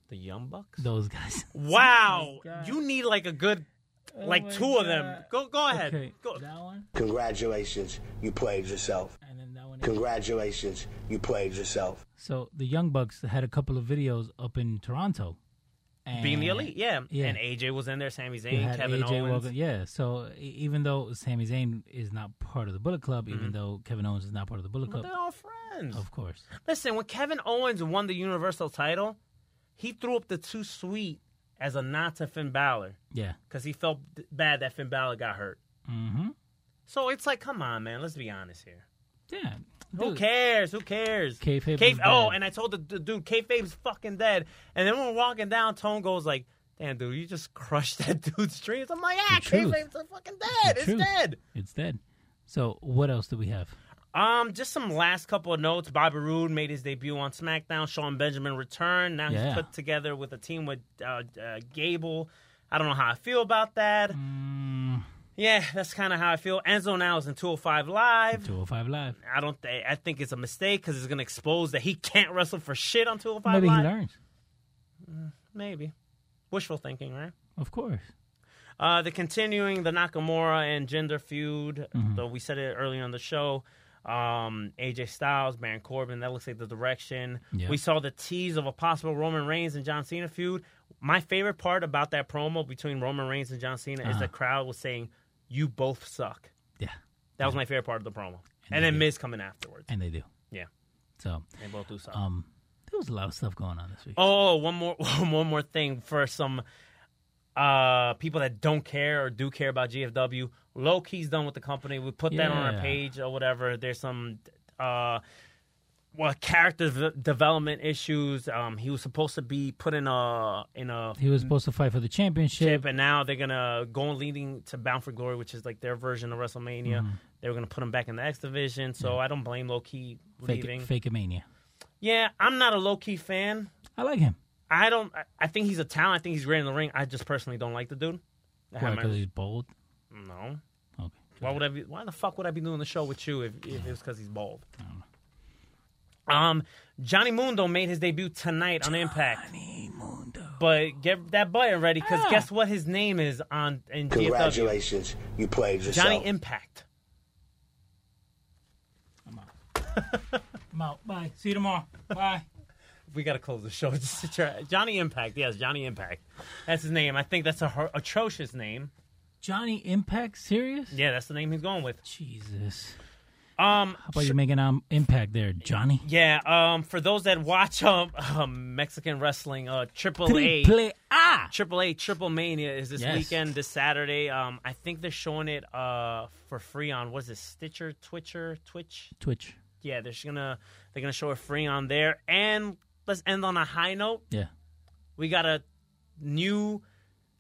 [SPEAKER 5] The Young Bucks.
[SPEAKER 6] Those guys. [laughs] Oh
[SPEAKER 5] Wow, you need like a good, like two of them. Go, go ahead.
[SPEAKER 8] Okay,
[SPEAKER 5] Go.
[SPEAKER 8] Congratulations, you played yourself. Congratulations, you played yourself.
[SPEAKER 6] So the Young Bucks had a couple of videos up in Toronto.
[SPEAKER 5] being the
[SPEAKER 6] And-
[SPEAKER 5] elite, yeah.
[SPEAKER 6] Yeah.
[SPEAKER 5] And AJ was in there, Sami
[SPEAKER 6] You
[SPEAKER 5] Zayn,
[SPEAKER 6] had
[SPEAKER 5] Kevin
[SPEAKER 6] AJ
[SPEAKER 5] Owens.
[SPEAKER 6] Wilson- yeah, so e- even though Sami Zayn is not part of the Bullet Club,
[SPEAKER 5] Mm-hmm.
[SPEAKER 6] even though Kevin Owens is not part of the Bullet
[SPEAKER 5] But
[SPEAKER 6] Club,
[SPEAKER 5] they're all friends.
[SPEAKER 6] of course.
[SPEAKER 5] Listen, when Kevin Owens won the Universal title, he threw up the too sweet as a nod to Finn Balor
[SPEAKER 6] Yeah.
[SPEAKER 5] because he felt d- bad that Finn Balor got hurt.
[SPEAKER 6] Mm-hmm.
[SPEAKER 5] So it's like, come on, man. Let's be honest here.
[SPEAKER 6] Yeah.
[SPEAKER 5] Who cares? Who cares?
[SPEAKER 6] Kayfabe
[SPEAKER 5] Kayf-
[SPEAKER 6] is
[SPEAKER 5] oh,
[SPEAKER 6] dead.
[SPEAKER 5] and I told the, the dude, kayfabe's fucking dead. And then when we're walking down, Tone goes like, "Damn, dude, you just [laughs] crushed that dude's dreams." I'm like, "Yeah,
[SPEAKER 6] The truth.
[SPEAKER 5] kayfabe's fucking dead.
[SPEAKER 6] The
[SPEAKER 5] it's
[SPEAKER 6] truth.
[SPEAKER 5] dead."
[SPEAKER 6] It's dead. So what else do we have?
[SPEAKER 5] Um, just some last couple of notes. Bobby Roode made his debut on SmackDown. Sean Benjamin returned. Now
[SPEAKER 6] Yeah.
[SPEAKER 5] he's put together with a team with uh, uh, Gable. I don't know how I feel about that.
[SPEAKER 6] Mm.
[SPEAKER 5] Yeah, that's kind of how I feel. Enzo now is in 205 Live.
[SPEAKER 6] 205 Live.
[SPEAKER 5] I don't. Th- I think it's a mistake because it's going to expose that he can't wrestle for shit on 205
[SPEAKER 6] Maybe
[SPEAKER 5] Live.
[SPEAKER 6] he learns.
[SPEAKER 5] Maybe. Wishful thinking, right?
[SPEAKER 6] Of course.
[SPEAKER 5] Uh, the continuing the Nakamura and gender feud,
[SPEAKER 6] Mhm.
[SPEAKER 5] though we said it earlier on the show. Um, AJ Styles, Baron Corbin, that looks like the direction.
[SPEAKER 6] Yeah.
[SPEAKER 5] We saw the tease of a possible Roman Reigns and John Cena feud. My favorite part about that promo between Roman Reigns and John Cena is
[SPEAKER 6] Uh-huh.
[SPEAKER 5] the crowd was saying, You both suck.
[SPEAKER 6] Yeah.
[SPEAKER 5] That was my favorite part of the promo. And, then Miz coming afterwards.
[SPEAKER 6] And they do.
[SPEAKER 5] Yeah.
[SPEAKER 6] So
[SPEAKER 5] They both do suck.
[SPEAKER 6] um there was a lot of stuff going on this week.
[SPEAKER 5] Oh, one more [laughs] one more thing for some uh people that don't care or do care about GFW. Low key's done with the company. We put that on
[SPEAKER 6] Yeah.
[SPEAKER 5] our page or whatever. There's some uh well character v- development issues. Um he was supposed to be put in a in a
[SPEAKER 6] He was supposed to fight for the championship.
[SPEAKER 5] chip and now they're gonna go on leading to Bound for Glory, which is like their version of WrestleMania.
[SPEAKER 6] Mhm.
[SPEAKER 5] They were gonna put him back in the X division, so I don't blame Low Key
[SPEAKER 6] Fake
[SPEAKER 5] leaving.
[SPEAKER 6] fake mania.
[SPEAKER 5] Yeah, I'm not a low key fan.
[SPEAKER 6] I like him.
[SPEAKER 5] I don't. I- I think he's a talent. I think he's great in the ring. I just personally don't like the dude. I have
[SPEAKER 6] Why?
[SPEAKER 5] my-
[SPEAKER 6] Because he's bold.
[SPEAKER 5] no. Okay. Why would I be? Why the fuck would I be doing the show with you if, if it was because he's bald? Um, Johnny Mundo made his debut tonight on Impact. Johnny Mundo. But get that button ready because guess what his name is on in GFW.
[SPEAKER 8] Congratulations, you played yourself.
[SPEAKER 5] Johnny Impact.
[SPEAKER 6] I'm out. Bye. See you tomorrow. Bye.
[SPEAKER 5] We gotta close the show. [laughs] Just to try- Johnny Impact. Yes, Johnny Impact. That's his name. I think that's a hor- atrocious name.
[SPEAKER 6] [laughs] Johnny Impact? Serious?
[SPEAKER 5] Yeah, that's the name he's going with.
[SPEAKER 6] Jesus.
[SPEAKER 5] Um,
[SPEAKER 6] How about you making an impact there, Johnny?
[SPEAKER 5] Yeah, um, for those that watch um, [laughs] um Mexican wrestling, uh, Triple
[SPEAKER 6] [laughs]
[SPEAKER 5] A,
[SPEAKER 6] Triple A,
[SPEAKER 5] Triple A, Triple Mania is this
[SPEAKER 6] Yes.
[SPEAKER 5] weekend, this Saturday. Um, I think they're showing it uh for free on what is it, Stitcher, Twitcher, Twitch?
[SPEAKER 6] Twitch.
[SPEAKER 5] Yeah, they're just gonna they're gonna show it free on there. And let's end on a high note.
[SPEAKER 6] Yeah.
[SPEAKER 5] we got a new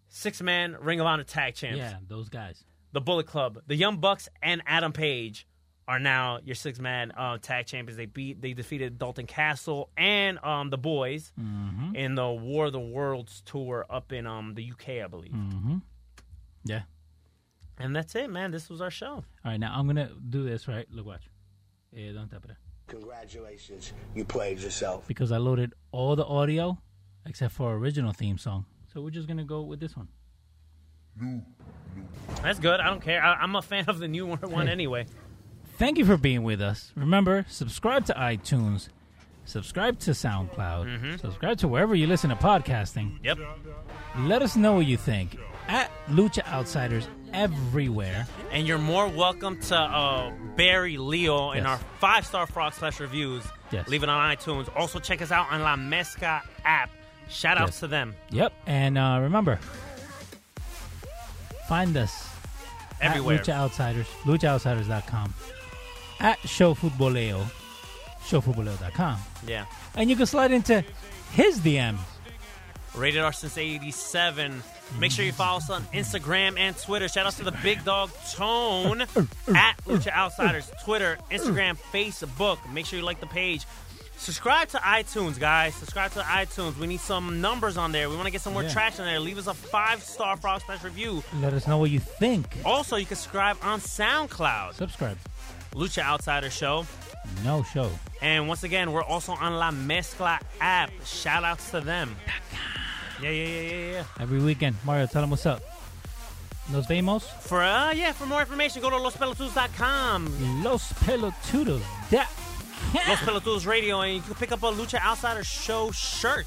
[SPEAKER 5] six man Ring of Honor tag champs.
[SPEAKER 6] Yeah, those guys.
[SPEAKER 5] the Bullet Club, the Young Bucks, and Adam Page are now your six man uh, tag champions. They beat they defeated Dalton Castle and um, the Boys
[SPEAKER 6] Mhm.
[SPEAKER 5] in the War of the Worlds tour up in um, the UK, I believe.
[SPEAKER 6] Mm-hmm. Yeah.
[SPEAKER 5] And that's it, man. This was our show.
[SPEAKER 6] All right, now I'm gonna do this. Right, look, watch. Eh, don't tap it.
[SPEAKER 8] Congratulations, you played yourself.
[SPEAKER 6] Because I loaded all the audio except for original theme song. So we're just gonna go with this one.
[SPEAKER 5] That's good. I don't care. I, I'm a fan of the new one- one anyway.
[SPEAKER 6] Thank you for being with us. Remember, subscribe to iTunes, subscribe to SoundCloud, subscribe to wherever you listen to podcasting.
[SPEAKER 5] Yep.
[SPEAKER 6] Let us know what you think at Lucha Outsiders everywhere.
[SPEAKER 5] And you're more welcome to uh, Barry Leo in
[SPEAKER 6] Yes.
[SPEAKER 5] our five star frog slash reviews.
[SPEAKER 6] Yes.
[SPEAKER 5] Leave it on iTunes. Also, check us out on La Mezca app. Shout outs
[SPEAKER 6] Yes.
[SPEAKER 5] to them.
[SPEAKER 6] Yep, and uh, remember, find us at
[SPEAKER 5] Everywhere.
[SPEAKER 6] Lucha Outsiders, luchaoutsiders.com, at showfutboleo, showfutboleo.com,
[SPEAKER 5] Yeah.
[SPEAKER 6] and you can slide into his DM.
[SPEAKER 5] Rated R since 87. Make sure you follow us on Instagram and Twitter. Shout out to the big dog Tone at Lucha Outsiders. Twitter, Instagram, Facebook. Make sure you like the page. Subscribe to iTunes, guys. Subscribe to iTunes. We need some numbers on there. We want to get some more
[SPEAKER 6] Yeah.
[SPEAKER 5] traction there. Leave us a five star Frog Splash review.
[SPEAKER 6] Let us know what you think.
[SPEAKER 5] Also, you can subscribe on SoundCloud,
[SPEAKER 6] Subscribe.
[SPEAKER 5] Lucha Outsider Show.
[SPEAKER 6] No show.
[SPEAKER 5] And once again, we're also on La Mezcla app. Shout outs to them. Yeah, yeah, yeah, yeah, yeah.
[SPEAKER 6] Every weekend. Mario, tell them what's up. Nos vemos.
[SPEAKER 5] For uh, yeah, for more information, go to lospelotudos.com.
[SPEAKER 6] Los pelotudos. That
[SPEAKER 5] Los Pelotudos Radio, and you can pick up a Lucha Outsider Show shirt.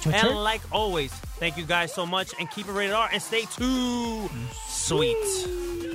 [SPEAKER 6] Shirt?
[SPEAKER 5] And like always, thank you guys so much, and keep it rated R, and stay too sweet.